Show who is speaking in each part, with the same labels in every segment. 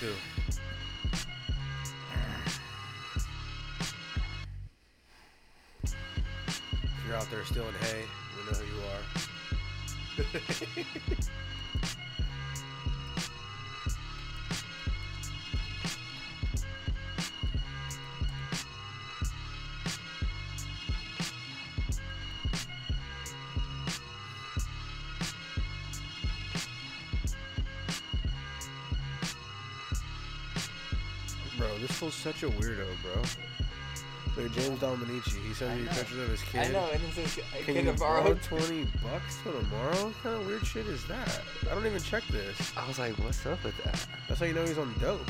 Speaker 1: too. If you're out there stealing hay, we know who you are. Bro, this fool's such a weirdo, bro. Like James Dominici, he sends
Speaker 2: I
Speaker 1: me
Speaker 2: know.
Speaker 1: pictures of his kid.
Speaker 2: I know, and it says I
Speaker 1: Can
Speaker 2: can
Speaker 1: you
Speaker 2: have borrowed.
Speaker 1: twenty bucks till tomorrow? What kind of weird shit is that? I don't even check this.
Speaker 2: I was like, what's up with that?
Speaker 1: That's how you know he's on dope.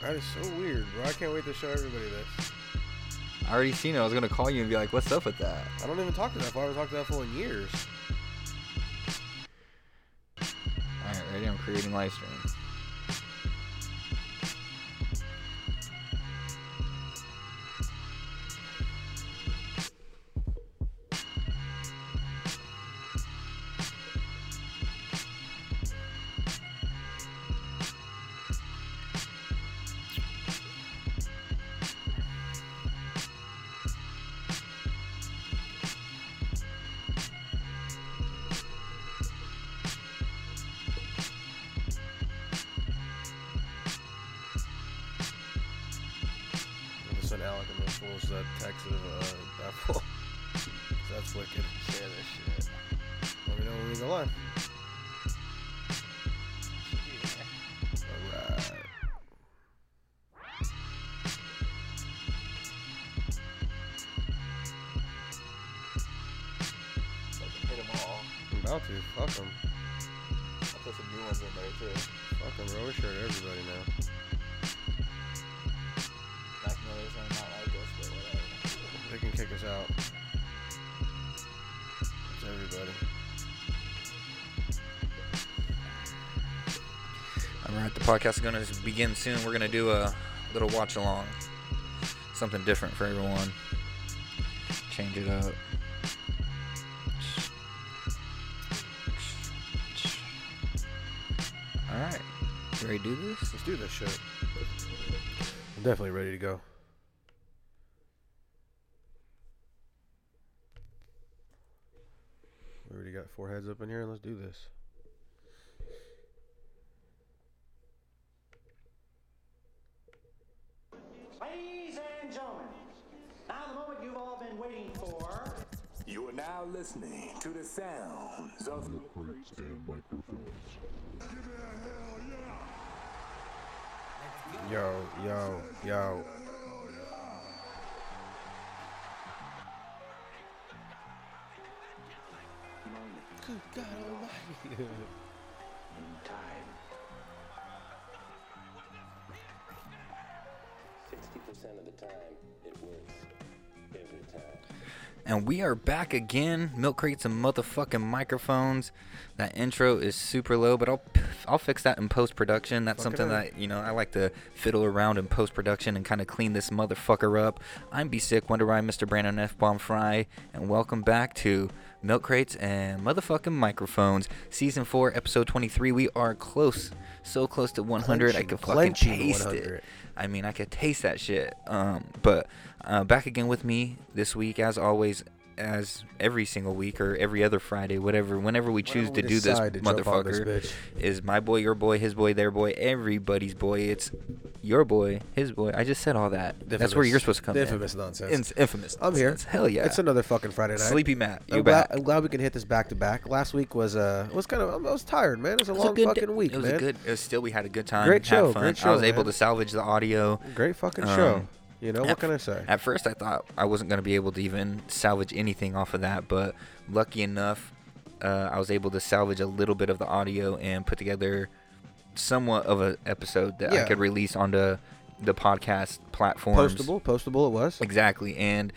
Speaker 1: That is so weird, bro. I can't wait to show everybody this.
Speaker 2: I already seen it. I was gonna call you and be like, what's up with that?
Speaker 1: I don't even talk to that fool. I haven't talked to that fool in years.
Speaker 2: All right, ready? I'm creating live stream.
Speaker 1: I'm gonna send Alec and those fools that text of uh, that fool. 'Cause That's wicked.
Speaker 2: Share this shit.
Speaker 1: Let me know when we go live. Alright.
Speaker 2: Fucking hit 'em all.
Speaker 1: I'm about to. Fuck them.
Speaker 2: I'll put some new ones in there too.
Speaker 1: Fuck them, bro. We share to everybody now.
Speaker 2: Mac Miller's might not like us, but whatever.
Speaker 1: They can kick us out. It's everybody.
Speaker 2: All right, the podcast is going to begin soon. We're going to do a little watch along, something different for everyone. Change it up. All right, you ready to do this?
Speaker 1: Let's do this shit. I'm definitely ready to go. We already got four heads up in here. Let's do this.
Speaker 3: Ladies and gentlemen, now the moment you've all been waiting for.
Speaker 4: You are now listening to the sounds of
Speaker 1: Yo, yo, yo. Good God Almighty.
Speaker 4: time.
Speaker 5: 60% of the time, it works every time.
Speaker 2: And we are back again. Milk crates and motherfucking microphones. That intro is super low, but I'll I'll fix that in post production. That's
Speaker 1: Fuck it
Speaker 2: something
Speaker 1: up.
Speaker 2: that you know I like to fiddle around in post production and kind of clean this motherfucker up. I'm B Sick Wonder Rhyme, Mr. Brandon F Bomb Fry, and welcome back to Milk Crates and motherfucking microphones, season four, episode 23. We are close, so close to 100. I
Speaker 1: Clenching-
Speaker 2: could fucking
Speaker 1: clenching
Speaker 2: taste
Speaker 1: 100.
Speaker 2: it. I mean, I could taste that shit. Um, but uh, back again with me this week, as always, as every single week or every other Friday, whatever, whenever we choose
Speaker 1: Whenever
Speaker 2: to
Speaker 1: we
Speaker 2: do this,
Speaker 1: decide to jump on this
Speaker 2: motherfucker,
Speaker 1: bitch.
Speaker 2: is my boy, your boy, his boy, their boy, everybody's boy. It's your boy, his boy. I just said all that. That's where
Speaker 1: Infamous.
Speaker 2: you're supposed to come in.
Speaker 1: Infamous nonsense.
Speaker 2: Inf- infamous.
Speaker 1: I'm here.
Speaker 2: nonsense. Hell yeah.
Speaker 1: It's another fucking Friday night.
Speaker 2: Sleepy Matt,
Speaker 1: I'm
Speaker 2: you
Speaker 1: glad,
Speaker 2: back.
Speaker 1: I'm glad we can hit this back to back. Last week was uh was kind of I was tired, man. It was a
Speaker 2: It was
Speaker 1: long
Speaker 2: a good
Speaker 1: fucking
Speaker 2: day.
Speaker 1: week,
Speaker 2: It was
Speaker 1: man.
Speaker 2: a good. It was still, we had a good time.
Speaker 1: Great
Speaker 2: had
Speaker 1: show,
Speaker 2: fun.
Speaker 1: great
Speaker 2: I was
Speaker 1: show,
Speaker 2: able
Speaker 1: man.
Speaker 2: to salvage the audio.
Speaker 1: Great fucking
Speaker 2: Um,
Speaker 1: show. You know
Speaker 2: at
Speaker 1: what can I
Speaker 2: f-
Speaker 1: say?
Speaker 2: At first, I thought I wasn't going to be able to even salvage anything off of that, but lucky enough, uh, I was able to salvage a little bit of the audio and put together somewhat of an episode that I
Speaker 1: Yeah.
Speaker 2: could release onto the podcast platforms.
Speaker 1: Postable, postable it was.
Speaker 2: Exactly, and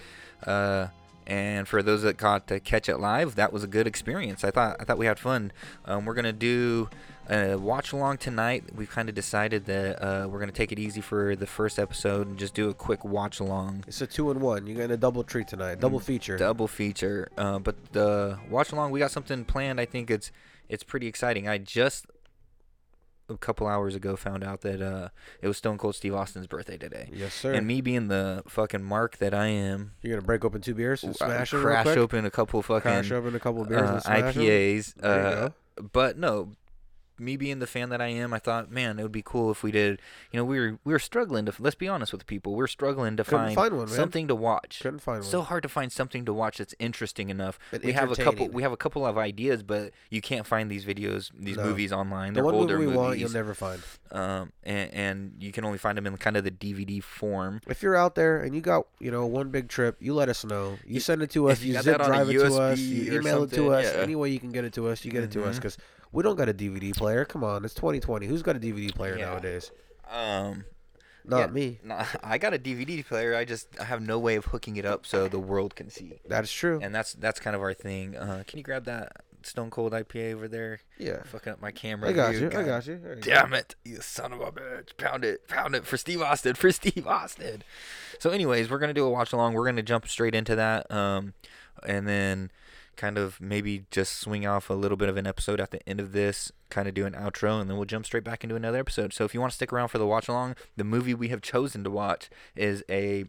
Speaker 2: uh, and for those that caught to catch it live, that was a good experience. I thought I thought we had fun. Um, we're gonna do a watch along tonight. We've kind of decided that uh, we're gonna take it easy for the first episode and just do a quick watch along.
Speaker 1: It's a two and one. You're getting a double treat
Speaker 2: Mm,
Speaker 1: tonight, double feature.
Speaker 2: Double feature, uh, but the watch along we got something planned. I think it's it's pretty exciting. I just a couple hours ago found out that uh, it was Stone Cold Steve Austin's birthday today.
Speaker 1: Yes, sir.
Speaker 2: And me being the fucking mark that I am,
Speaker 1: You're gonna break open two beers and
Speaker 2: I
Speaker 1: smash it real
Speaker 2: Uh, crash
Speaker 1: quick?
Speaker 2: open a couple fucking
Speaker 1: Crash open a couple beers
Speaker 2: uh,
Speaker 1: and smash 'em?
Speaker 2: IPAs.
Speaker 1: There you
Speaker 2: uh, but no, me being the fan that I am, I thought, man, it would be cool if we did. You know, we were we were struggling to. Let's be honest with people. We're struggling to
Speaker 1: Couldn't
Speaker 2: find,
Speaker 1: find one, man.
Speaker 2: something to watch.
Speaker 1: Couldn't find
Speaker 2: So
Speaker 1: one.
Speaker 2: hard to find something to watch that's interesting enough.
Speaker 1: But
Speaker 2: we have a couple.
Speaker 1: entertaining.
Speaker 2: We have a couple of ideas, but you can't find these videos, these
Speaker 1: No.
Speaker 2: movies online.
Speaker 1: The
Speaker 2: They're
Speaker 1: one
Speaker 2: older
Speaker 1: movie we
Speaker 2: movies,
Speaker 1: want, you'll never find.
Speaker 2: um, and, and you can only find them in kind of the DVD form.
Speaker 1: If you're out there and you got, you know, one big trip, you let us know. You send it to us.
Speaker 2: if
Speaker 1: You,
Speaker 2: you got
Speaker 1: zip
Speaker 2: that on a
Speaker 1: drive it to us.
Speaker 2: USB
Speaker 1: You
Speaker 2: or
Speaker 1: email it to
Speaker 2: something,
Speaker 1: us.
Speaker 2: yeah. Mm-hmm.
Speaker 1: Any way you can get it to us, you get it to us because we don't got a DVD player. Come on, it's 2020. Who's got a DVD player
Speaker 2: Yeah.
Speaker 1: nowadays?
Speaker 2: Um,
Speaker 1: Not
Speaker 2: yeah,
Speaker 1: me.
Speaker 2: nah, I got a DVD player. I just I have no way of hooking it up so the world can see.
Speaker 1: That's true.
Speaker 2: and that's that's kind of our thing. Uh, can you grab that Stone Cold IPA over there?
Speaker 1: Yeah.
Speaker 2: Fucking up my camera.
Speaker 1: I got
Speaker 2: view.
Speaker 1: you. I
Speaker 2: God
Speaker 1: got you. There you go.
Speaker 2: Damn it, you son of a bitch! Pound it, pound it for Steve Austin, for Steve Austin. So, anyways, we're gonna do a watch along. We're gonna jump straight into that, um, and then kind of maybe just swing off a little bit of an episode at the end of this, kind of do an outro, and then we'll jump straight back into another episode. So, if you want to stick around for the watch along, the movie we have chosen to watch is a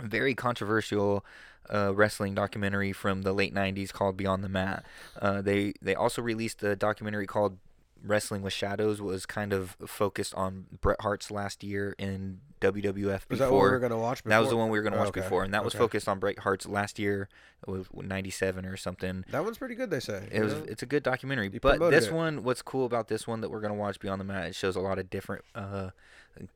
Speaker 2: very controversial uh, wrestling documentary from the late '90s called Beyond the Mat. Uh, they they also released a documentary called Wrestling with Shadows, was kind of focused on Bret Hart's last year in WWF.
Speaker 1: Was
Speaker 2: Before
Speaker 1: that what we were gonna watch
Speaker 2: That was the
Speaker 1: before?
Speaker 2: one we were gonna
Speaker 1: Oh,
Speaker 2: watch
Speaker 1: okay,
Speaker 2: before, and that was
Speaker 1: okay.
Speaker 2: focused on Bret Hart's last year, it was '97 or something.
Speaker 1: That one's pretty good. They say
Speaker 2: It
Speaker 1: you
Speaker 2: was
Speaker 1: know?
Speaker 2: it's a good documentary.
Speaker 1: You
Speaker 2: But
Speaker 1: promoted
Speaker 2: this
Speaker 1: it.
Speaker 2: one, what's cool about this one that we're gonna watch Beyond the Mat, it shows a lot of different uh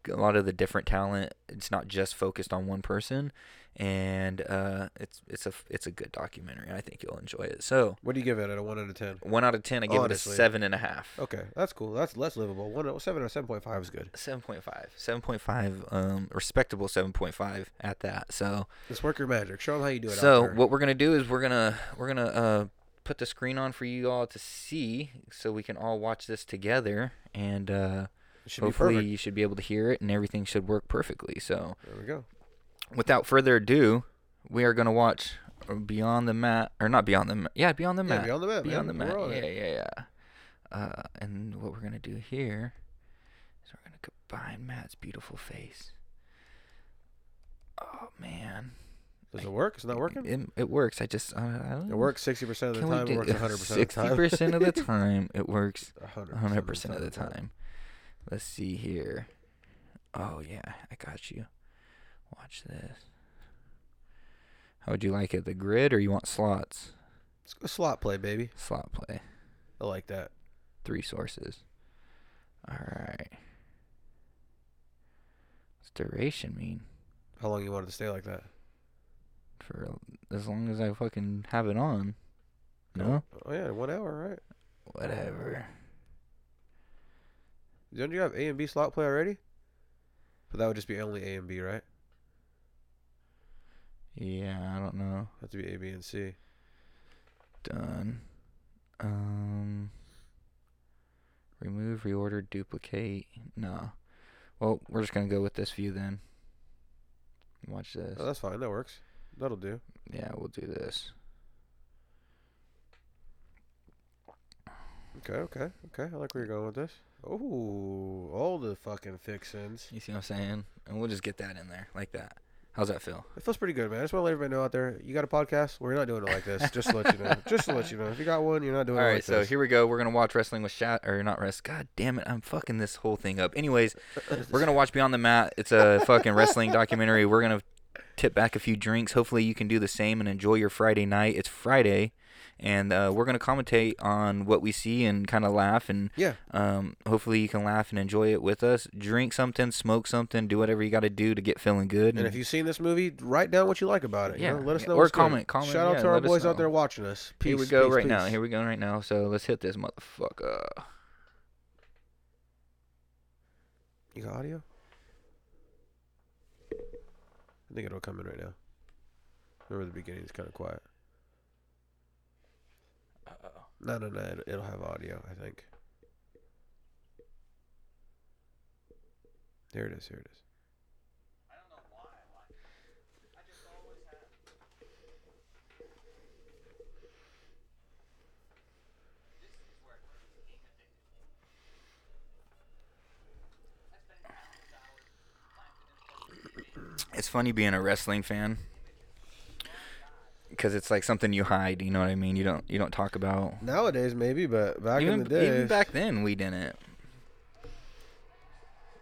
Speaker 2: a lot of the different talent. It's not just focused on one person. And uh it's it's a it's a good documentary. I think you'll enjoy it. So
Speaker 1: What do you give it? At a one out of ten.
Speaker 2: one out of ten I give
Speaker 1: Honestly.
Speaker 2: it a seven and a half.
Speaker 1: Okay, that's cool. That's less livable. One seven or seven point five is good.
Speaker 2: 7.5 7.5 um respectable 7.5 at that so
Speaker 1: Let's work your magic. Show them how you do it. out
Speaker 2: so
Speaker 1: there.
Speaker 2: what we're gonna do is we're gonna we're gonna uh put the screen on for you all to see so we can all watch this together and uh
Speaker 1: It should be
Speaker 2: hopefully
Speaker 1: perfect.
Speaker 2: you should be able to hear it and everything should work perfectly so
Speaker 1: There we go.
Speaker 2: without further ado we are going to watch beyond the mat or not beyond the mat yeah beyond the
Speaker 1: Yeah,
Speaker 2: mat
Speaker 1: Beyond the Mat,
Speaker 2: beyond
Speaker 1: man.
Speaker 2: the
Speaker 1: We're
Speaker 2: mat
Speaker 1: on
Speaker 2: yeah
Speaker 1: it.
Speaker 2: yeah yeah uh, and what we're going to do here is we're going to combine matt's beautiful face oh man
Speaker 1: Does it work? It's not working. It,
Speaker 2: it, it works i just uh, I don't
Speaker 1: works sixty percent of the
Speaker 2: can we
Speaker 1: time. It
Speaker 2: do-
Speaker 1: works one hundred percent of the time.
Speaker 2: 60% of the time it works
Speaker 1: 100%
Speaker 2: 100% of the time. Let's see here. Oh, yeah, I got you. Watch this. How would you like it? The grid or you want slots?
Speaker 1: Let's go slot play, baby.
Speaker 2: Slot play.
Speaker 1: I like that.
Speaker 2: Three sources. All right. What's duration mean?
Speaker 1: How long you want it to stay like that?
Speaker 2: For as long as I fucking have it on. No?
Speaker 1: Oh yeah, one hour, right?
Speaker 2: Whatever.
Speaker 1: Don't you have A and B slot play already? But that would just be only A and B, right?
Speaker 2: Yeah, I don't know.
Speaker 1: Have to be A, B, and C.
Speaker 2: done. Um, remove, reorder, duplicate. No. Well, we're just gonna go with this view then. Watch this.
Speaker 1: Oh, that's fine. That works. That'll do.
Speaker 2: Yeah, we'll do this.
Speaker 1: Okay, okay, okay. I like where you're going with this. Oh, all the fucking fixins.
Speaker 2: You see what I'm saying? And we'll just get that in there like that. How's that feel?
Speaker 1: It feels pretty good, man. I just want to let everybody know out there, you got a podcast. We're not doing it like this. Just to let you know. Just to let you know. If you got one, you're not doing
Speaker 2: All
Speaker 1: it
Speaker 2: right,
Speaker 1: like
Speaker 2: so
Speaker 1: this.
Speaker 2: here we go. We're gonna watch wrestling with Shat or not rest. God damn it, I'm fucking this whole thing up. Anyways, we're gonna watch Beyond the Mat. It's a fucking wrestling documentary. We're gonna tip back a few drinks. Hopefully, you can do the same and enjoy your Friday night. It's Friday, and uh, we're gonna commentate on what we see and kind of laugh and
Speaker 1: Yeah.
Speaker 2: Um, hopefully, you can laugh and enjoy it with us. Drink something, smoke something, do whatever you got to do to get feeling good.
Speaker 1: And if you've seen this movie, write down what you like about it. you
Speaker 2: Mm. Yeah,
Speaker 1: know? let us
Speaker 2: yeah,
Speaker 1: know.
Speaker 2: or
Speaker 1: what's good.
Speaker 2: comment- comment,
Speaker 1: Shout out
Speaker 2: yeah,
Speaker 1: to our
Speaker 2: let us
Speaker 1: boys out
Speaker 2: know.
Speaker 1: there watching us. Peace,
Speaker 2: here we go
Speaker 1: peace,
Speaker 2: right now.
Speaker 1: peace.
Speaker 2: Here we go right now. So let's hit this motherfucker.
Speaker 1: You got audio? I think it'll come in right now. Remember the beginning is kind of quiet. No, no, no. It'll, it'll have audio, I think. Here it is. Here it is.
Speaker 6: This is where
Speaker 2: It's funny being a wrestling fan because it's like something you hide. You know what I mean? You don't you don't talk about.
Speaker 1: Nowadays, maybe, but back
Speaker 2: even,
Speaker 1: in the day.
Speaker 2: even back then, we didn't.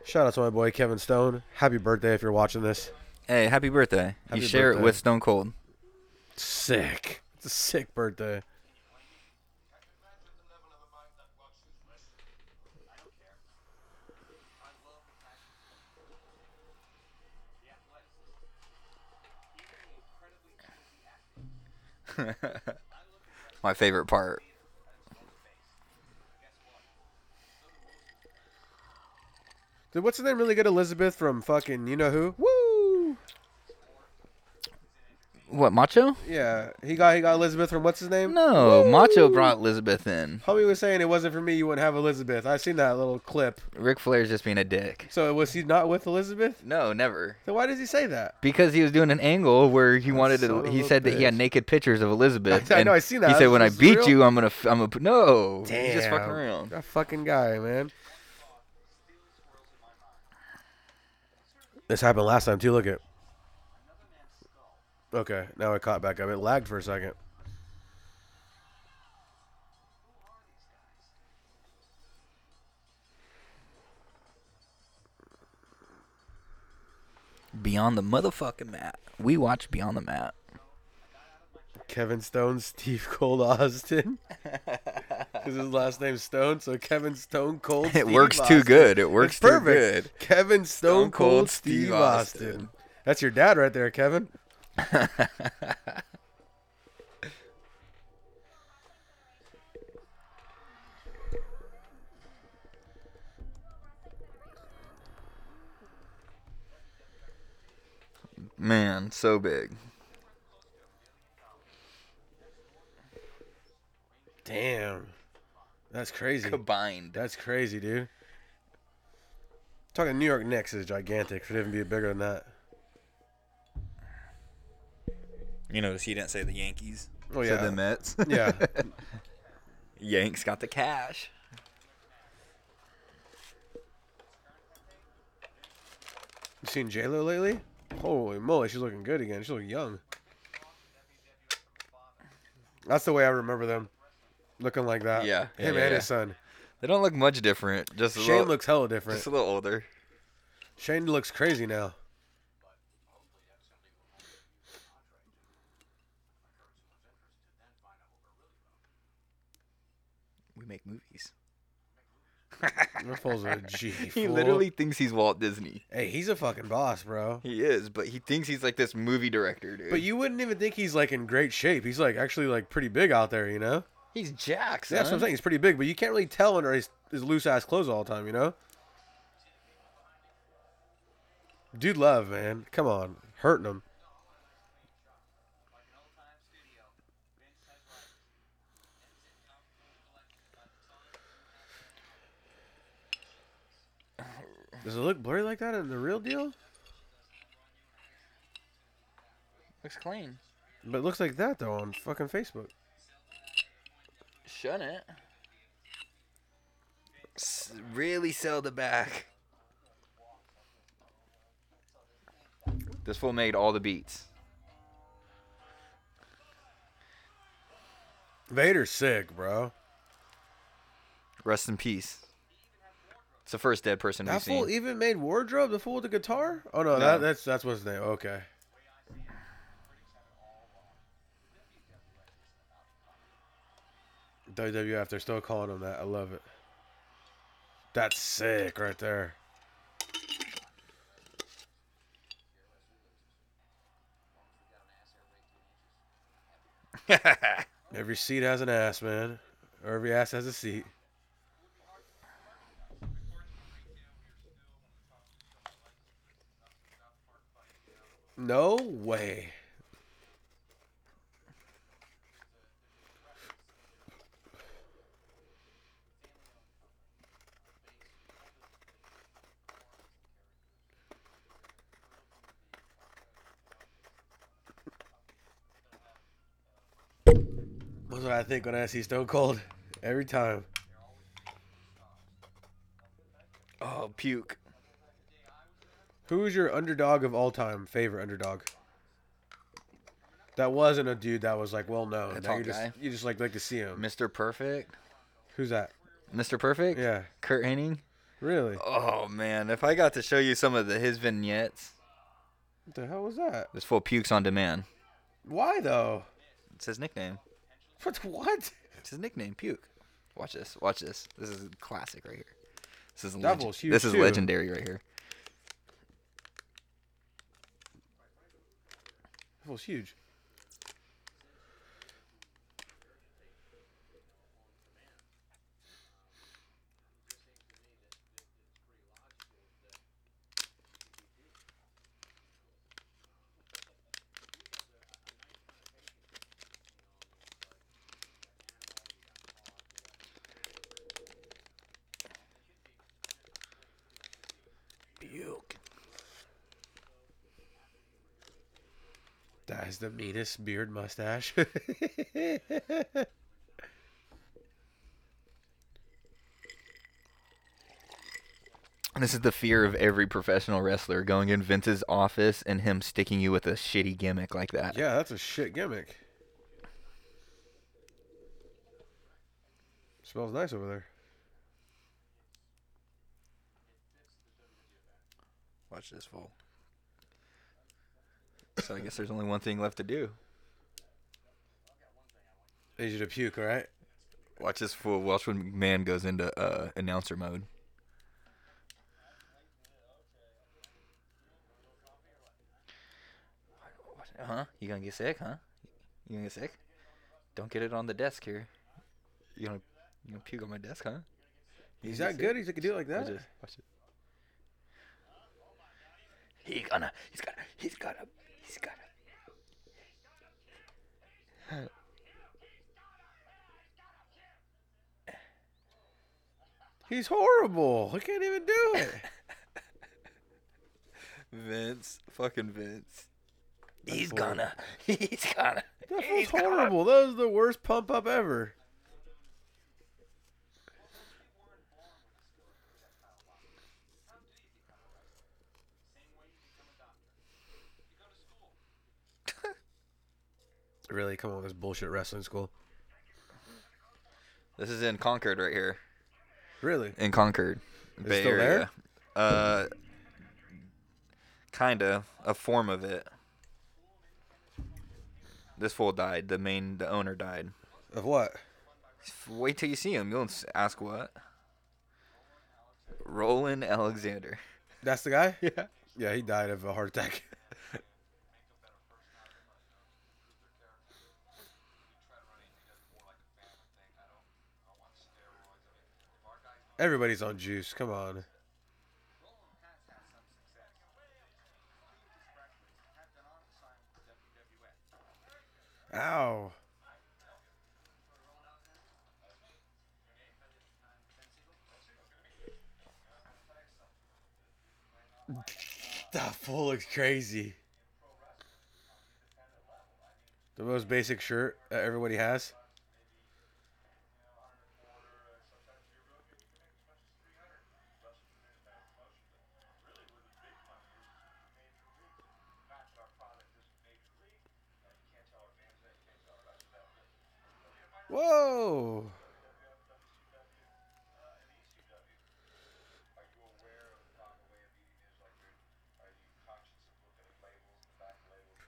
Speaker 1: Shout out to my boy Kevin Stone. Happy birthday if you're watching this.
Speaker 2: Hey, happy birthday!
Speaker 1: Happy
Speaker 2: you share
Speaker 1: birthday.
Speaker 2: it with Stone Cold.
Speaker 1: Sick. It's a sick birthday.
Speaker 2: My favorite part.
Speaker 1: Dude, what's the name really good? Elizabeth from fucking you know who? Woo!
Speaker 2: What Macho?
Speaker 1: Yeah, he got he got Elizabeth from what's his name?
Speaker 2: No, Macho brought Elizabeth in.
Speaker 1: Homie was saying it wasn't for me. You wouldn't have Elizabeth. I seen that little clip.
Speaker 2: Ric Flair's just being a dick.
Speaker 1: So was he not with Elizabeth?
Speaker 2: No, never.
Speaker 1: Then why does he say that?
Speaker 2: Because he was doing an angle where he wanted
Speaker 1: son
Speaker 2: to.
Speaker 1: of
Speaker 2: He
Speaker 1: a
Speaker 2: said that he had
Speaker 1: bitch.
Speaker 2: naked pictures of Elizabeth.
Speaker 1: I know,
Speaker 2: and
Speaker 1: I seen that.
Speaker 2: He
Speaker 1: I
Speaker 2: said,
Speaker 1: was
Speaker 2: "When I
Speaker 1: like, "Is
Speaker 2: beat
Speaker 1: this
Speaker 2: you,
Speaker 1: real?"
Speaker 2: I'm gonna. F- I'm a. No,
Speaker 1: Damn.
Speaker 2: he's just fucking around.
Speaker 1: That fucking guy, man. This happened last time too. Look at. Okay, now I caught back up. It lagged for a second.
Speaker 2: Beyond the motherfucking mat. We watch Beyond the mat.
Speaker 1: Kevin Stone, Steve Cold Austin. Because his last name's Stone, so Kevin Stone Cold.
Speaker 2: It
Speaker 1: Steve
Speaker 2: works too
Speaker 1: Austin.
Speaker 2: good. It works
Speaker 1: It's
Speaker 2: too
Speaker 1: perfect.
Speaker 2: good.
Speaker 1: Kevin Stone,
Speaker 2: Stone
Speaker 1: Cold,
Speaker 2: Cold
Speaker 1: Steve,
Speaker 2: Steve
Speaker 1: Austin.
Speaker 2: Austin.
Speaker 1: That's your dad right there, Kevin.
Speaker 2: Man, so big.
Speaker 1: Damn, that's crazy.
Speaker 2: Combined.
Speaker 1: That's crazy, dude. Talking New York Knicks is gigantic. Could even be bigger than that.
Speaker 2: You notice he didn't say the Yankees.
Speaker 1: Oh,
Speaker 2: Said
Speaker 1: yeah.
Speaker 2: the Mets.
Speaker 1: Yeah,
Speaker 2: Yanks got the cash.
Speaker 1: you seen J Lo lately? Holy moly, she's looking good again. She's looking young. That's the way I remember them, looking like that.
Speaker 2: Yeah,
Speaker 1: him
Speaker 2: yeah,
Speaker 1: and
Speaker 2: yeah, yeah.
Speaker 1: his son.
Speaker 2: They don't look much different. Just a
Speaker 1: Shane
Speaker 2: little,
Speaker 1: looks hella different.
Speaker 2: just a little older.
Speaker 1: Shane looks crazy now.
Speaker 2: We make movies.
Speaker 1: That fool's a G.
Speaker 2: He
Speaker 1: fool.
Speaker 2: literally thinks he's Walt Disney.
Speaker 1: Hey, he's a fucking boss, bro.
Speaker 2: He is, but he thinks he's like this movie director, dude.
Speaker 1: But you wouldn't even think he's like in great shape. He's like actually like pretty big out there, you know?
Speaker 2: he's Jack.
Speaker 1: Yeah, that's what I'm saying. He's pretty big, but you can't really tell under his, his loose ass clothes all the time, you know? Dude, love, man. Come on. Hurting him. Does it look blurry like that in the real deal?
Speaker 2: Looks clean.
Speaker 1: But it looks like that though on fucking Facebook.
Speaker 2: Shun it. S- really sell the back. This fool made all the beats.
Speaker 1: Vader's sick, bro.
Speaker 2: Rest in peace. It's the first dead person
Speaker 1: That
Speaker 2: we've seen.
Speaker 1: fool even made wardrobe. The fool with the guitar. Oh no, That, that's that's what's his name. Okay. WWF, they're still calling him that. I love it. That's sick right there. Every seat has an ass, man. Or every ass has a seat. No way. That's what I think when I see Stone Cold every time.
Speaker 2: oh, puke.
Speaker 1: Who is your underdog of all time? Favorite underdog? That wasn't a dude that was like well known.
Speaker 2: That
Speaker 1: Now
Speaker 2: tall
Speaker 1: you just
Speaker 2: guy?
Speaker 1: you just like like to see him.
Speaker 2: Mr. Perfect.
Speaker 1: Who's that?
Speaker 2: Mr. Perfect.
Speaker 1: Yeah.
Speaker 2: Kurt Hennig.
Speaker 1: Really?
Speaker 2: Oh man, if I got to show you some of the his vignettes,
Speaker 1: What the hell was that?
Speaker 2: this fool pukes on demand.
Speaker 1: Why though?
Speaker 2: It's his nickname.
Speaker 1: What what?
Speaker 2: It's his nickname, Puke. Watch this. Watch this. This is classic right here. This is
Speaker 1: That
Speaker 2: legend-
Speaker 1: bull's huge,
Speaker 2: This is
Speaker 1: too.
Speaker 2: legendary right here.
Speaker 1: That was huge.
Speaker 2: Puke.
Speaker 1: That is the meanest beard mustache.
Speaker 2: This is the fear of every professional wrestler going in Vince's office and him sticking you with a shitty gimmick like that.
Speaker 1: yeah, that's a shit gimmick. Smells nice over there.
Speaker 2: Watch this fool. So I guess there's only one thing left to do.
Speaker 1: I need you to puke, all right?
Speaker 2: Watch this fool. Watch when McMahon goes into uh, announcer mode. Huh? You gonna get sick? Huh? You gonna get sick? Don't get it on the desk here. You gonna you gonna puke on my desk? Huh? You
Speaker 1: He's
Speaker 2: gonna
Speaker 1: that
Speaker 2: get sick?
Speaker 1: good. He's like a dude like that.
Speaker 2: Watch this. Watch it. He gonna. He's gonna. He's gonna. He's gonna.
Speaker 1: He's horrible. I can't even do it.
Speaker 2: Vince. Fucking Vince. He's
Speaker 1: boy.
Speaker 2: gonna. He's gonna.
Speaker 1: That was
Speaker 2: he's gonna.
Speaker 1: horrible. That was the worst pump up ever. really, come on, this bullshit wrestling school.
Speaker 2: This is in Concord right here.
Speaker 1: Really?
Speaker 2: In Concord.
Speaker 1: it still there?
Speaker 2: There? Uh, kinda a form of it. This fool died. The main, the owner died.
Speaker 1: Of what?
Speaker 2: Wait till you see him. You'll s- ask what. Roland Alexander.
Speaker 1: That's the guy? Yeah. Yeah, he died of a heart attack. Everybody's on juice. Come on. Ow. That fool looks crazy. The most basic shirt that everybody has. Whoa!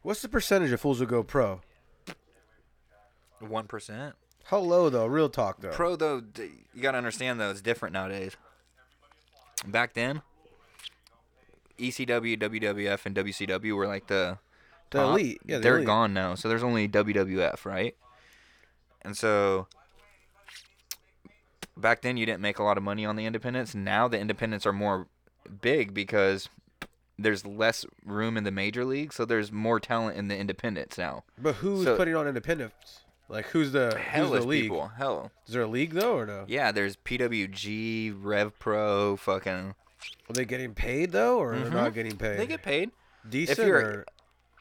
Speaker 1: What's the percentage of fools who go pro?
Speaker 2: One percent.
Speaker 1: How low though? Real talk though.
Speaker 2: Pro though, d- you gotta understand though, it's different nowadays. Back then, E ECW, WWF, and WCW were like the
Speaker 1: the
Speaker 2: top.
Speaker 1: elite. Yeah, the
Speaker 2: they're
Speaker 1: elite.
Speaker 2: gone now. So there's only WWF, right? And so back then you didn't make a lot of money on the independents. Now the independents are more big because there's less room in the major league, so there's more talent in the independents now.
Speaker 1: But who's
Speaker 2: So-
Speaker 1: putting on independence? Like who's the who's
Speaker 2: Hellish
Speaker 1: the league?
Speaker 2: people. Hell.
Speaker 1: Is there a league though or no?
Speaker 2: Yeah, there's PWG, Rev Pro, fucking
Speaker 1: Are they getting paid though or they're not getting paid?
Speaker 2: They get paid.
Speaker 1: decent
Speaker 2: Mm-hmm. you're-
Speaker 1: or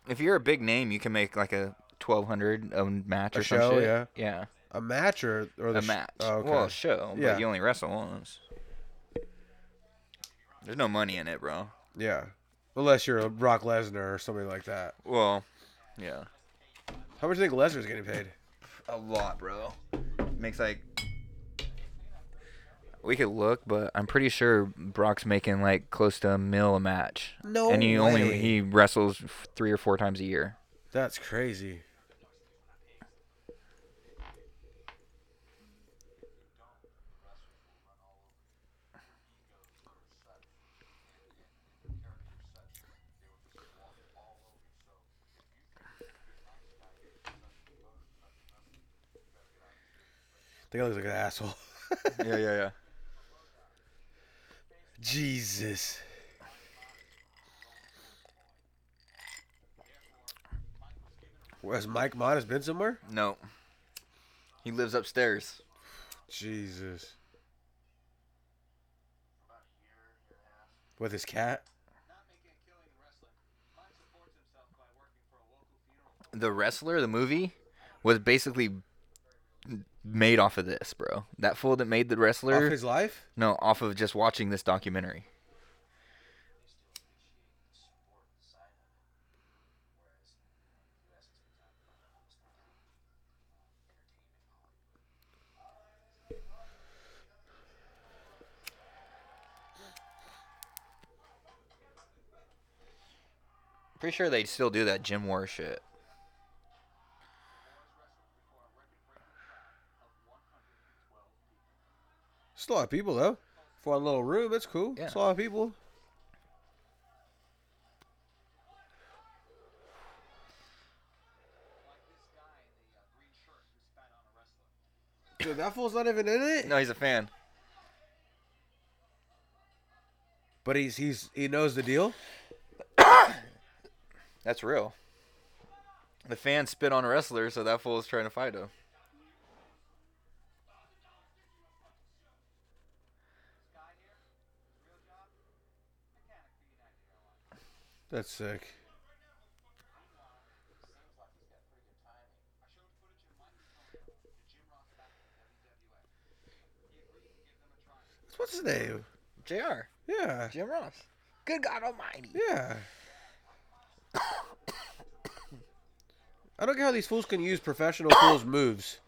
Speaker 2: If you're a big name, you can make like a 1200 a match
Speaker 1: A
Speaker 2: or some
Speaker 1: show,
Speaker 2: shit.
Speaker 1: yeah.
Speaker 2: Yeah.
Speaker 1: a match or, or the
Speaker 2: a
Speaker 1: sh-
Speaker 2: match.
Speaker 1: Oh, okay.
Speaker 2: Well, a show,
Speaker 1: Yeah.
Speaker 2: but you only wrestle once. There's no money in it, bro.
Speaker 1: yeah. Unless you're a Brock Lesnar or somebody like that.
Speaker 2: Well, yeah.
Speaker 1: How much do you think Lesnar's getting paid?
Speaker 2: A lot, bro. Makes like we could look, but I'm pretty sure Brock's making like close to a mil a match.
Speaker 1: No
Speaker 2: and he
Speaker 1: way.
Speaker 2: only he wrestles f- three or four times a year.
Speaker 1: That's crazy. That guy looks like an asshole.
Speaker 2: yeah, yeah, yeah.
Speaker 1: Jesus. Where's Mike Mott has been somewhere?
Speaker 2: No. He lives upstairs.
Speaker 1: Jesus. With his cat?
Speaker 2: The wrestler, the movie, was basically made off of this, bro. That fool that made the wrestler
Speaker 1: Off his life?
Speaker 2: No, off of just watching this documentary. Pretty sure they still do that gym war shit.
Speaker 1: It's a lot of people, though. For one little room, that's cool. It's a
Speaker 2: Yeah.
Speaker 1: lot of people. Dude, that fool's not even in it.
Speaker 2: No, he's a fan.
Speaker 1: But he's he's he knows the deal.
Speaker 2: That's real. The fan spit on a wrestler, so that fool is trying to fight him.
Speaker 1: That's sick. What's his name?
Speaker 2: JR.
Speaker 1: Yeah.
Speaker 2: Jim Ross. Good God Almighty.
Speaker 1: Yeah. I don't get how these fools can use professional fools' moves.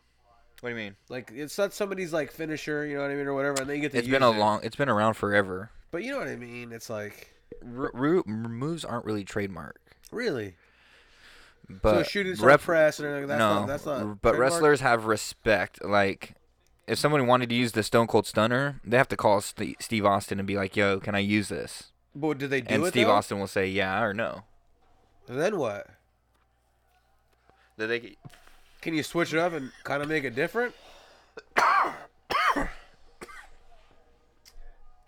Speaker 2: What do you mean?
Speaker 1: Like it's not somebody's like finisher, you know what I mean, or whatever, and they get to.
Speaker 2: It's
Speaker 1: use
Speaker 2: been a
Speaker 1: it.
Speaker 2: long. It's been around forever.
Speaker 1: But you know what I mean. It's like
Speaker 2: R- ru- moves aren't really trademark,
Speaker 1: really.
Speaker 2: but
Speaker 1: so shooting some press and everything like that.
Speaker 2: no,
Speaker 1: that's not.
Speaker 2: r-
Speaker 1: That's not
Speaker 2: but
Speaker 1: trademark?
Speaker 2: wrestlers have respect. Like, if somebody wanted to use the Stone Cold Stunner, they have to call Ste Steve Austin and be like, "Yo, can I use this?"
Speaker 1: But did they do
Speaker 2: and
Speaker 1: it?
Speaker 2: Steve
Speaker 1: though?
Speaker 2: Austin will say, "Yeah" or "No."
Speaker 1: Then what?
Speaker 2: That they c-
Speaker 1: Can you switch it up and kind of make it different?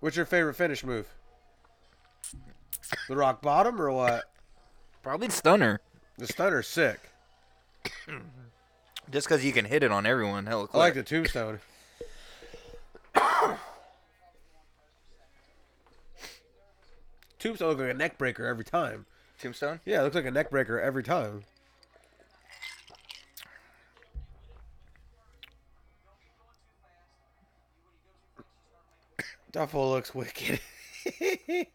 Speaker 1: What's your favorite finish move? The rock bottom or what?
Speaker 2: probably Stunner,
Speaker 1: The stunner's sick.
Speaker 2: just because you can hit it on everyone. Hell,
Speaker 1: I like the tombstone. tombstone looks like a neck breaker every time.
Speaker 2: Tombstone.
Speaker 1: Yeah, it looks like a neck breaker every time. Duffel looks wicked.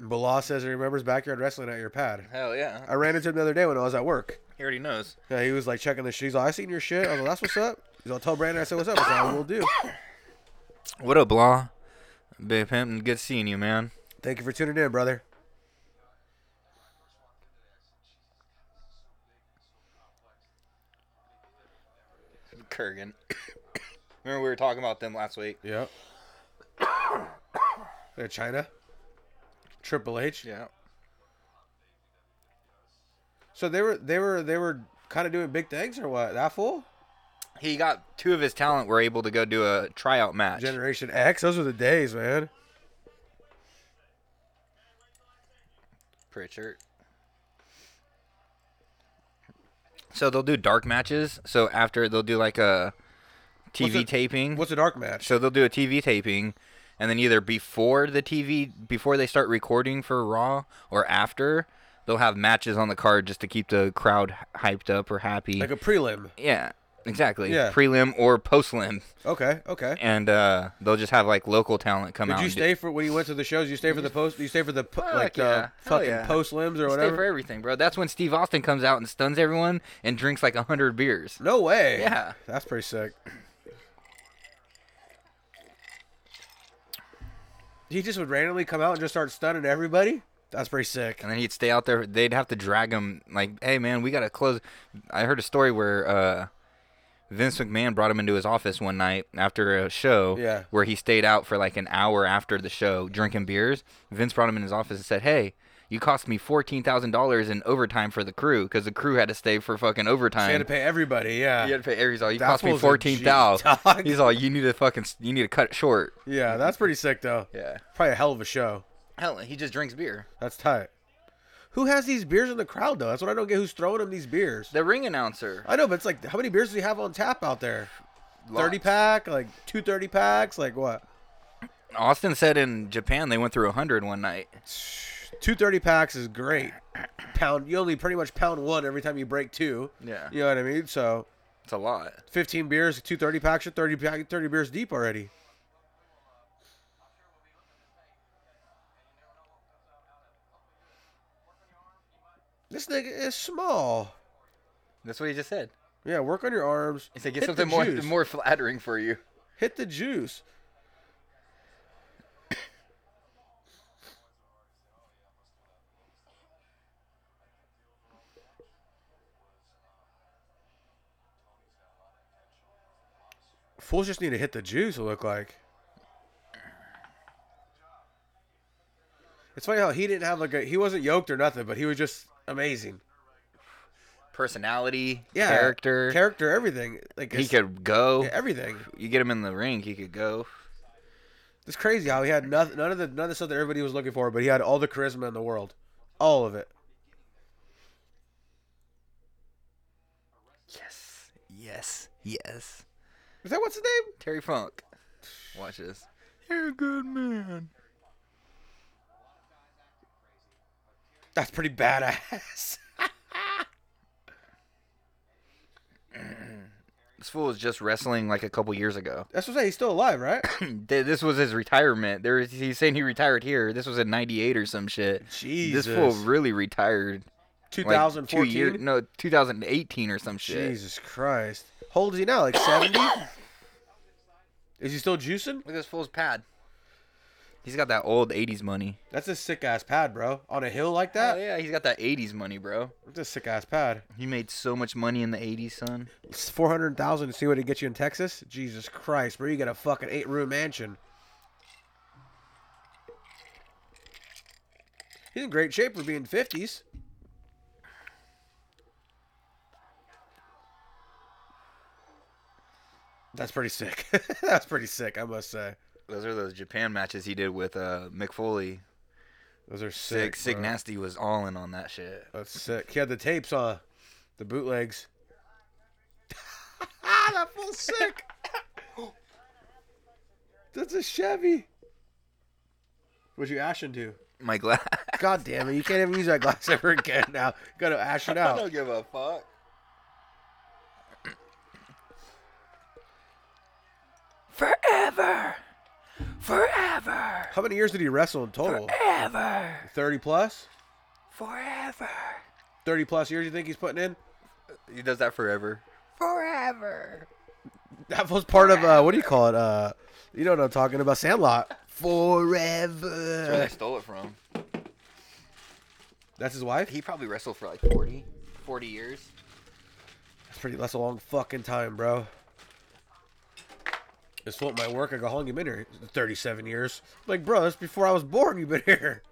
Speaker 1: Bilal says he remembers backyard wrestling at your pad.
Speaker 2: Hell yeah,
Speaker 1: I ran into him the other day when I was at work.
Speaker 2: he already knows.
Speaker 1: Yeah, he was like checking the shoes. He's like, I seen your shit. I was like, that's what's up. He's like, tell Brandon I said, what's up? I said, I will do.
Speaker 2: What up, Blah? Big Pimpin, good seeing you, man.
Speaker 1: Thank you for tuning in, brother.
Speaker 2: Kurgan. Remember we were talking about them last week.
Speaker 1: Yeah. They're China. Triple H.
Speaker 2: Yeah.
Speaker 1: So they were they were they were kind of doing big things or what? That fool?
Speaker 2: He got two of his talent were able to go do a tryout match.
Speaker 1: Generation X. Those were the days, man.
Speaker 2: Pritchard. So they'll do dark matches. So after they'll do like a TV
Speaker 1: What's it-
Speaker 2: taping.
Speaker 1: What's a dark match?
Speaker 2: so they'll do a TV taping and then either before the TV before they start recording for Raw or after they'll have matches on the card just to keep the crowd h- hyped up or happy.
Speaker 1: Like a prelim.
Speaker 2: Yeah. Exactly.
Speaker 1: Yeah.
Speaker 2: Prelim or post lim,
Speaker 1: Okay, okay.
Speaker 2: and uh, they'll just have like local talent come out.
Speaker 1: Did you
Speaker 2: and do-
Speaker 1: stay for when you went to the shows? You stay for the post. You stay for the po-
Speaker 2: Fuck
Speaker 1: like
Speaker 2: yeah.
Speaker 1: the
Speaker 2: Hell
Speaker 1: fucking
Speaker 2: yeah.
Speaker 1: post limbs or
Speaker 2: Stay for
Speaker 1: whatever.
Speaker 2: everything, bro. That's when Steve Austin comes out and stuns everyone and drinks like a hundred beers.
Speaker 1: No way.
Speaker 2: Yeah.
Speaker 1: that's pretty sick. He just would randomly come out and just start stunning everybody. That's pretty sick.
Speaker 2: And then he'd stay out there. They'd have to drag him. Like, hey man, we gotta close. I heard a story where uh, Vince McMahon brought him into his office one night after a show.
Speaker 1: Yeah.
Speaker 2: Where he stayed out for like an hour after the show drinking beers. Vince brought him in his office and said, hey. You cost me fourteen thousand dollars in overtime for the crew because the crew had to stay for fucking
Speaker 1: They
Speaker 2: overtime.
Speaker 1: had to pay everybody. Yeah,
Speaker 2: You had to pay Aries all. You
Speaker 1: That
Speaker 2: cost me
Speaker 1: fool's a
Speaker 2: fourteen
Speaker 1: G,
Speaker 2: thousand.
Speaker 1: dog.
Speaker 2: He's all. You need to fucking. You need to cut it short.
Speaker 1: yeah, that's pretty sick though.
Speaker 2: Yeah.
Speaker 1: probably a hell of a show.
Speaker 2: Hell, he just drinks beer.
Speaker 1: That's tight. Who has these beers in the crowd though? That's what I don't get. Who's throwing them these beers?
Speaker 2: The ring announcer.
Speaker 1: I know, but it's like, how many beers do you have on tap out there? Thirty
Speaker 2: Lots.
Speaker 1: pack, like two thirty packs, like what?
Speaker 2: Austin said in Japan they went through hundred one night.
Speaker 1: Two thirty packs is great. Pound, you only pretty much pound one every time you break two.
Speaker 2: Yeah.
Speaker 1: you know what I mean. So
Speaker 2: It's a lot.
Speaker 1: fifteen beers, two thirty packs, you're thirty pack, thirty beers deep already. This nigga is small.
Speaker 2: That's what he just said.
Speaker 1: Yeah, work on your arms.
Speaker 2: He said get
Speaker 1: Hit the
Speaker 2: something more
Speaker 1: juice.
Speaker 2: more flattering for you.
Speaker 1: Hit the juice. Fools just need to hit the juice, it look like. It's funny how he didn't have like a he wasn't yoked or nothing, but he was just amazing.
Speaker 2: Personality,
Speaker 1: Yeah.
Speaker 2: character.
Speaker 1: Character, everything. Like
Speaker 2: he
Speaker 1: it's-
Speaker 2: could go.
Speaker 1: everything.
Speaker 2: you get him in the ring, he could go.
Speaker 1: It's crazy how he had nothing, none of the none of the stuff that everybody was looking for, but he had all the charisma in the world, all of it.
Speaker 2: Yes. Yes. Yes.
Speaker 1: Is that what's his name?
Speaker 2: Terry Funk. Watch this. You're a good man.
Speaker 1: That's pretty badass.
Speaker 2: This fool was just wrestling like a couple years ago.
Speaker 1: That's what I'm saying. He's still alive, right?
Speaker 2: Th- this was his retirement. There was, he's saying he retired here. This was in '98 or some shit. This fool
Speaker 1: Jesus.
Speaker 2: really retired. like, two
Speaker 1: 2014.
Speaker 2: year- no, 2018 or some shit.
Speaker 1: Jesus Christ. How old is he now? Like 70. is he still juicing?
Speaker 2: Look at this fool's pad. He's got that old '80s money.
Speaker 1: That's a sick ass pad, bro. On a hill like
Speaker 2: Oh
Speaker 1: that.
Speaker 2: yeah, he's got that '80s money, bro.
Speaker 1: That's a sick ass pad.
Speaker 2: He made so much money in the '80s, son.
Speaker 1: It's 400,000 to see what it gets you in Texas. Jesus Christ, bro. You got a fucking eight room mansion. He's in great shape for being 50s. That's pretty sick. That's pretty sick, I must say.
Speaker 2: Those are those Japan matches he did with uh, Mick Foley.
Speaker 1: Those are
Speaker 2: Sick,
Speaker 1: sick.
Speaker 2: sick,
Speaker 1: bro.
Speaker 2: nasty was all in on that shit.
Speaker 1: That's sick. He had the tapes on the bootlegs. ah, that fool's sick. That's a Chevy. What'd you ash into?
Speaker 2: My glass.
Speaker 1: God damn it! You can't even use that glass ever again. Now gotta ash it out.
Speaker 2: give a fuck. Forever. Forever.
Speaker 1: How many years did he wrestle in total?
Speaker 2: Forever.
Speaker 1: Thirty plus.
Speaker 2: Forever.
Speaker 1: Thirty plus years. You think he's putting in?
Speaker 2: He does that forever. Forever.
Speaker 1: That was part of uh, what do you call it? Uh, you know what I'm talking about? Sandlot.
Speaker 2: Where
Speaker 1: Forever.
Speaker 2: they stole it from.
Speaker 1: That's his wife.
Speaker 2: He probably wrestled for like 40, 40 years.
Speaker 1: That's pretty. That's a long fucking time, bro. It's what my work. I go, how long you been here? Thirty-seven years. Like, bro, that's before I was born. You've been here.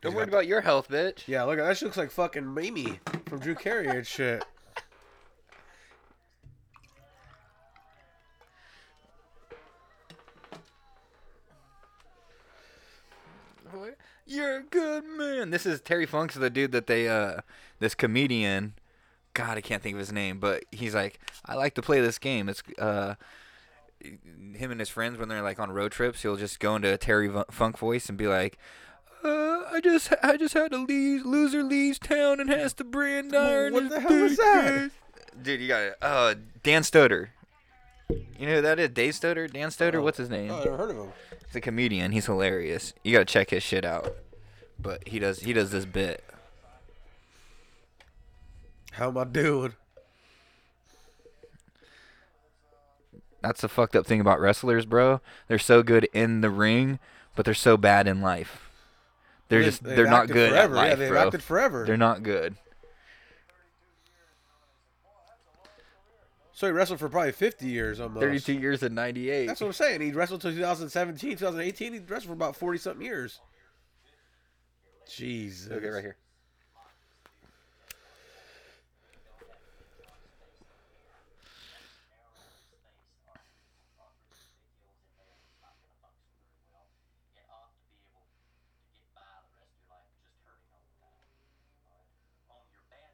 Speaker 2: Don't worry about your health, bitch.
Speaker 1: Yeah, look, that shit looks like fucking Mimi from Drew Carey and shit.
Speaker 2: You're a good man. This is Terry Funk's the dude that they uh this comedian God, I can't think of his name, but he's like, I like to play this game. It's uh him and his friends when they're like on road trips, he'll just go into a Terry Vu- Funk voice and be like, uh, "I just, I just had to leave. Loser leaves town and has to brand iron."
Speaker 1: what
Speaker 2: his
Speaker 1: the hell was that?
Speaker 2: dick." Dude, you got it. Uh, Dan Stoder. You know who that is? Dave Stoder? Dan Stoder? What's his name?
Speaker 1: Oh, I never heard of him.
Speaker 2: He's a comedian. He's hilarious. You gotta check his shit out. But he does he does this bit.
Speaker 1: How am I doing?
Speaker 2: That's the fucked up thing about wrestlers, bro. They're so good in the ring, but they're so bad in life. They're
Speaker 1: They-
Speaker 2: just
Speaker 1: they've
Speaker 2: they're not
Speaker 1: acted
Speaker 2: good
Speaker 1: forever.
Speaker 2: at life,
Speaker 1: yeah, they've
Speaker 2: bro.
Speaker 1: acted forever.
Speaker 2: They're not good.
Speaker 1: so he wrestled for probably 50 years almost.
Speaker 2: 32 years in 98.
Speaker 1: That's what I'm saying. He wrestled till 2017, 2018. He wrestled for about 40 something years. Jesus.
Speaker 2: okay, right here.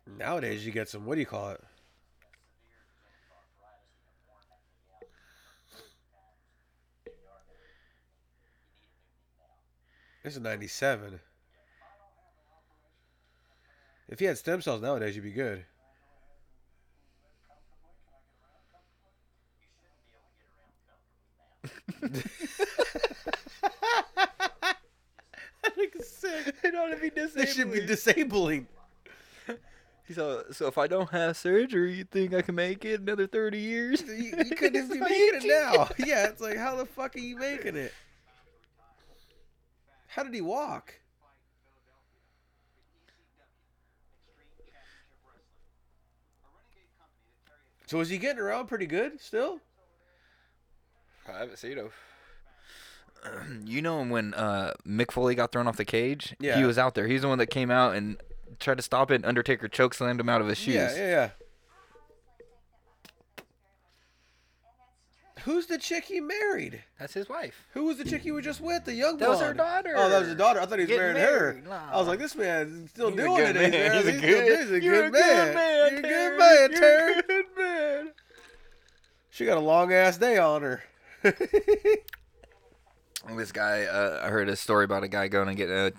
Speaker 1: Nowadays, you get some, what do you call it? This is 97. If he had stem cells nowadays, you'd be good.
Speaker 2: It ought to be
Speaker 1: This should be disabling.
Speaker 2: so, so if I don't have surgery, you think I can make it another 30 years?
Speaker 1: You, you couldn't even be making it now. Yeah, it's like, how the fuck are you making it? How did he walk? So was he getting around pretty good still?
Speaker 2: I haven't seen him. You know him when uh, Mick Foley got thrown off the cage?
Speaker 1: Yeah.
Speaker 2: He was out there. He's the one that came out and tried to stop it. and Undertaker chokeslammed him out of his shoes.
Speaker 1: Yeah, yeah, yeah. Who's the chick he married?
Speaker 2: That's his wife.
Speaker 1: Who was the chick you were just with? The young
Speaker 2: That was her
Speaker 1: blonde.
Speaker 2: daughter.
Speaker 1: Oh, that was her daughter. I thought he was
Speaker 2: Getting
Speaker 1: marrying
Speaker 2: married.
Speaker 1: her.
Speaker 2: Nah.
Speaker 1: I was like, this man's still
Speaker 2: He's a
Speaker 1: doing
Speaker 2: good
Speaker 1: it. He's,
Speaker 2: man.
Speaker 1: married.
Speaker 2: He's a
Speaker 1: still
Speaker 2: good-
Speaker 1: doing it. He's a
Speaker 2: you're
Speaker 1: good man. You're a good man, Terry.
Speaker 2: You're a good man.
Speaker 1: She got a long ass day on her.
Speaker 2: This guy, uh, I heard a story about a guy going and getting an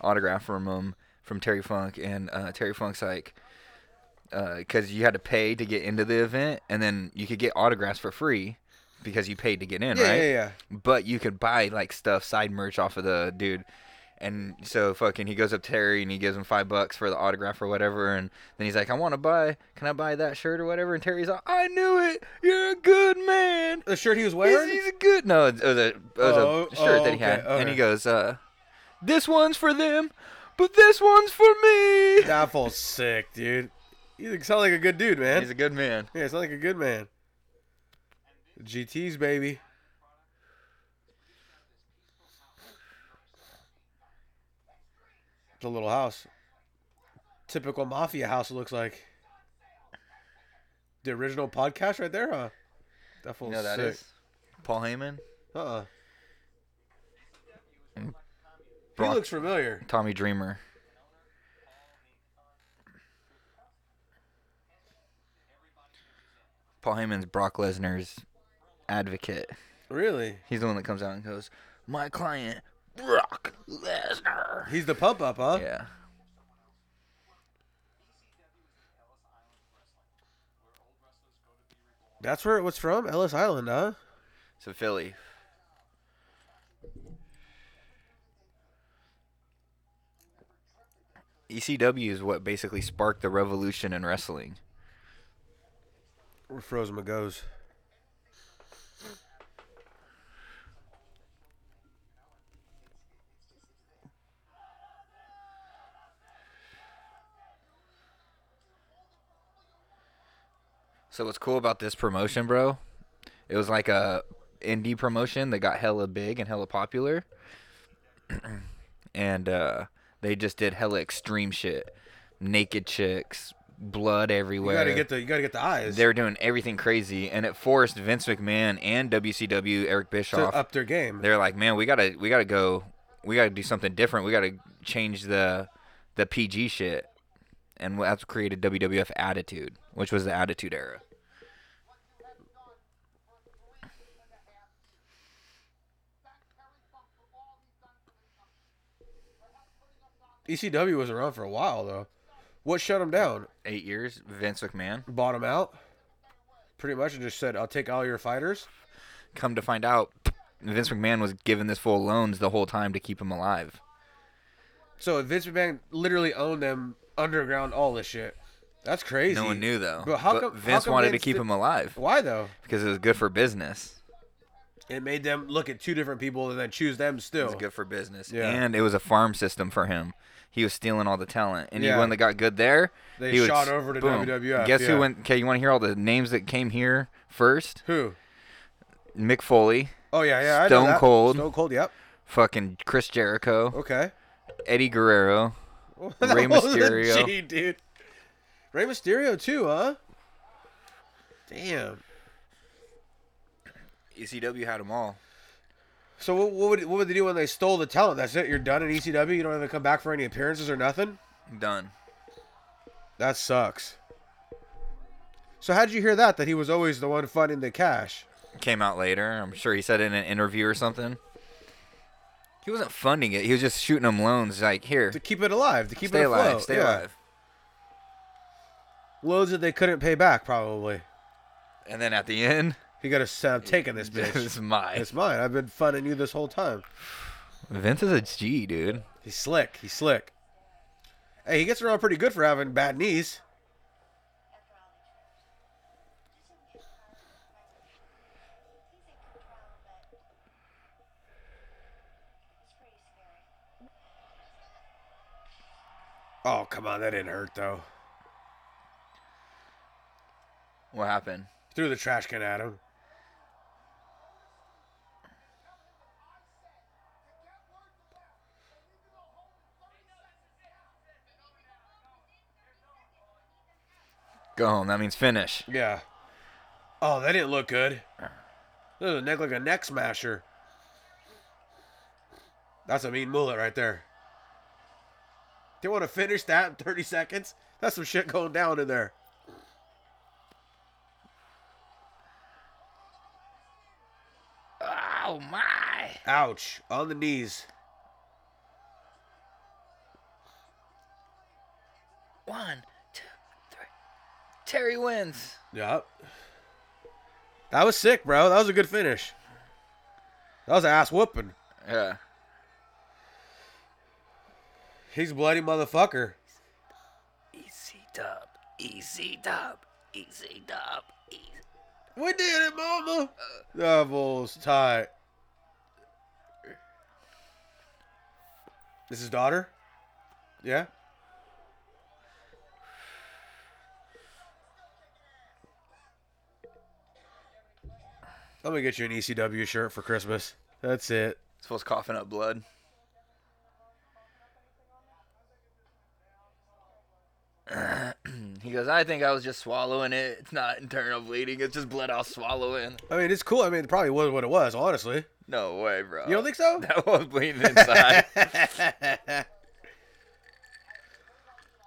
Speaker 2: autograph from um, from Terry Funk, and uh, Terry Funk's like, because you had to pay to get into the event, and then you could get autographs for free because you paid to get in,
Speaker 1: Yeah,
Speaker 2: right?
Speaker 1: yeah, yeah.
Speaker 2: But you could buy like stuff, side merch off of the dude. And so fucking he goes up to Terry and he gives him five bucks for the autograph or whatever. And then he's like, I want to buy, can I buy that shirt or whatever? And Terry's like, I knew it. You're a good man.
Speaker 1: The shirt he was
Speaker 2: He's,
Speaker 1: wearing?
Speaker 2: he's a good. No, it was a, it was
Speaker 1: Oh,
Speaker 2: a shirt
Speaker 1: oh,
Speaker 2: that he had.
Speaker 1: okay,
Speaker 2: And he
Speaker 1: okay.
Speaker 2: goes, uh, this one's for them, but this one's for me.
Speaker 1: Nah, I feel sick, dude. You sound like a good dude, man.
Speaker 2: He's a good man.
Speaker 1: yeah, sound like a good man. GT's baby. It's a little house. Typical mafia house it looks like. The original podcast right there, huh? That
Speaker 2: You
Speaker 1: fool's
Speaker 2: know who that
Speaker 1: sick.
Speaker 2: is? Paul Heyman.
Speaker 1: Uh-uh.
Speaker 2: Brock-
Speaker 1: He looks familiar.
Speaker 2: Tommy Dreamer. Paul Heyman's Brock Lesnar's advocate.
Speaker 1: Really?
Speaker 2: He's the one that comes out and goes, "My client, Brock Lesnar."
Speaker 1: He's the pump up, huh?
Speaker 2: Yeah.
Speaker 1: That's where it was from? Ellis Island, huh?
Speaker 2: So Philly. ECW E is what basically sparked the revolution in wrestling.
Speaker 1: Where Frozen goes.
Speaker 2: So what's cool about this promotion, bro? It was like a indie promotion that got hella big and hella popular, and uh, they just did hella extreme shit, naked chicks, blood
Speaker 1: You
Speaker 2: everywhere.
Speaker 1: gotta get the you gotta get the eyes.
Speaker 2: they were doing everything crazy, and it forced Vince McMahon and WCW Eric
Speaker 1: to
Speaker 2: Bischoff.
Speaker 1: up their game.
Speaker 2: They're like, man, we gotta, we gotta go, we gotta do something different. We gotta change the, the PG shit, and that's created WWF Attitude, which was the Attitude Era.
Speaker 1: ECW E was around for a while though. What shut him down?
Speaker 2: Eight years, Vince McMahon.
Speaker 1: Bought him out. Pretty much, and just said, "I'll take all your fighters."
Speaker 2: Come to find out, Vince McMahon was giving this fool loans the whole time to keep him alive.
Speaker 1: So Vince McMahon literally owned them underground, all this shit. That's crazy.
Speaker 2: No one knew though.
Speaker 1: But how come
Speaker 2: Vince
Speaker 1: how come
Speaker 2: wanted
Speaker 1: Vince
Speaker 2: to keep
Speaker 1: did-
Speaker 2: him alive
Speaker 1: Why though?
Speaker 2: because it was good for business.
Speaker 1: It made them look at two different people and then choose them
Speaker 2: It
Speaker 1: still.
Speaker 2: was good for business,
Speaker 1: Oh. Yeah.
Speaker 2: and it was a farm system for him. He was stealing all the talent, and
Speaker 1: Yeah.
Speaker 2: he when they got good there,
Speaker 1: They
Speaker 2: he would
Speaker 1: shot
Speaker 2: s-
Speaker 1: over to
Speaker 2: boom.
Speaker 1: WWF,
Speaker 2: Guess
Speaker 1: yeah.
Speaker 2: who went? Okay, you want to hear all the names that came here first?
Speaker 1: Who?
Speaker 2: Mick Foley,
Speaker 1: Oh yeah, yeah. I know
Speaker 2: Stone
Speaker 1: that.
Speaker 2: Cold.
Speaker 1: Stone Cold. Yep.
Speaker 2: fucking Chris Jericho,
Speaker 1: Okay.
Speaker 2: Eddie Guerrero.
Speaker 1: That
Speaker 2: Rey
Speaker 1: was a
Speaker 2: Mysterio.
Speaker 1: G, dude. Rey Mysterio too, huh? Damn.
Speaker 2: ECW E had them all.
Speaker 1: So what, what would what would they do when they stole the talent? That's it. You're done in ECW. You don't have to come back for any appearances or nothing.
Speaker 2: Done.
Speaker 1: That sucks. So how did you hear that? That he was always the one funding the cash.
Speaker 2: Came out later. I'm sure he said in an interview or something. He wasn't funding it. He was just shooting them loans. Like here,
Speaker 1: to keep it alive, to keep
Speaker 2: stay
Speaker 1: it afloat.
Speaker 2: alive, stay
Speaker 1: yeah.
Speaker 2: alive.
Speaker 1: Loads that they couldn't pay back, probably.
Speaker 2: And then at the end,
Speaker 1: You gotta say, I'm taking this
Speaker 2: this
Speaker 1: bitch.
Speaker 2: is my
Speaker 1: it's mine. I've been funding you this whole time.
Speaker 2: Vince is a G, dude.
Speaker 1: He's slick. He's slick. Hey, he gets around pretty good for having bad knees. Oh, come on. That didn't hurt, though.
Speaker 2: What happened?
Speaker 1: Threw the trash can at him.
Speaker 2: Go home. That means finish.
Speaker 1: Yeah. Oh, that didn't look good. That was a neck like a neck smasher. That's a mean mullet right there. They want to finish that in 30 seconds? That's some shit going down in there.
Speaker 2: Oh my!
Speaker 1: Ouch. On the knees.
Speaker 2: One, two, three. Terry wins.
Speaker 1: Yep. That was sick, bro. That was a good finish. That was an ass whooping.
Speaker 2: Yeah.
Speaker 1: He's a bloody motherfucker.
Speaker 2: Easy dub. Easy dub. Easy dub. Easy.
Speaker 1: We did it, mama. That bull's tight. This is daughter? Yeah? I'm gonna get you an ECW shirt for Christmas. That's it.
Speaker 2: Supposed coughing up blood. he goes, I think I was just swallowing it. It's not internal bleeding. It's just blood I was swallowing.
Speaker 1: I mean, it's cool. I mean, it probably was what it was, honestly.
Speaker 2: No way, bro.
Speaker 1: You don't think so?
Speaker 2: that was bleeding inside?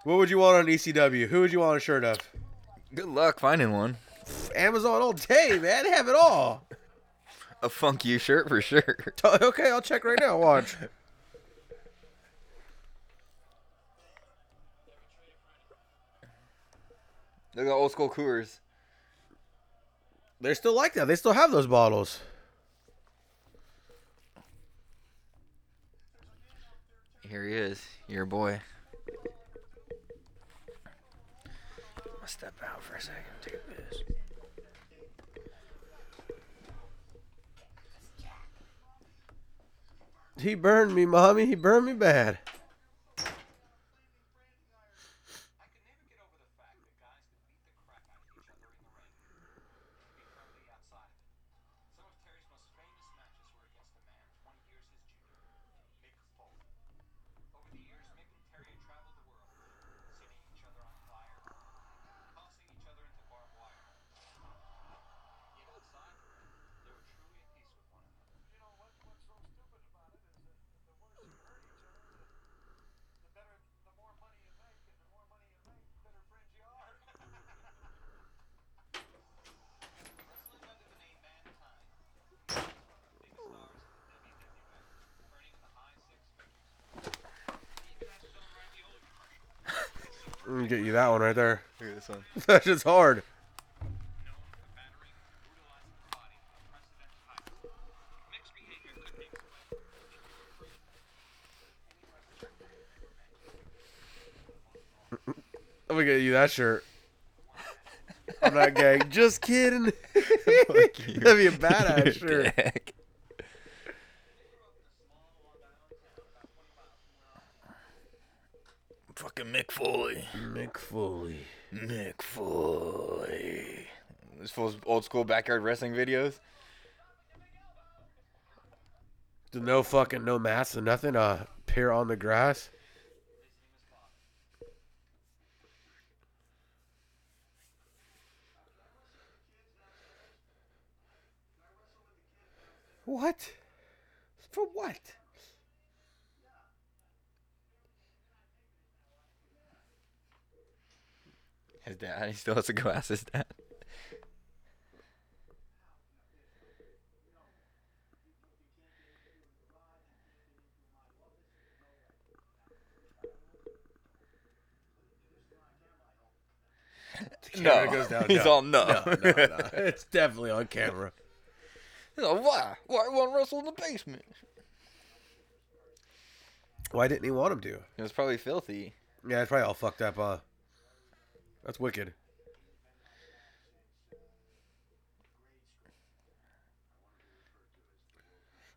Speaker 1: What would you want on ECW? Who would you want a shirt of?
Speaker 2: Good luck finding one.
Speaker 1: Amazon all day, man. They have it all.
Speaker 2: A funk you shirt for sure.
Speaker 1: Okay, I'll check right now. Watch.
Speaker 2: Look at old school Coors.
Speaker 1: They're still like that. They still have those bottles.
Speaker 2: Here he is, your boy. I'm gonna step out for a second, take a piss.
Speaker 1: He burned me, mommy. He burned me bad. I'm gonna get you that one right there.
Speaker 2: Look at this one.
Speaker 1: That shit's hard. I'm gonna get you that shirt. I'm not gay. Just kidding. That'd be a badass shirt.
Speaker 2: Dick. Fucking Mick Foley.
Speaker 1: Mick Foley.
Speaker 2: Mick Foley. This fool's old school backyard wrestling videos.
Speaker 1: No fucking no mats and nothing. Uh, pair on the grass. What? For what?
Speaker 2: His dad, he still has to go ask his dad.
Speaker 1: Camera goes down.
Speaker 2: he's
Speaker 1: No.
Speaker 2: all no.
Speaker 1: No, no, no. It's definitely on camera.
Speaker 2: He's all, why? Why won't wrestle in the basement?
Speaker 1: Why didn't he want him to?
Speaker 2: It was probably filthy.
Speaker 1: Yeah, it's probably all fucked up. Uh, that's wicked.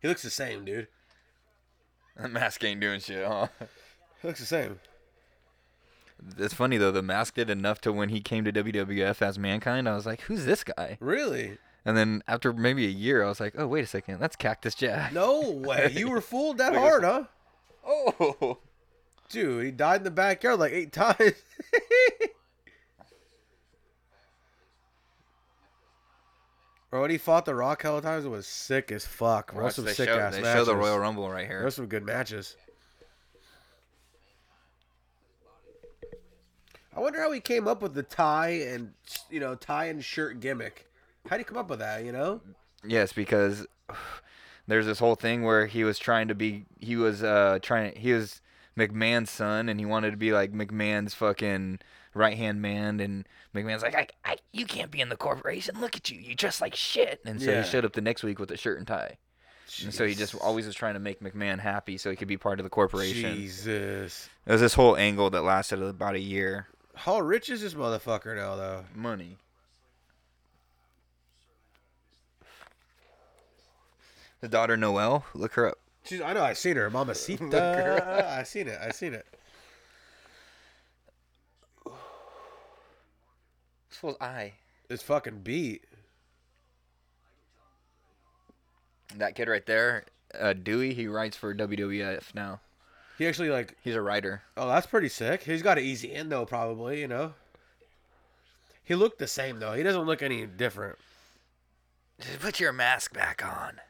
Speaker 1: He looks the same, dude.
Speaker 2: The mask ain't doing shit, huh?
Speaker 1: He looks the same.
Speaker 2: It's funny though. The mask did enough to when he came to WWF as Mankind. I was like, who's this guy?
Speaker 1: Really?
Speaker 2: And then after maybe a year, I was like, oh wait a second, that's Cactus Jack.
Speaker 1: No way. You were fooled that hard, huh?
Speaker 2: Oh.
Speaker 1: Dude, he died in the backyard like eight times. Bro, when he fought The Rock hella times, it was sick as fuck. Bro,
Speaker 2: Watch,
Speaker 1: some
Speaker 2: they
Speaker 1: sick
Speaker 2: show,
Speaker 1: ass
Speaker 2: they
Speaker 1: matches.
Speaker 2: show the Royal Rumble right here.
Speaker 1: There's some good matches. I wonder how he came up with the tie and you know tie and shirt gimmick. How would he come up with that? You know,
Speaker 2: Yes, because there's this whole thing where he was trying to be he was uh trying he was McMahon's son and he wanted to be like McMahon's fucking right hand man and McMahon's like I, I you can't be in the corporation look at you you dress like shit and so
Speaker 1: Yeah.
Speaker 2: he showed up the next week with a shirt and tie and so he just always was trying to make McMahon happy so he could be part of the corporation.
Speaker 1: Jesus.
Speaker 2: It was this whole angle that lasted about a year.
Speaker 1: How rich is this motherfucker now, though?
Speaker 2: Money. The daughter Noelle, look her up.
Speaker 1: She's, I know, I seen her, Mamacita. I seen it, I seen it.
Speaker 2: This fool's eye.
Speaker 1: It's fucking beat.
Speaker 2: That kid right there, uh, Dewey, he writes for WWF now.
Speaker 1: He actually like,
Speaker 2: He's a writer.
Speaker 1: oh, that's pretty sick. He's got an easy in though, probably. You know. He looked the same though. He doesn't look any different.
Speaker 2: Just put your mask back on.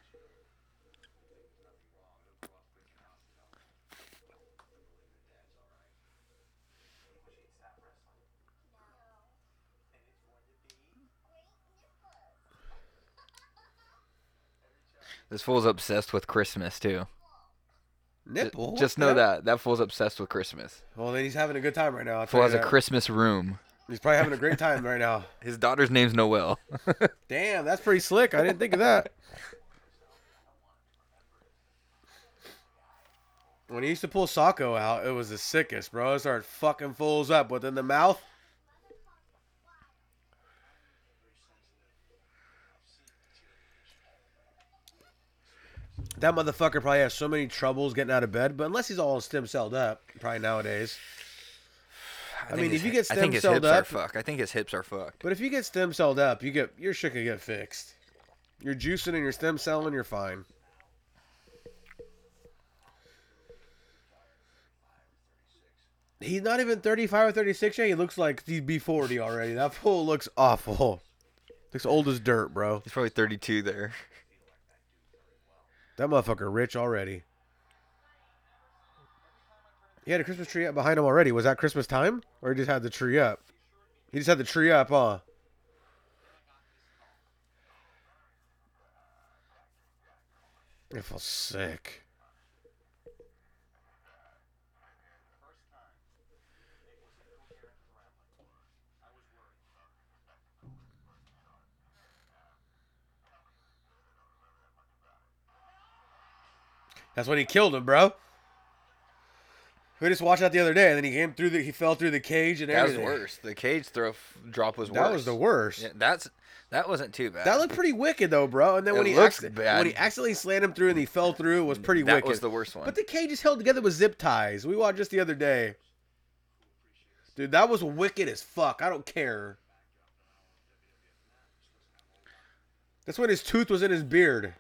Speaker 2: This fool's obsessed with Christmas too. Ju-
Speaker 1: Nipple.
Speaker 2: Just know
Speaker 1: yeah.
Speaker 2: that that fool's obsessed with Christmas.
Speaker 1: Well, then he's having a good time right now. I'll
Speaker 2: Fool
Speaker 1: tell
Speaker 2: has
Speaker 1: you
Speaker 2: a
Speaker 1: that.
Speaker 2: Christmas room.
Speaker 1: He's probably having a great time right now.
Speaker 2: His daughter's name's Noelle.
Speaker 1: Damn, that's pretty slick. I didn't think of that. When he used to pull Sacco out, it was the sickest, bro. It started fucking fools up within the mouth. That motherfucker probably has so many troubles getting out of bed, but unless he's all stem celled up, probably nowadays. I, mean, if you get
Speaker 2: I
Speaker 1: stem
Speaker 2: think his
Speaker 1: celled
Speaker 2: hips are
Speaker 1: up,
Speaker 2: fucked. I think his hips are fucked.
Speaker 1: but if you get stem celled up, you get your shit can get fixed. You're juicing and you're stem celling, you're fine. He's not even 35 or 36 yet. He looks like he'd be 40 already. That fool looks awful. Looks old as dirt, bro.
Speaker 2: He's probably 32 there.
Speaker 1: That motherfucker rich already. He had a Christmas tree up behind him already. Was that Christmas time? Or he just had the tree up? He just had the tree up, huh? I feel sick. That's when he killed him, bro. We just watched that the other day, and then he came through the he fell through the cage and
Speaker 2: That was
Speaker 1: everything.
Speaker 2: worse. The cage throw f- drop was worse.
Speaker 1: That was the worst.
Speaker 2: Yeah, that's that wasn't too bad.
Speaker 1: That looked pretty wicked though, bro. And then when
Speaker 2: It
Speaker 1: he
Speaker 2: looks
Speaker 1: acci-
Speaker 2: bad. Mm.
Speaker 1: when he accidentally slammed him through and he fell through, it was pretty
Speaker 2: That
Speaker 1: wicked.
Speaker 2: was the worst one.
Speaker 1: But the cage is held together with zip ties. We watched just the other day. Dude, that was wicked as fuck. I don't care. That's when his tooth was in his beard.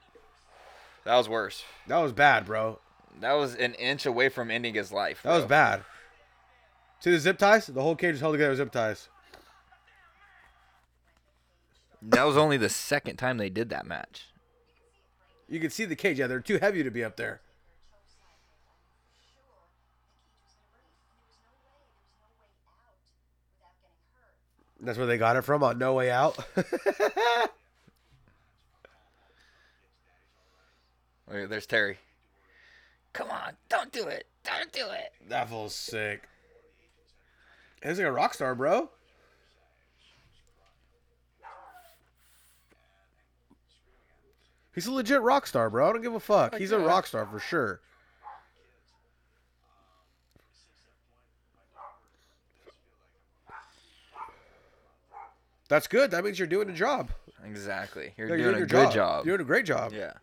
Speaker 2: that was worse.
Speaker 1: That was bad, bro.
Speaker 2: That was an inch away from ending his life.
Speaker 1: That was
Speaker 2: bro.
Speaker 1: bad. See the zip ties? The whole cage is held together with zip ties.
Speaker 2: That was only the second time they did that match.
Speaker 1: You can see the cage. Yeah, they're too heavy to be up there. That's where they got it from on No Way Out.
Speaker 2: Wait, there's Terry. Come on, don't do it. Don't do it.
Speaker 1: that fool's sick. He's like a rock star, bro. He's a legit rock star, bro. I don't give a fuck. He's a rock star for sure. That's good. That means you're doing a job.
Speaker 2: Exactly. You're
Speaker 1: Yeah,
Speaker 2: doing a good job.
Speaker 1: You're doing a great job.
Speaker 2: yeah.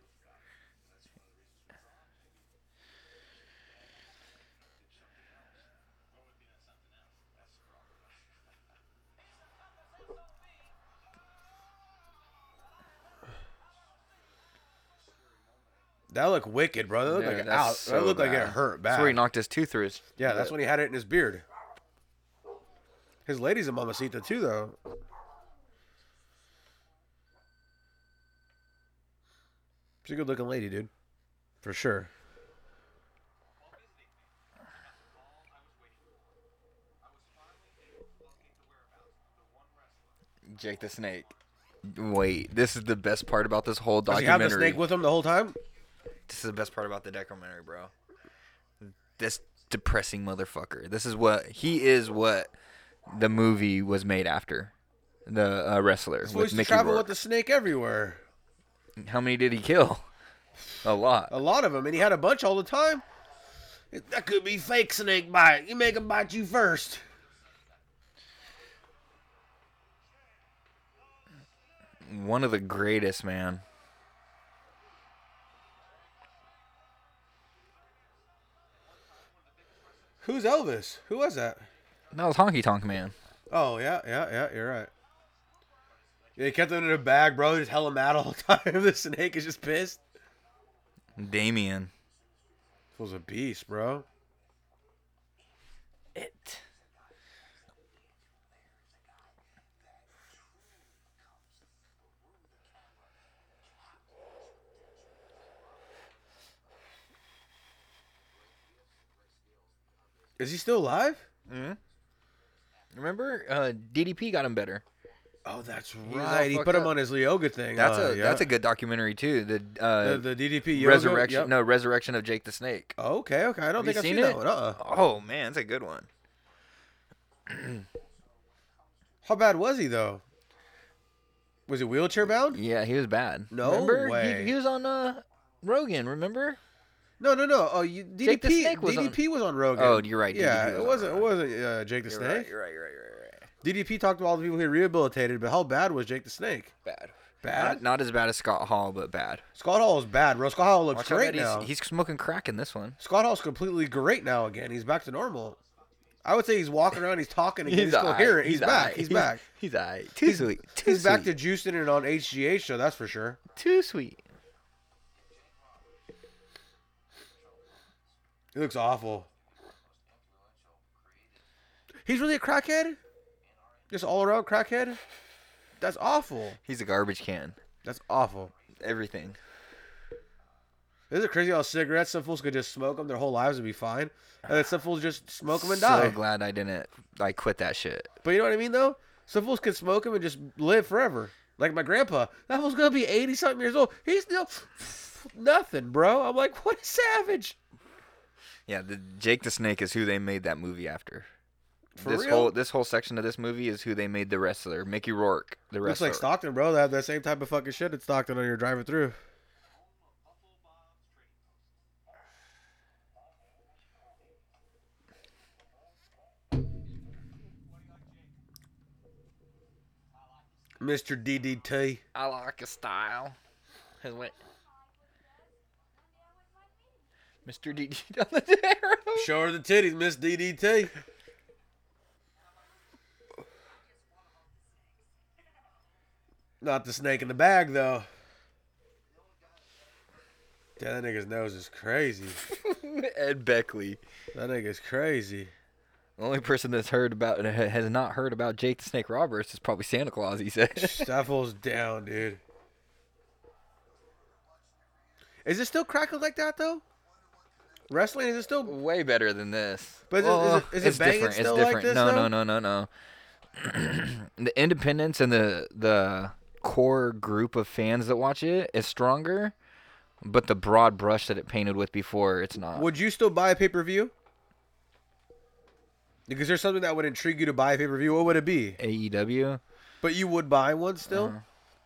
Speaker 1: That looked wicked, bro. That looked
Speaker 2: Dude,
Speaker 1: like an
Speaker 2: that's
Speaker 1: out.
Speaker 2: so
Speaker 1: that looked like it
Speaker 2: bad.
Speaker 1: hurt bad.
Speaker 2: That's where he knocked his tooth through his.
Speaker 1: Yeah, that's when he had it in his beard. His lady's a mamacita too, though. She's a good-looking lady, dude, for sure.
Speaker 2: Jake the Snake. Wait, this is the best part about this whole
Speaker 1: Does he
Speaker 2: documentary.
Speaker 1: have the snake with him the whole time?
Speaker 2: this is the best part about the documentary, bro. This depressing motherfucker. This is what he is. What the movie was made after. The uh, wrestler
Speaker 1: He
Speaker 2: with
Speaker 1: used to
Speaker 2: Mickey
Speaker 1: travel
Speaker 2: Rourke.
Speaker 1: with the snake everywhere.
Speaker 2: How many did he kill? A lot.
Speaker 1: A lot of them, and he had a bunch all the time. That could be fake snake bite. You make him bite you first.
Speaker 2: One of the greatest, man.
Speaker 1: Who's Elvis? Who was that?
Speaker 2: That was Honky Tonk Man.
Speaker 1: Oh yeah, yeah, yeah. You're right. They kept him in a bag, bro. They're Just hella mad all the time. the snake is just pissed.
Speaker 2: Damien.
Speaker 1: Fool's a beast, bro.
Speaker 2: It.
Speaker 1: Is he still alive?
Speaker 2: Remember, uh, DDP got him better.
Speaker 1: Oh, that's
Speaker 2: all
Speaker 1: right. He
Speaker 2: fucked
Speaker 1: put him
Speaker 2: up.
Speaker 1: on his yoga thing.
Speaker 2: That's
Speaker 1: huh?
Speaker 2: a
Speaker 1: Uh, Yeah.
Speaker 2: that's a good documentary too. The uh,
Speaker 1: the, the DDP yoga.
Speaker 2: resurrection.
Speaker 1: Yep. Oh,
Speaker 2: No, resurrection of Jake the Snake.
Speaker 1: Okay, okay. I don't think
Speaker 2: Have you
Speaker 1: I've seen,
Speaker 2: seen
Speaker 1: that
Speaker 2: it?
Speaker 1: one. Uh. uh
Speaker 2: Oh man, that's a good one.
Speaker 1: How bad was he though? Was he wheelchair bound?
Speaker 2: Yeah, he was bad.
Speaker 1: No
Speaker 2: remember? He-
Speaker 1: way.
Speaker 2: He, was on uh, Rogan. Remember?
Speaker 1: No, no, no. Oh, you, DDP.
Speaker 2: Jake the Snake was on-
Speaker 1: DDP was on Rogan.
Speaker 2: Oh, you're right,
Speaker 1: Yeah,
Speaker 2: DDP was
Speaker 1: it wasn't.
Speaker 2: on
Speaker 1: It
Speaker 2: Rogan.
Speaker 1: wasn't uh, Jake the
Speaker 2: You're
Speaker 1: Snake.
Speaker 2: right. You're right. You're right. You're right.
Speaker 1: DDP talked to all the people he rehabilitated, but how bad was Jake the Snake?
Speaker 2: Bad.
Speaker 1: Bad?
Speaker 2: Not, not as bad as Scott Hall, but bad.
Speaker 1: Scott Hall is bad, bro. Scott Hall looks
Speaker 2: Watch out,
Speaker 1: great
Speaker 2: Eddie, he's-
Speaker 1: now.
Speaker 2: He's, smoking crack in this one.
Speaker 1: Scott Hall's completely great now again. He's back to normal. I would say he's walking around, he's talking again, he's, coherent. He's, back. He's back.
Speaker 2: He's alright. Too sweet. Too
Speaker 1: He's
Speaker 2: sweet.
Speaker 1: back to juicing it on HGH show, that's for sure.
Speaker 2: too sweet.
Speaker 1: He looks awful. He's really a crackhead? Just all around crackhead? That's awful.
Speaker 2: He's a garbage can.
Speaker 1: That's awful.
Speaker 2: Everything.
Speaker 1: Isn't it crazy how cigarettes, some fools could just smoke them their whole lives and be fine? And then some fools just smoke them and
Speaker 2: so
Speaker 1: die.
Speaker 2: glad I didn't. I quit that shit.
Speaker 1: But you know what I mean, though? Some fools could smoke him and just live forever. Like my grandpa. That fool's going to be 80 something years old. He's still nothing, bro. I'm like, what a savage.
Speaker 2: Yeah, the Jake the Snake is who they made that movie after.
Speaker 1: For
Speaker 2: this
Speaker 1: real?
Speaker 2: whole this whole section of this movie is who they made the wrestler, Mickey Rourke, the
Speaker 1: Looks
Speaker 2: wrestler.
Speaker 1: like Stockton, bro. They have that same type of fucking shit at Stockton on your driving through. Mr. DDT.
Speaker 2: I like his style. His way. Mr. DD on the arrow.
Speaker 1: Show her the titties, Miss DDT. Not the snake in the bag, though. Damn, that nigga's nose is crazy.
Speaker 2: Ed Beckley.
Speaker 1: That nigga's crazy.
Speaker 2: The only person that's heard about has not heard about Jake the Snake Roberts is probably Santa Claus. He said.
Speaker 1: Staffel's down, dude. Is it still crackling like that, though? Wrestling, is it still
Speaker 2: Way better than this.
Speaker 1: But is it- is it- is it
Speaker 2: it's
Speaker 1: banging
Speaker 2: different.
Speaker 1: still
Speaker 2: it's
Speaker 1: like
Speaker 2: different.
Speaker 1: this,
Speaker 2: no,
Speaker 1: though?
Speaker 2: no, no, no, no. the independence and the the core group of fans that watch it is stronger, but the broad brush that it painted with before, it's not.
Speaker 1: Would you still buy a pay per view? Because there's something that would intrigue you to buy a pay per view. What would it be?
Speaker 2: E AEW.
Speaker 1: But you would buy one still.
Speaker 2: Uh-huh.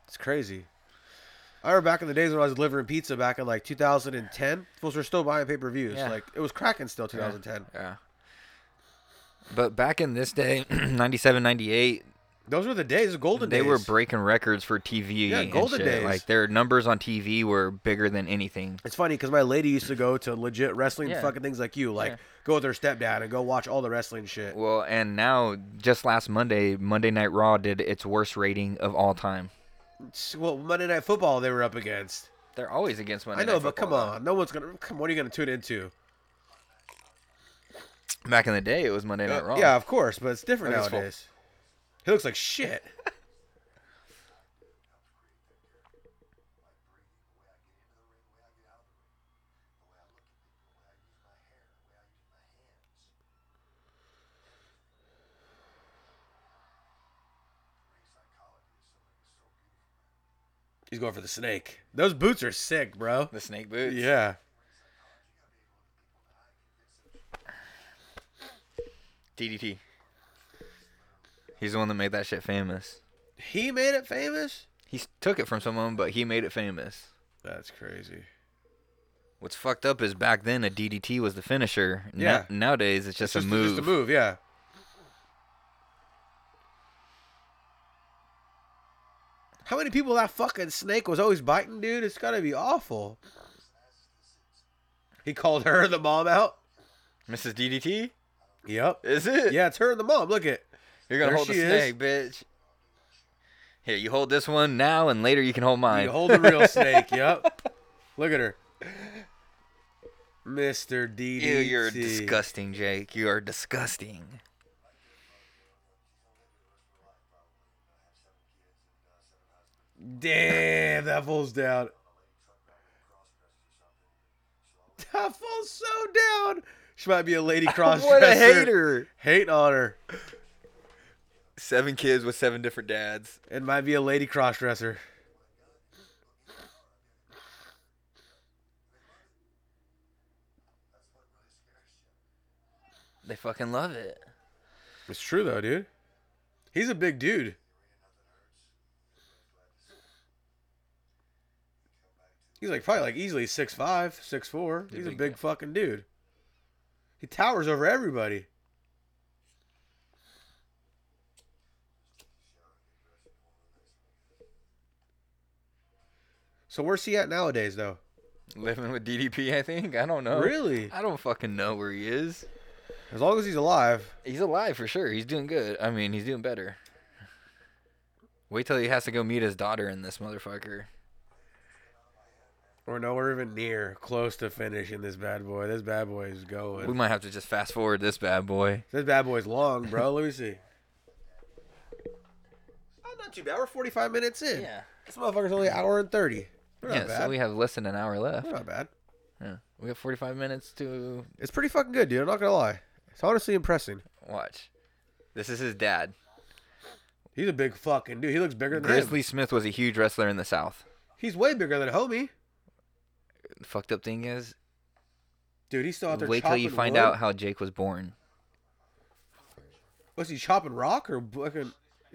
Speaker 1: It's crazy. I remember back in the days when I was delivering pizza back in like 2010. Folks were still buying pay per views.
Speaker 2: Yeah.
Speaker 1: Like it was cracking still 2010.
Speaker 2: Yeah. But back in this day, 97, 98,
Speaker 1: Those were the days, the golden
Speaker 2: they
Speaker 1: days.
Speaker 2: were breaking records for TV.
Speaker 1: Yeah,
Speaker 2: and
Speaker 1: golden
Speaker 2: shit.
Speaker 1: days.
Speaker 2: Like their numbers on TV were bigger than anything.
Speaker 1: It's funny because my lady used to go to legit wrestling
Speaker 2: Yeah.
Speaker 1: fucking things like you, like
Speaker 2: Yeah.
Speaker 1: go with her stepdad and go watch all the wrestling shit.
Speaker 2: Well, and now just last Monday, Monday Night Raw did its worst rating of all time.
Speaker 1: It's- Well, Monday Night Football they were up against.
Speaker 2: They're always against Monday.
Speaker 1: I know,
Speaker 2: Night
Speaker 1: but come
Speaker 2: Football,
Speaker 1: on, no one's gonna come. What are you gonna tune into?
Speaker 2: though. Back in the day, it was Monday Night
Speaker 1: Uh,
Speaker 2: Raw.
Speaker 1: Yeah, of course, but it's different
Speaker 2: Look at his
Speaker 1: nowadays. He looks like shit. He's going for the snake. Those boots are sick, bro.
Speaker 2: the snake boots.
Speaker 1: Yeah.
Speaker 2: DDT. He's the one that made that shit famous.
Speaker 1: He made it famous?
Speaker 2: He s- took it from someone, but he made it famous.
Speaker 1: That's crazy.
Speaker 2: What's fucked up is back then a DDT was the finisher. No-
Speaker 1: Yeah.
Speaker 2: nowadays it's just,
Speaker 1: It's just,
Speaker 2: a move.
Speaker 1: just a move, yeah. How many people that fucking snake was always biting, dude? It's gotta be awful. He called her the mom out.
Speaker 2: Mrs. DDT?
Speaker 1: Yep.
Speaker 2: Is it?
Speaker 1: Yeah, it's her and the mom. Look it.
Speaker 2: You're gonna
Speaker 1: There
Speaker 2: hold the
Speaker 1: she is.
Speaker 2: snake, bitch. Here, you hold this one now, and later you can hold mine.
Speaker 1: You hold the real snake. Yep. Look at her. Mr. DDT.
Speaker 2: Ew, you're disgusting, Jake. You are disgusting.
Speaker 1: Damn, that fool's down. That fool's so down. She might be a lady cross
Speaker 2: what a hater!
Speaker 1: Hate on her.
Speaker 2: Seven kids with seven different dads.
Speaker 1: It might be a lady cross dresser.
Speaker 2: They fucking love it.
Speaker 1: It's true though, dude. He's a big dude. He's like probably like easily 6'5", 6'4". He's, a
Speaker 2: big
Speaker 1: big, fucking dude. He towers over everybody. So where's he at nowadays though?
Speaker 2: Living with DDP, I think. I don't know.
Speaker 1: Really?
Speaker 2: I don't fucking know where he is.
Speaker 1: As long as he's alive.
Speaker 2: He's alive for sure. He's doing good. I mean, he's doing better. Wait till he has to go meet his daughter in this motherfucker.
Speaker 1: We're nowhere even near close to finishing this bad boy. This bad boy is going.
Speaker 2: We might have to just fast forward this bad boy.
Speaker 1: This bad boy's long, bro. Let me see. Oh, not too bad. We're 45 minutes in. This motherfucker's only an hour and 30. We're not
Speaker 2: Yeah,
Speaker 1: bad.
Speaker 2: so we have less than an hour left.
Speaker 1: We're not bad.
Speaker 2: Yeah. We have 45 minutes to
Speaker 1: It's pretty fucking good, dude. I'm not going to lie. It's honestly impressive.
Speaker 2: watch. This is his dad.
Speaker 1: He's a big fucking dude. He looks bigger than
Speaker 2: Grizzly
Speaker 1: him.
Speaker 2: Smith was a huge wrestler in the South.
Speaker 1: He's way bigger than homie.
Speaker 2: The fucked up thing is,
Speaker 1: Dude, he's still out there
Speaker 2: wait till
Speaker 1: chopping
Speaker 2: you find
Speaker 1: wood.
Speaker 2: out how Jake was born.
Speaker 1: Was he chopping rock or fucking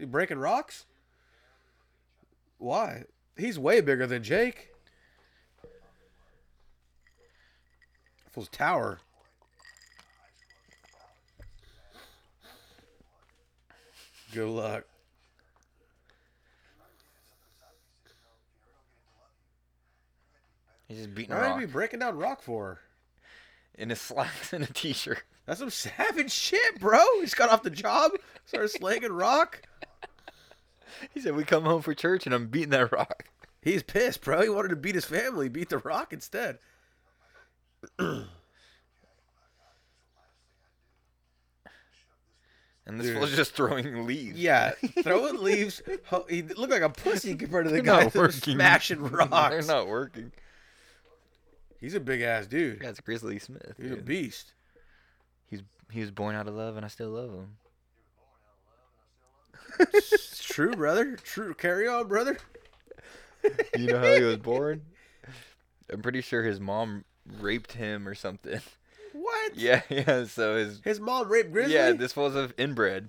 Speaker 1: breaking rocks? Why? He's way bigger than Jake. Fool's tower. Good luck.
Speaker 2: He's just beating her
Speaker 1: Why
Speaker 2: off
Speaker 1: are we breaking down rock for her?
Speaker 2: in his slacks and a t-shirt.
Speaker 1: That's some savage shit, bro. He just got off the job, started slanging rock.
Speaker 2: He said, "We come home for church and I'm beating that rock."
Speaker 1: He's pissed, bro. He wanted to beat his family, beat the rock instead.
Speaker 2: And this fool's just throwing leaves.
Speaker 1: Yeah, throwing leaves. ho- He looked like a pussy compared to the
Speaker 2: They're
Speaker 1: guy
Speaker 2: not
Speaker 1: that was
Speaker 2: working.
Speaker 1: smashing
Speaker 2: They're
Speaker 1: rocks.
Speaker 2: not working.
Speaker 1: He's a big ass dude.
Speaker 2: That's Grizzly Smith.
Speaker 1: He's a
Speaker 2: dude.
Speaker 1: beast.
Speaker 2: He's he was born out of love, and I still love him.
Speaker 1: It's true, brother. True. Carry on, brother.
Speaker 2: You know how he was born? I'm pretty sure his mom raped him or something.
Speaker 1: What?
Speaker 2: Yeah, yeah. So his
Speaker 1: His mom raped Grizzly.
Speaker 2: yeah, this fool's of inbred.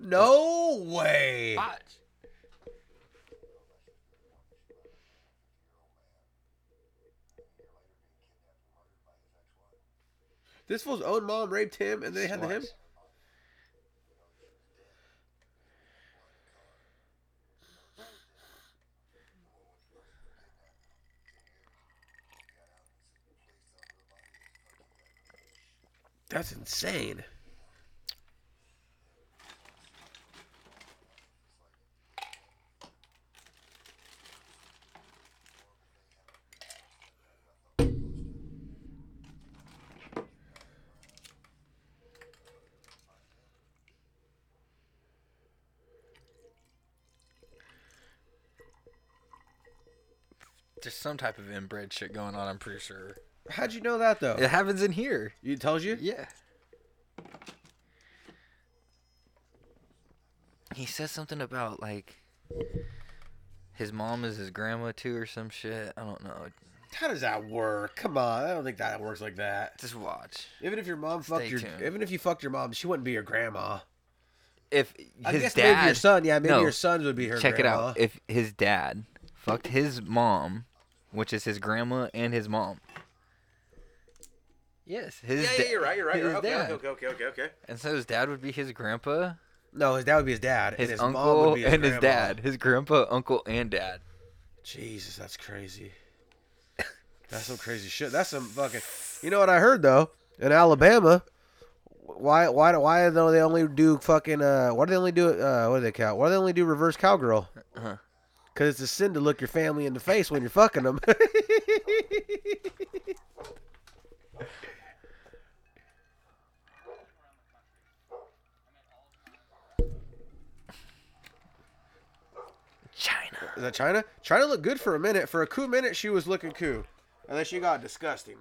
Speaker 1: No way. This fool's own mom raped him, and they had him.
Speaker 2: Swats.
Speaker 1: That's insane.
Speaker 2: There's some type of inbred shit going on. I'm pretty sure
Speaker 1: How'd you know that though?
Speaker 2: it happens in here.
Speaker 1: It tells you.
Speaker 2: Yeah. He says something about like his mom is his grandma too or some shit. I don't know.
Speaker 1: How does that work? Come on, I don't think that works like that.
Speaker 2: Just watch.
Speaker 1: Even if your mom fucked your,
Speaker 2: tuned.
Speaker 1: even if you fucked your mom, she wouldn't be your grandma.
Speaker 2: If
Speaker 1: I
Speaker 2: his
Speaker 1: guess
Speaker 2: dad
Speaker 1: maybe your son. Yeah, maybe
Speaker 2: No.
Speaker 1: your sons would be her.
Speaker 2: check it
Speaker 1: grandma.
Speaker 2: out. If his dad fucked his mom, which is his grandma and his mom. Yes, his
Speaker 1: yeah, yeah,
Speaker 2: da-
Speaker 1: you're right. You're right.
Speaker 2: his
Speaker 1: You're right. Okay,
Speaker 2: dad.
Speaker 1: okay, okay, okay, okay, okay.
Speaker 2: And so his dad would be his grandpa,
Speaker 1: No, his dad would be his dad. and
Speaker 2: his,
Speaker 1: his mom would
Speaker 2: uncle,
Speaker 1: be
Speaker 2: and his
Speaker 1: grandma.
Speaker 2: dad. His grandpa, uncle, and dad.
Speaker 1: Jesus, that's crazy. That's some crazy shit. That's some fucking. You know what I heard though in Alabama? Why why do why do they only do fucking uh? Why do they only do uh? What do they count? Why do they only do reverse cowgirl?
Speaker 2: Uh-huh.
Speaker 1: Because it's a sin to look your family in the face when you're fucking them.
Speaker 2: China.
Speaker 1: Is that China? China looked good for a minute. For a cool minute, she was looking cool, and then she got disgusting.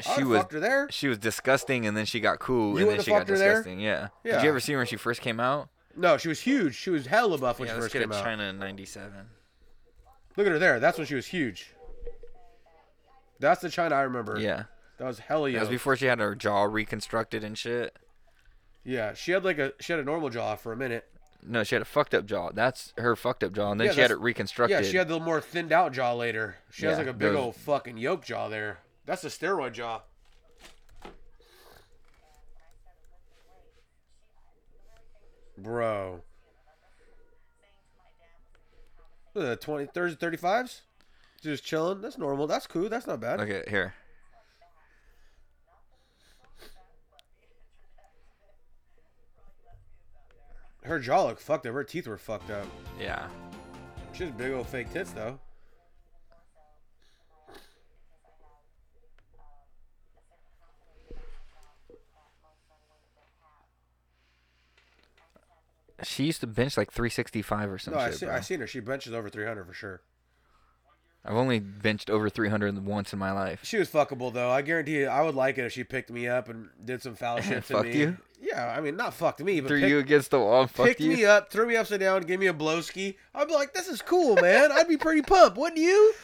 Speaker 2: she
Speaker 1: would've
Speaker 2: was
Speaker 1: fucked her there.
Speaker 2: She was disgusting, and then she got cool, and then
Speaker 1: would've
Speaker 2: she got
Speaker 1: fucked her there?
Speaker 2: disgusting. Yeah. Did
Speaker 1: Yeah.
Speaker 2: you ever see her when she first came out?
Speaker 1: No, she was huge. She was hella buff when
Speaker 2: yeah,
Speaker 1: she
Speaker 2: let's
Speaker 1: first
Speaker 2: get
Speaker 1: came
Speaker 2: a
Speaker 1: out.
Speaker 2: China in '97.
Speaker 1: Look at her there. That's when she was huge. That's the China I remember.
Speaker 2: Yeah.
Speaker 1: That was hella
Speaker 2: That was
Speaker 1: young.
Speaker 2: before she had her jaw reconstructed and shit.
Speaker 1: Yeah, she had like a she had a normal jaw for a minute.
Speaker 2: No, she had a fucked up jaw. That's her fucked up jaw, and then
Speaker 1: Yeah,
Speaker 2: she had
Speaker 1: that's-
Speaker 2: it reconstructed.
Speaker 1: Yeah, she had the more thinned out jaw later. She has
Speaker 2: Yeah,
Speaker 1: like a big
Speaker 2: those-
Speaker 1: old fucking yolk jaw there. That's a steroid jaw. Bro. What are the 20, 30, 35s? Just chilling. That's normal. That's cool. That's not bad.
Speaker 2: Look at here.
Speaker 1: Her jaw looked fucked up. Her teeth were fucked up.
Speaker 2: Yeah.
Speaker 1: She has big old fake tits though.
Speaker 2: She used to bench like 365 or some
Speaker 1: No, I
Speaker 2: shit.
Speaker 1: see,
Speaker 2: bro.
Speaker 1: I seen her. She benches over 300 for sure.
Speaker 2: I've only benched over 300 once in my life.
Speaker 1: She was fuckable though. I guarantee you, I would like it if she picked me up and did some foul shit to
Speaker 2: Fucked
Speaker 1: me.
Speaker 2: you?
Speaker 1: Yeah, I mean, not fucked me, but
Speaker 2: Threw
Speaker 1: pick-
Speaker 2: you against the wall, and fucked
Speaker 1: picked
Speaker 2: you.
Speaker 1: me up, threw me upside down, gave me a blowski. I'd be like, "This is cool, man. I'd be pretty pumped, wouldn't you?"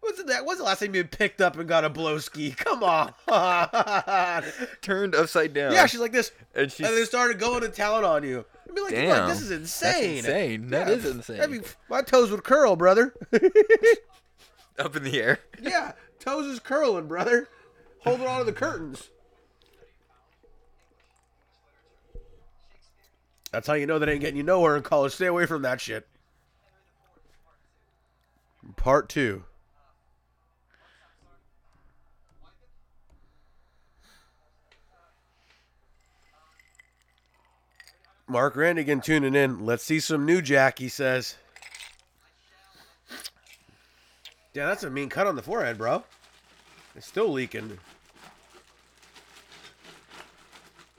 Speaker 1: What's that? What's the last time you been picked up and got a blowski? Come on.
Speaker 2: Turned upside down.
Speaker 1: yeah, she's like this,
Speaker 2: and she.
Speaker 1: and then started going to town on you. I'd be like, "You're like,
Speaker 2: Damn.
Speaker 1: this is
Speaker 2: That's
Speaker 1: insane.
Speaker 2: insane. That
Speaker 1: Yeah,
Speaker 2: is insane.
Speaker 1: that'd be- my toes would curl, brother.
Speaker 2: up in the air.
Speaker 1: Yeah, toes is curling, brother. Holding on to the curtains. That's how you know that ain't getting you nowhere in college. Stay away from that shit. Part two. Mark Randigan tuning in. Let's see some new Jack, he says. Yeah, that's a mean cut on the forehead, bro. It's still leaking.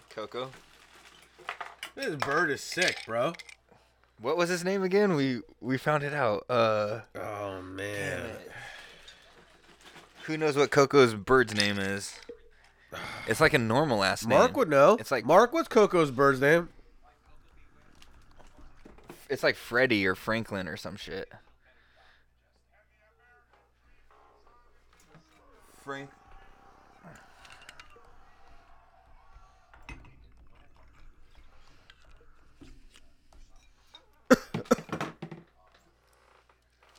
Speaker 2: Coco.
Speaker 1: This bird is sick, bro.
Speaker 2: What was his name again? We we found it out. Uh,
Speaker 1: Oh man.
Speaker 2: who knows what Coco's bird's name is? It's like a normal ass name.
Speaker 1: Mark would know.
Speaker 2: It's like
Speaker 1: Mark, what's Coco's bird's name?
Speaker 2: It's like Freddie or Franklin or some shit. Frank.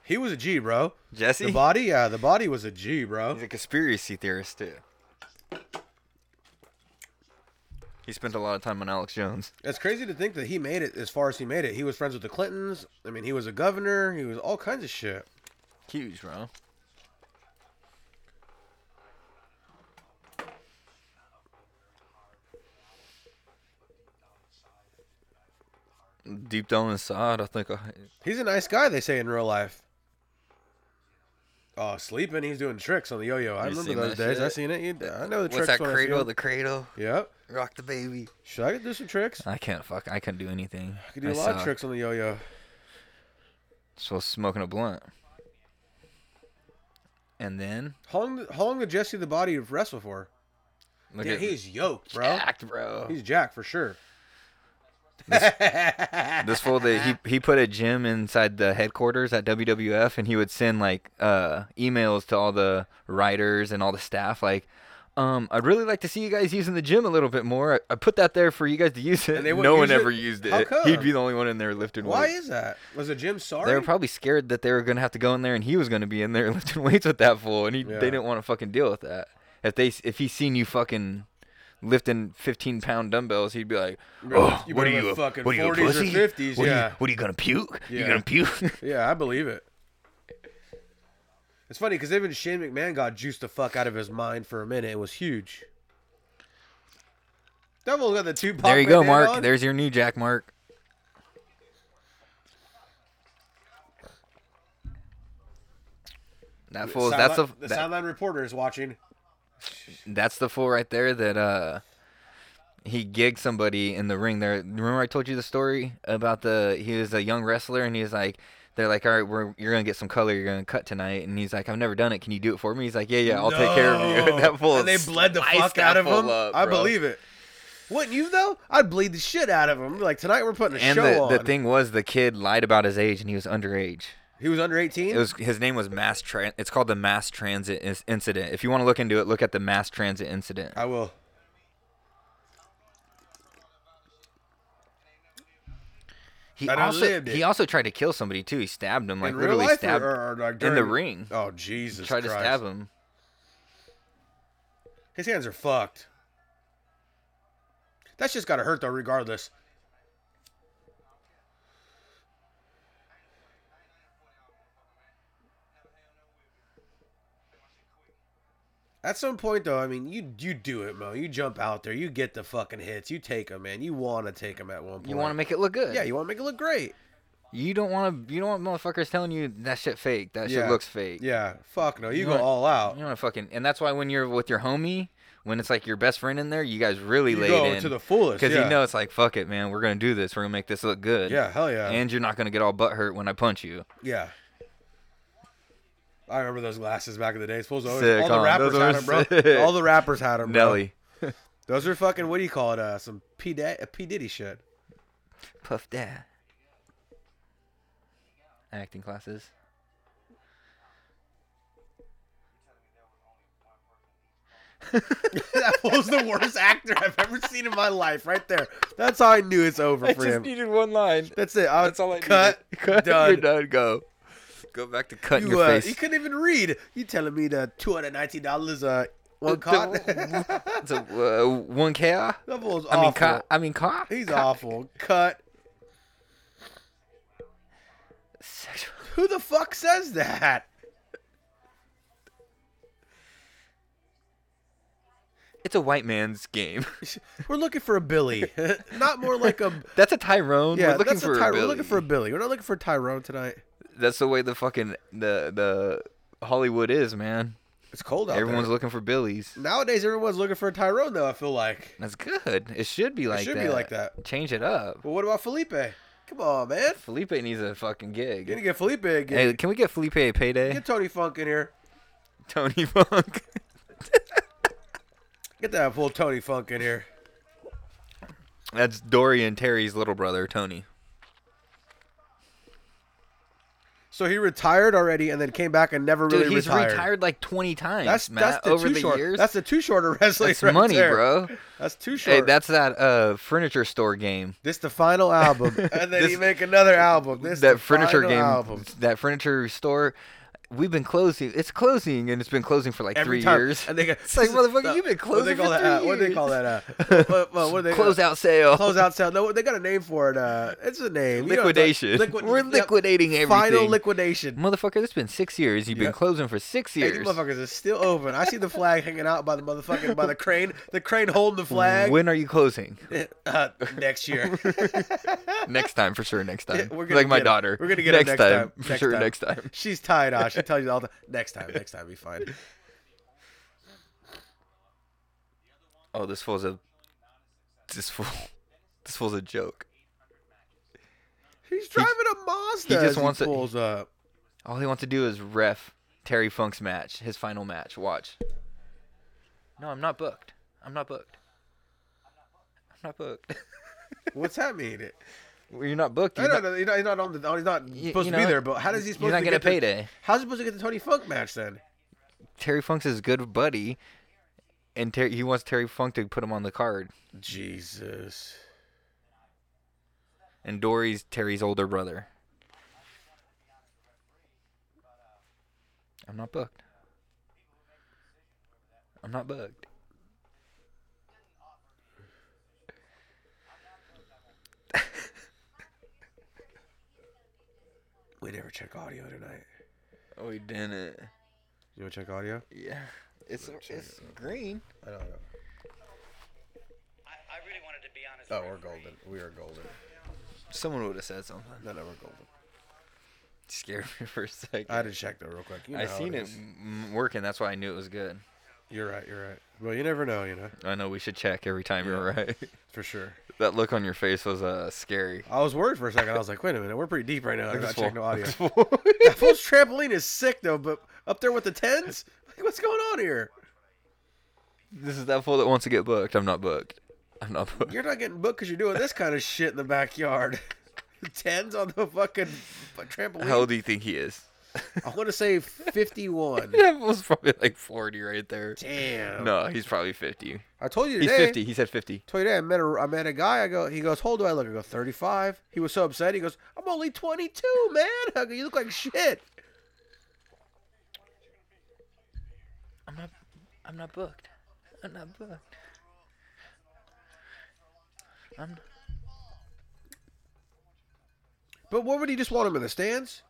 Speaker 1: He was a G, bro.
Speaker 2: Jesse.
Speaker 1: The body, yeah, the body was a G, bro.
Speaker 2: He's a conspiracy theorist too. He spent a lot of time on Alex Jones.
Speaker 1: It's crazy to think that he made it as far as he made it. He was friends with the Clintons. I mean, he was a governor. He was all kinds of shit.
Speaker 2: Huge, bro. Deep down inside, I think I.
Speaker 1: He's a nice guy, they say in real life. Oh, sleeping. He's doing tricks on the yo-yo. I
Speaker 2: You
Speaker 1: remember
Speaker 2: seen
Speaker 1: those
Speaker 2: that
Speaker 1: days. I
Speaker 2: shit?
Speaker 1: seen it. You- I know the
Speaker 2: What's
Speaker 1: tricks.
Speaker 2: that
Speaker 1: when I see
Speaker 2: cradle?
Speaker 1: them.
Speaker 2: The cradle.
Speaker 1: Yep.
Speaker 2: Rock the baby.
Speaker 1: Should I do some tricks?
Speaker 2: I can't fuck. I couldn't do anything.
Speaker 1: I could do a
Speaker 2: a
Speaker 1: lot of tricks on the yo-yo.
Speaker 2: So smoking a blunt. And then
Speaker 1: How long? How long did Jesse the Body wrestle for?
Speaker 2: look
Speaker 1: Dude,
Speaker 2: at
Speaker 1: he's yoked, bro.
Speaker 2: jacked, bro.
Speaker 1: He's Jack for sure.
Speaker 2: this fool that he he put a gym inside the headquarters at WWF, and he would send like uh, emails to all the writers and all the staff, like, um, I'd really like to see you guys using the gym a little bit more. I, I put that there for you guys to use it.
Speaker 1: And they wouldn't
Speaker 2: no one
Speaker 1: use it?
Speaker 2: ever used it.
Speaker 1: How come?
Speaker 2: He'd be the only one in there lifting
Speaker 1: Why
Speaker 2: weights.
Speaker 1: is that? Was it Jim sorry?
Speaker 2: they were probably scared that they were gonna have to go in there, and he was gonna be in there lifting weights with that fool, and he,
Speaker 1: Yeah.
Speaker 2: they didn't want to fucking deal with that. If they if he seen you fucking lifting 15 pound dumbbells, he'd be like,
Speaker 1: Bro,
Speaker 2: "Oh,
Speaker 1: you
Speaker 2: what are
Speaker 1: better
Speaker 2: you,
Speaker 1: lift fucking
Speaker 2: what are you, a
Speaker 1: 40s or
Speaker 2: pussy?
Speaker 1: 50s,
Speaker 2: What are you-
Speaker 1: yeah.
Speaker 2: what are you gonna puke?
Speaker 1: Yeah.
Speaker 2: You gonna puke?"
Speaker 1: Yeah, I believe it. It's funny because even Shane McMahon got juiced the fuck out of his mind for a minute. It was huge. Devil got the two.
Speaker 2: there you go, Mark. There's your new Jack Mark. That fool. That's the
Speaker 1: the
Speaker 2: that-
Speaker 1: sideline reporter is watching.
Speaker 2: That's the fool right there that uh he gigged somebody in the ring. There, remember I told you the story about the he was a young wrestler and he was like, they're like, all right, we're, you're gonna get some color, you're gonna cut tonight, and he's like, I've never done it. Can you do it for me? He's like, yeah, yeah, I'll take care of you. And that fool,
Speaker 1: And they bled the
Speaker 2: sliced
Speaker 1: fuck out
Speaker 2: that
Speaker 1: of
Speaker 2: fool
Speaker 1: him.
Speaker 2: up,
Speaker 1: I
Speaker 2: bro.
Speaker 1: believe it. Wouldn't you though? I'd bleed the shit out of him. Like tonight, we're putting a
Speaker 2: And
Speaker 1: show
Speaker 2: the,
Speaker 1: on.
Speaker 2: the thing was, the kid lied about his age and he was underage.
Speaker 1: he was under eighteen.
Speaker 2: It was his name was mass. Tra- it's called the mass transit Inc- incident. If you want to look into it, look at the mass transit incident.
Speaker 1: I will.
Speaker 2: He
Speaker 1: And I
Speaker 2: also
Speaker 1: lived it.
Speaker 2: he also tried to kill somody too. He stabbed him, like
Speaker 1: in real
Speaker 2: literally
Speaker 1: life,
Speaker 2: stabbed
Speaker 1: or, or, or, like,
Speaker 2: in the
Speaker 1: during-
Speaker 2: ring.
Speaker 1: Oh Jesus!
Speaker 2: tried to
Speaker 1: Christ.
Speaker 2: stab him.
Speaker 1: His hands are fucked. That's just gotta hurt though, regardless. At some point though, I mean, you you do it, Mo. You jump out there, you get the fucking hits, you take them, man. You want to take them at one point.
Speaker 2: You want to make it look good.
Speaker 1: yeah, you want to make it look great.
Speaker 2: You don't want to. You don't want motherfuckers telling you that shit fake. That
Speaker 1: yeah,
Speaker 2: shit looks fake.
Speaker 1: Yeah, fuck no, you, go
Speaker 2: wanna-
Speaker 1: all out.
Speaker 2: You want to fucking. And that's why when you're with your homie, when it's like your best friend in there, you guys really
Speaker 1: You
Speaker 2: laid
Speaker 1: go
Speaker 2: in
Speaker 1: to the fullest,
Speaker 2: Because
Speaker 1: yeah.
Speaker 2: you know it's like fuck it, man. We're gonna do this. We're gonna make this look good.
Speaker 1: Yeah, hell yeah.
Speaker 2: And you're not gonna get all butt hurt when I punch you.
Speaker 1: Yeah. I remember those glasses back in the day. Suppose all,
Speaker 2: Sick,
Speaker 1: all the
Speaker 2: huh?
Speaker 1: rappers
Speaker 2: Those
Speaker 1: had
Speaker 2: were
Speaker 1: them, bro.
Speaker 2: sick.
Speaker 1: All the rappers had them, bro.
Speaker 2: Nelly,
Speaker 1: Those are fucking what do you call it? Uh, some P Diddy, P Diddy shit.
Speaker 2: Puff Dad. Acting classes.
Speaker 1: that was the worst actor I've ever seen in my life, right there. That's how I knew it's over for him.
Speaker 2: needed one line.
Speaker 1: That's it. I,
Speaker 2: That's all I
Speaker 1: cut.
Speaker 2: needed. Cut.
Speaker 1: Done.
Speaker 2: You're done. Go. Go back to cutting
Speaker 1: You,
Speaker 2: your
Speaker 1: uh,
Speaker 2: face.
Speaker 1: you couldn't even read. You telling me the two hundred nineteen dollars uh one cot? that
Speaker 2: It's a uh, one K. I
Speaker 1: was awful.
Speaker 2: mean, ca- I mean, ca-
Speaker 1: He's
Speaker 2: ca-
Speaker 1: awful. Cut.
Speaker 2: Sexual.
Speaker 1: Who the fuck says that?
Speaker 2: It's a white man's game.
Speaker 1: We're looking for a Billy, not more like a.
Speaker 2: that's a Tyrone.
Speaker 1: Yeah,
Speaker 2: we're looking
Speaker 1: that's
Speaker 2: for
Speaker 1: a
Speaker 2: a
Speaker 1: Ty- We're
Speaker 2: Billy.
Speaker 1: looking for a Billy. We're not looking for a Tyrone tonight.
Speaker 2: That's the way the fucking the the Hollywood is, man.
Speaker 1: It's cold out
Speaker 2: Everyone's
Speaker 1: there.
Speaker 2: looking for Billies.
Speaker 1: Nowadays, everyone's looking for a Tyrone, though. I feel like.
Speaker 2: That's good. It should be like
Speaker 1: should
Speaker 2: that.
Speaker 1: be like that.
Speaker 2: Change it up.
Speaker 1: But what about Felipe? Come on, man.
Speaker 2: Felipe needs a fucking gig.
Speaker 1: You need to get Felipe again.
Speaker 2: Hey, can we get Felipe a payday?
Speaker 1: Get Tony Funk in here.
Speaker 2: Tony Funk.
Speaker 1: Get that full Tony Funk in here.
Speaker 2: That's Dorian Terry's little brother, Tony.
Speaker 1: So he retired already, and then came back and never
Speaker 2: Dude,
Speaker 1: really
Speaker 2: he's
Speaker 1: retired.
Speaker 2: retired. like 20 times,
Speaker 1: That's
Speaker 2: Matt,
Speaker 1: that's the
Speaker 2: over
Speaker 1: two
Speaker 2: the
Speaker 1: short.
Speaker 2: years.
Speaker 1: That's the two shorter wrestling.
Speaker 2: That's
Speaker 1: right
Speaker 2: money,
Speaker 1: there.
Speaker 2: bro.
Speaker 1: That's too short.
Speaker 2: Hey, that's that uh furniture store game.
Speaker 1: this the final album, and then
Speaker 2: This-
Speaker 1: you make another album. This the
Speaker 2: that furniture
Speaker 1: final
Speaker 2: game.
Speaker 1: album.
Speaker 2: That furniture store. We've been closing. It's closing, and it's been closing for like
Speaker 1: Every
Speaker 2: three
Speaker 1: time.
Speaker 2: years.
Speaker 1: And they go,
Speaker 2: It's like, motherfucker, you've been
Speaker 1: What do they
Speaker 2: closing
Speaker 1: call
Speaker 2: for
Speaker 1: that? uh,
Speaker 2: three
Speaker 1: What do they
Speaker 2: years.
Speaker 1: call that? Uh, what, what, what do they
Speaker 2: Close out sale.
Speaker 1: Close out sale. No, they got a name for it. Uh, it's a name. You know what I'm talking-
Speaker 2: Liquidation.
Speaker 1: liquid-
Speaker 2: We're
Speaker 1: yep.
Speaker 2: liquidating everything.
Speaker 1: Final liquidation.
Speaker 2: Motherfucker, it's been six years. You've
Speaker 1: Yeah.
Speaker 2: been closing for six
Speaker 1: Hey,
Speaker 2: years.
Speaker 1: these motherfuckers is still open. I see the flag hanging out by the motherfucking by the crane. The crane holding the flag.
Speaker 2: When are you closing?
Speaker 1: Uh, next year.
Speaker 2: next time, for sure. Next time.
Speaker 1: We're gonna
Speaker 2: like my
Speaker 1: get 'em.
Speaker 2: daughter.
Speaker 1: We're gonna get 'em
Speaker 2: next
Speaker 1: next
Speaker 2: time.
Speaker 1: time.
Speaker 2: For
Speaker 1: Next
Speaker 2: sure,
Speaker 1: time.
Speaker 2: next time.
Speaker 1: She's tied out. She tells you all the next time. Next time, be fine.
Speaker 2: Oh, this fool's a. This fool. This fool's a joke.
Speaker 1: He's driving a Mazda.
Speaker 2: just
Speaker 1: as he
Speaker 2: wants to-
Speaker 1: pulls up.
Speaker 2: All he wants to do is ref Terry Funk's match, his final match. Watch. No, I'm not booked. I'm not booked. I'm not booked.
Speaker 1: What's that mean?
Speaker 2: Well, You're not booked.
Speaker 1: I
Speaker 2: You're
Speaker 1: don't
Speaker 2: not-
Speaker 1: know. He's not, he's not on the. oh, He's not
Speaker 2: You-
Speaker 1: supposed
Speaker 2: you
Speaker 1: to be
Speaker 2: know,
Speaker 1: there. But how does he
Speaker 2: you're
Speaker 1: supposed
Speaker 2: not
Speaker 1: to
Speaker 2: gonna
Speaker 1: get the-
Speaker 2: payday.
Speaker 1: How's he supposed to get the Tony Funk match then?
Speaker 2: Terry Funk's his good buddy, and Terry, he wants Terry Funk to put him on the card.
Speaker 1: Jesus.
Speaker 2: And Dory's Terry's older brother. I'm not booked. I'm not booked.
Speaker 1: We never check audio tonight.
Speaker 2: We Oh, didn't.
Speaker 1: You want to check audio?
Speaker 2: Yeah. It's it's green.
Speaker 1: I don't know.
Speaker 6: I, I really wanted to be honest.
Speaker 1: Oh, we're golden. We are golden.
Speaker 2: Someone would have said something.
Speaker 1: No, no, we're golden.
Speaker 2: scared me for a second.
Speaker 1: I had to check though, real quick. You know
Speaker 2: I
Speaker 1: how
Speaker 2: seen it
Speaker 1: is.
Speaker 2: m- working. That's why I knew it was good.
Speaker 1: You're right. You're right. Well, you never know. You know
Speaker 2: I know we should check every time you're right.
Speaker 1: for sure.
Speaker 2: that look on your face was uh scary.
Speaker 1: I was worried for a second. I was like, wait a minute, we're pretty deep right now. I'm
Speaker 2: Look
Speaker 1: not
Speaker 2: at this
Speaker 1: checking no audio.
Speaker 2: fool.
Speaker 1: that fool's trampoline is sick though, but up there with the tens, like, what's going on here?
Speaker 2: this is that fool that wants to get booked. I'm not booked. I'm not booked.
Speaker 1: You're not getting booked because you're doing this kind of shit in the backyard. tens on the fucking trampoline.
Speaker 2: How old do you think he is?
Speaker 1: I want to say 51.
Speaker 2: That was probably like 40 right there.
Speaker 1: Damn.
Speaker 2: No, he's probably 50.
Speaker 1: I told you
Speaker 2: He's
Speaker 1: today.
Speaker 2: 50. He said 50.
Speaker 1: Told you today, I met a, I met a guy. I go, he goes, "How old do I look?" I go, "35." He was so upset. He goes, "I'm only 22, man. I go, you look like shit."
Speaker 2: I'm not. I'm not booked. I'm not booked. I'm.
Speaker 1: But what would he just want him in the stands?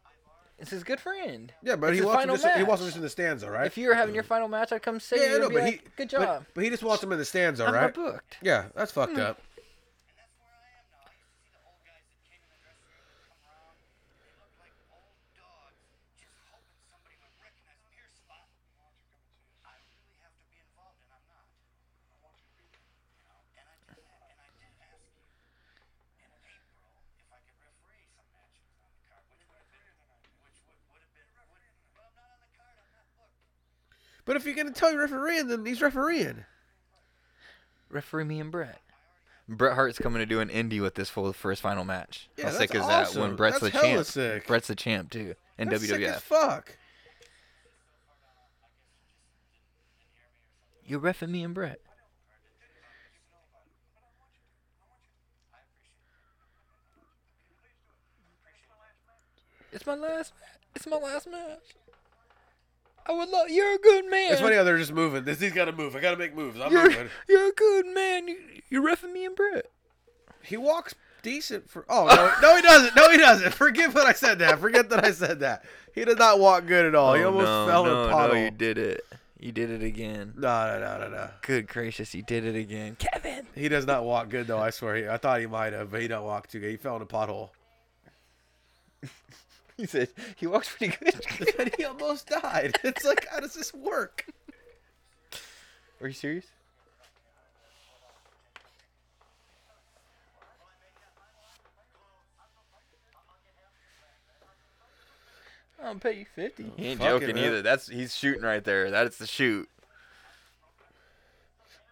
Speaker 2: It's his good friend.
Speaker 1: Yeah, but
Speaker 2: It's
Speaker 1: he
Speaker 2: his
Speaker 1: wasn't.
Speaker 2: final
Speaker 1: Just, he
Speaker 2: match.
Speaker 1: wasn't just in the stands, all right?
Speaker 2: If you were having your final match, I'd come say
Speaker 1: yeah, I
Speaker 2: you.
Speaker 1: know,
Speaker 2: and be
Speaker 1: but
Speaker 2: like,
Speaker 1: he.
Speaker 2: good
Speaker 1: but-
Speaker 2: job.
Speaker 1: But, he just wants him in the stands, all
Speaker 2: I'm Hmm.
Speaker 1: right?
Speaker 2: not booked.
Speaker 1: Yeah, that's fucked up. But if you're gonna tell your refereeing, then he's refereeing.
Speaker 2: Referee me and Brett. Bret Hart's coming to do an indie with this fool for his final match.
Speaker 1: Yeah,
Speaker 2: How sick
Speaker 1: that's
Speaker 2: is that?
Speaker 1: awesome.
Speaker 2: When Brett's
Speaker 1: That's
Speaker 2: the
Speaker 1: hella
Speaker 2: champ.
Speaker 1: sick.
Speaker 2: Brett's the champ too. And
Speaker 1: That's sick as
Speaker 2: WWF.
Speaker 1: fuck.
Speaker 2: You're refing me and Brett. It's my last. It's my last match. I would love. You're a good man.
Speaker 1: It's funny how they're just moving. This he's gotta move. I gotta make moves. I'm
Speaker 2: You're,
Speaker 1: moving.
Speaker 2: you're a good man. You, you're refing me and Brett.
Speaker 1: He walks decent for. Oh no, no, he doesn't. No, he doesn't. Forget what I Oh,
Speaker 7: Oh,
Speaker 1: said. That. Forget that I said that. He did not walk good at all. he almost fell in a pothole.
Speaker 2: did it.
Speaker 7: You did it again.
Speaker 1: No, no, no, no, no.
Speaker 7: Good gracious, you did it again. Kevin!
Speaker 1: He does not walk good though. I swear. He, I thought he might have, but he don't walk too good. He fell in a pothole.
Speaker 7: He said, he walks pretty good.
Speaker 1: and he almost died. It's like, how does this work?
Speaker 7: Are you serious? I'll pay you fifty.
Speaker 2: He ain't
Speaker 1: Fuck it,
Speaker 2: joking
Speaker 1: man.
Speaker 2: either. That's he's shooting right there. That's the shoot.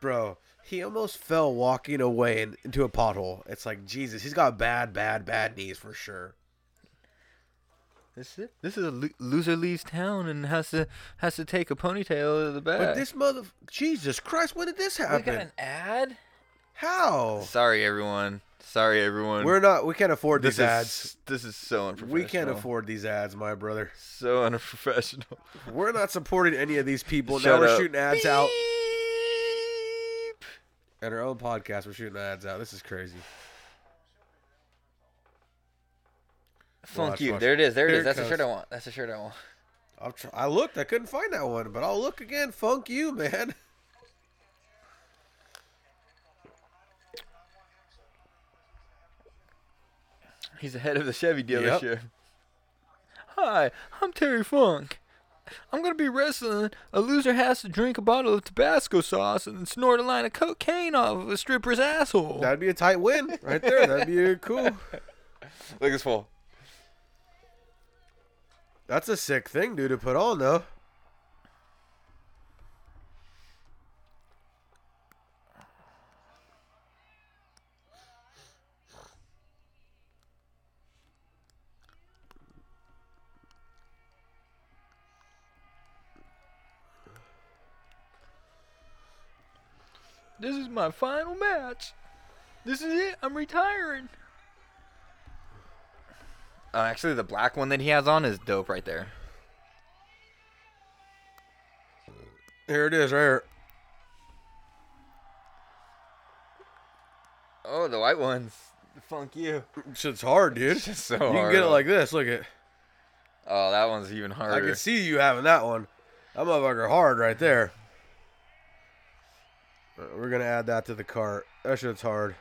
Speaker 1: Bro, he almost fell walking away in, into a pothole. It's like, Jesus, he's got bad, bad, bad knees for sure.
Speaker 7: This is it. This is a lo- loser leaves town and has to has to take a ponytail to the back.
Speaker 1: But this mother, Jesus Christ, when did this
Speaker 7: we got
Speaker 1: happen?
Speaker 7: an ad.
Speaker 1: How?
Speaker 2: Sorry everyone. Sorry everyone.
Speaker 1: We're not. We can't afford
Speaker 2: this
Speaker 1: these
Speaker 2: is
Speaker 1: ads.
Speaker 2: this is so unprofessional.
Speaker 1: We can't afford these ads, my brother.
Speaker 2: So unprofessional.
Speaker 1: We're not supporting any of these people.
Speaker 2: Shut
Speaker 1: now we're
Speaker 2: up.
Speaker 1: shooting ads out. At our own podcast, we're shooting ads out. This is crazy.
Speaker 7: Funk
Speaker 1: Watch,
Speaker 7: you.
Speaker 1: watch.
Speaker 7: There it is. There it
Speaker 1: Here
Speaker 7: is. That's
Speaker 1: it
Speaker 7: the shirt I
Speaker 1: comes.
Speaker 7: want. That's the shirt I want.
Speaker 1: I'm tr- I looked. I couldn't find that one, but I'll look again. Funk you, man.
Speaker 2: He's the head of the Chevy
Speaker 1: Yep.
Speaker 2: dealership.
Speaker 7: Hi, I'm Terry Funk. I'm gonna be wrestling. A loser has to drink a bottle of Tabasco sauce and snort a line of cocaine off of a stripper's asshole.
Speaker 1: That'd be a tight win right there. That'd be cool.
Speaker 2: Look at this fool.
Speaker 1: That's a sick thing, dude, to put on though.
Speaker 7: This is my final match. This is it. I'm retiring.
Speaker 2: Uh, actually, the black one that he has on is dope right there.
Speaker 1: Here it is, right here.
Speaker 2: Oh, the white one's funk you.
Speaker 1: Shit's hard, dude.
Speaker 2: It's just so
Speaker 1: you can
Speaker 2: hard.
Speaker 1: get it like this. Look at.
Speaker 2: Oh, that one's even
Speaker 1: I
Speaker 2: harder.
Speaker 1: can see you having that one. That motherfucker hard right there. Uh, We're gonna add that to the cart. That shit's hard.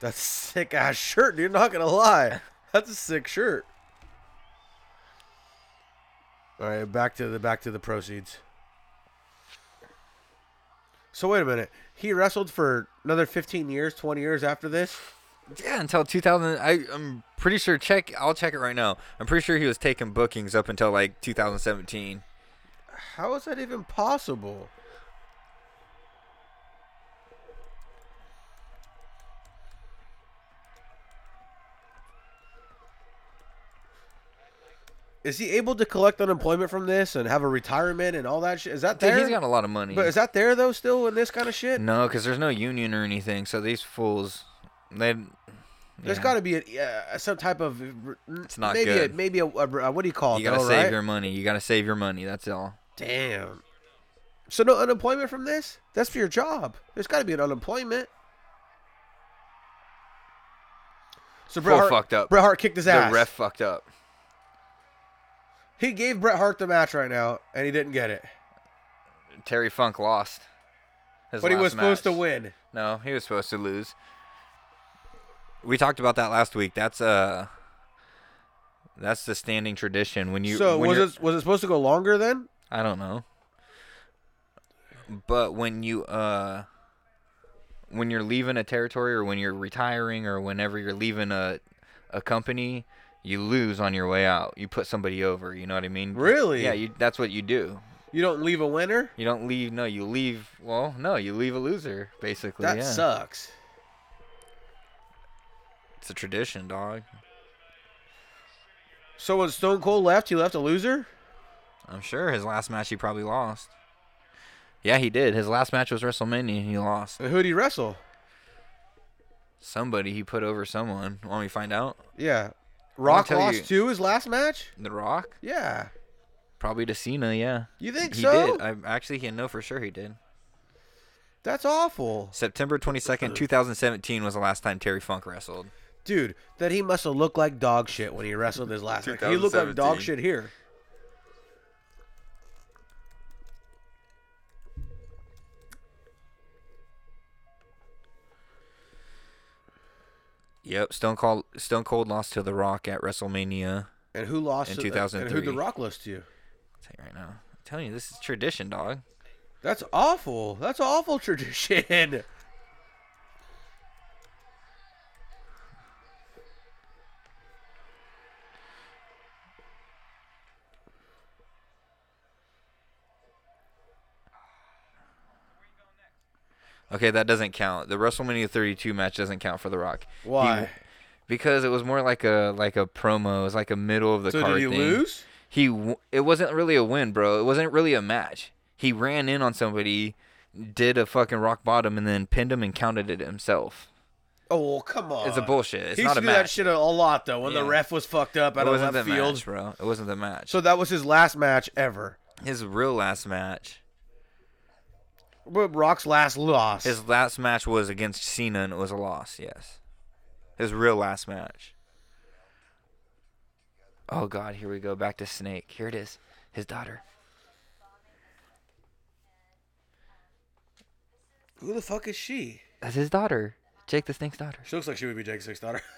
Speaker 1: That's a sick ass shirt, dude. Not gonna lie, that's a sick shirt. All right, back to the back to the proceeds. So wait a minute. He wrestled for another 15 years, 20 years after this.
Speaker 2: yeah, until 2000. I, I'm pretty sure. Check. I'll check it right now. I'm pretty sure he was taking bookings up until like 2017.
Speaker 1: How is that even possible? Is he able to collect unemployment from this and have a retirement and all that shit? Is that
Speaker 2: Dude,
Speaker 1: there?
Speaker 2: he's got Mm, a lot of money.
Speaker 1: but is that there though? Still in this kind of shit?
Speaker 2: no, because there's no union or anything. So these fools, they.
Speaker 1: There's
Speaker 2: yeah.
Speaker 1: got to be a, uh, some type of. It's
Speaker 2: not
Speaker 1: maybe
Speaker 2: good.
Speaker 1: A, maybe a, a- what do you call it?
Speaker 2: You gotta
Speaker 1: though,
Speaker 2: save
Speaker 1: right?
Speaker 2: your money. You gotta save your money. That's all.
Speaker 1: Damn. So no unemployment from this? That's for your job. There's got to be an unemployment. So Bret
Speaker 2: Full
Speaker 1: Hart
Speaker 2: fucked up.
Speaker 1: Bret Hart kicked his ass.
Speaker 2: The ref fucked up.
Speaker 1: He gave Bret Hart the match right now, and he didn't get it.
Speaker 2: Terry Funk lost. his
Speaker 1: but he
Speaker 2: last
Speaker 1: was supposed to
Speaker 2: match.
Speaker 1: win.
Speaker 2: No, he was supposed to lose. We talked about that last week. That's uh that's the standing tradition when you
Speaker 1: so
Speaker 2: when
Speaker 1: was
Speaker 2: you're-
Speaker 1: it was it supposed to go longer then?
Speaker 2: I don't know. But when you uh when you're leaving a territory or when you're retiring or whenever you're leaving a a company, you lose on your way out. You put somebody over, you know what I mean?
Speaker 1: Really?
Speaker 2: Yeah, you, that's what you do.
Speaker 1: You don't leave a winner.
Speaker 2: You don't leave no, you leave well, no, you leave a loser basically.
Speaker 1: That
Speaker 2: yeah.
Speaker 1: sucks.
Speaker 2: It's a tradition, dog.
Speaker 1: So when Stone Cold left, he left a loser.
Speaker 2: I'm sure his last match he probably lost. Yeah, he did. His last match was WrestleMania and he lost.
Speaker 1: And who would he wrestle?
Speaker 2: Somebody he put over someone. Want me to find out?
Speaker 1: Yeah, Rock
Speaker 2: tell
Speaker 1: lost
Speaker 2: you-
Speaker 1: too his last match.
Speaker 2: The Rock?
Speaker 1: Yeah,
Speaker 2: Probably to Cena, yeah.
Speaker 1: You think
Speaker 2: he
Speaker 1: so?
Speaker 2: did. I actually he know for sure he did.
Speaker 1: that's awful.
Speaker 2: September
Speaker 1: Uh.
Speaker 2: 22nd, 2017 was the last time Terry Funk wrestled.
Speaker 1: Dude, that he must have looked like dog shit when he wrestled his last match. He looked like dog
Speaker 2: 2017.
Speaker 1: shit here.
Speaker 2: Yep, Stone Cold Stone Cold lost to The Rock at WrestleMania.
Speaker 1: And who lost
Speaker 2: In
Speaker 1: to- And who
Speaker 2: 2003.
Speaker 1: the Rock lost to?
Speaker 2: I'll tell you right now. I'm telling you, this is tradition, dog.
Speaker 1: That's awful. That's awful tradition.
Speaker 2: Okay, that doesn't count. The WrestleMania 32 match doesn't count for The Rock. He-
Speaker 1: Why?
Speaker 2: because it was more like a like a promo. It was like a middle of the
Speaker 1: so
Speaker 2: card
Speaker 1: did he
Speaker 2: thing.
Speaker 1: lose?
Speaker 2: He w- it wasn't really a win, bro. It wasn't really a match. He ran in on somebody, did a fucking rock bottom, and then pinned him and counted it himself.
Speaker 1: Oh well, come on.
Speaker 2: It's a bullshit. It's
Speaker 1: he used
Speaker 2: not
Speaker 1: to
Speaker 2: a
Speaker 1: do
Speaker 2: match.
Speaker 1: that shit a, a lot though. When the
Speaker 2: Yeah.
Speaker 1: ref was fucked up
Speaker 2: it
Speaker 1: out of
Speaker 2: wasn't
Speaker 1: left
Speaker 2: the
Speaker 1: field.
Speaker 2: match, bro. It wasn't the match.
Speaker 1: So that was his last match ever.
Speaker 2: His real last match.
Speaker 1: But Rock's last loss.
Speaker 2: His last match was against Cena, and it was a loss. Yes, his real last match. Oh God, here we go back to Snake. Here it is, his daughter.
Speaker 1: Who the fuck is she?
Speaker 2: That's his daughter, Jake the Snake's daughter.
Speaker 1: She looks like she would be Jake's sixth daughter.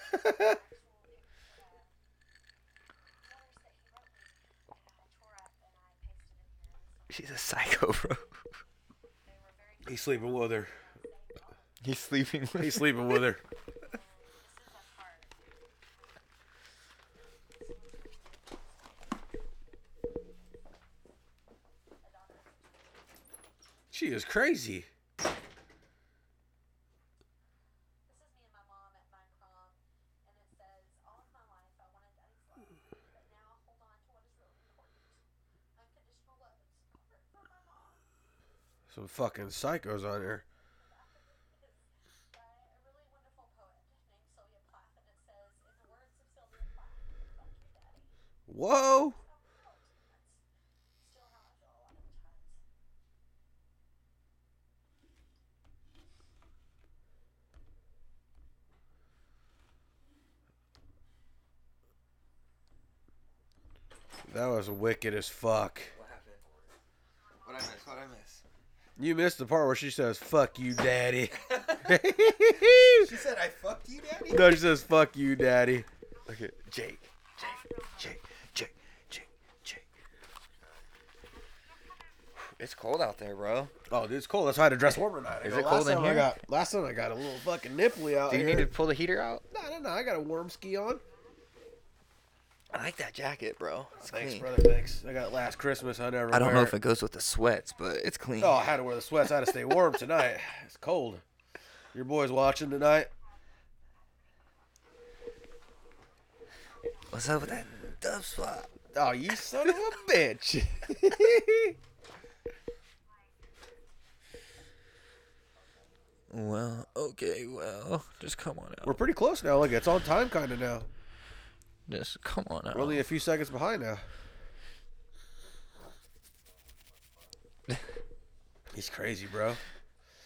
Speaker 2: She's a psycho, bro.
Speaker 1: He's sleeping with her.
Speaker 2: He's sleeping. With
Speaker 1: He's sleeping with her. She is crazy. Some fucking psychos on here. Whoa. That was wicked as fuck.
Speaker 8: What I miss? What I miss?
Speaker 1: You missed the part where she says, fuck you, daddy.
Speaker 8: She said, "I fucked you, daddy."
Speaker 1: no, she says, fuck you, daddy.
Speaker 8: Okay, Jake, Jake, Jake, Jake, Jake, Jake.
Speaker 2: It's cold out there, bro.
Speaker 1: Oh, dude, it's cold. That's why I had to dress warmer tonight. I
Speaker 2: Is
Speaker 1: go,
Speaker 2: it cold
Speaker 1: "Last
Speaker 2: in
Speaker 1: time I
Speaker 2: here?"
Speaker 1: got, last time I got a little fucking nipply out
Speaker 2: Do you
Speaker 1: here.
Speaker 2: need to pull the heater out?
Speaker 1: No, no, no. I got a warm ski on.
Speaker 2: I like that jacket, bro. It's
Speaker 1: Thanks,
Speaker 2: clean.
Speaker 1: brother. Thanks. I got it last Christmas. I never.
Speaker 2: I don't
Speaker 1: wear
Speaker 2: know if
Speaker 1: it.
Speaker 2: it goes with the sweats, but it's clean.
Speaker 1: Oh, I had to wear the sweats. I had to stay warm tonight. It's cold. Your boy's watching tonight.
Speaker 2: What's up with that dub swap?
Speaker 1: Oh, you son of a bitch.
Speaker 2: Well, okay, well, just come on out.
Speaker 1: We're pretty close now. Look, it's on time kind of now.
Speaker 2: Just come on out.
Speaker 1: We're only a few seconds behind now. He's crazy, bro.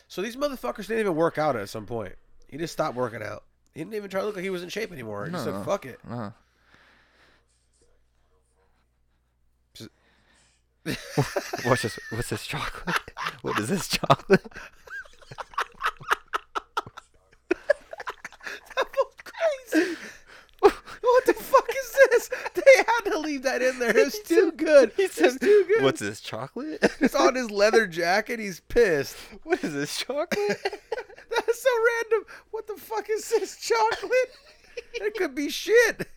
Speaker 1: So these motherfuckers didn't even work out at some point. He just stopped working out. He didn't even try to look like he was in shape anymore. He just
Speaker 2: No.
Speaker 1: said, fuck it.
Speaker 2: No.
Speaker 1: Just-
Speaker 2: What's this? What's this chocolate? What is this chocolate?
Speaker 1: crazy. what the fuck is this? They had to leave that in there. It's too good. It's too good.
Speaker 2: What's this chocolate?
Speaker 1: It's on his leather jacket. He's pissed.
Speaker 2: What is this chocolate?
Speaker 1: That's so random. What the fuck is this chocolate? It could be shit.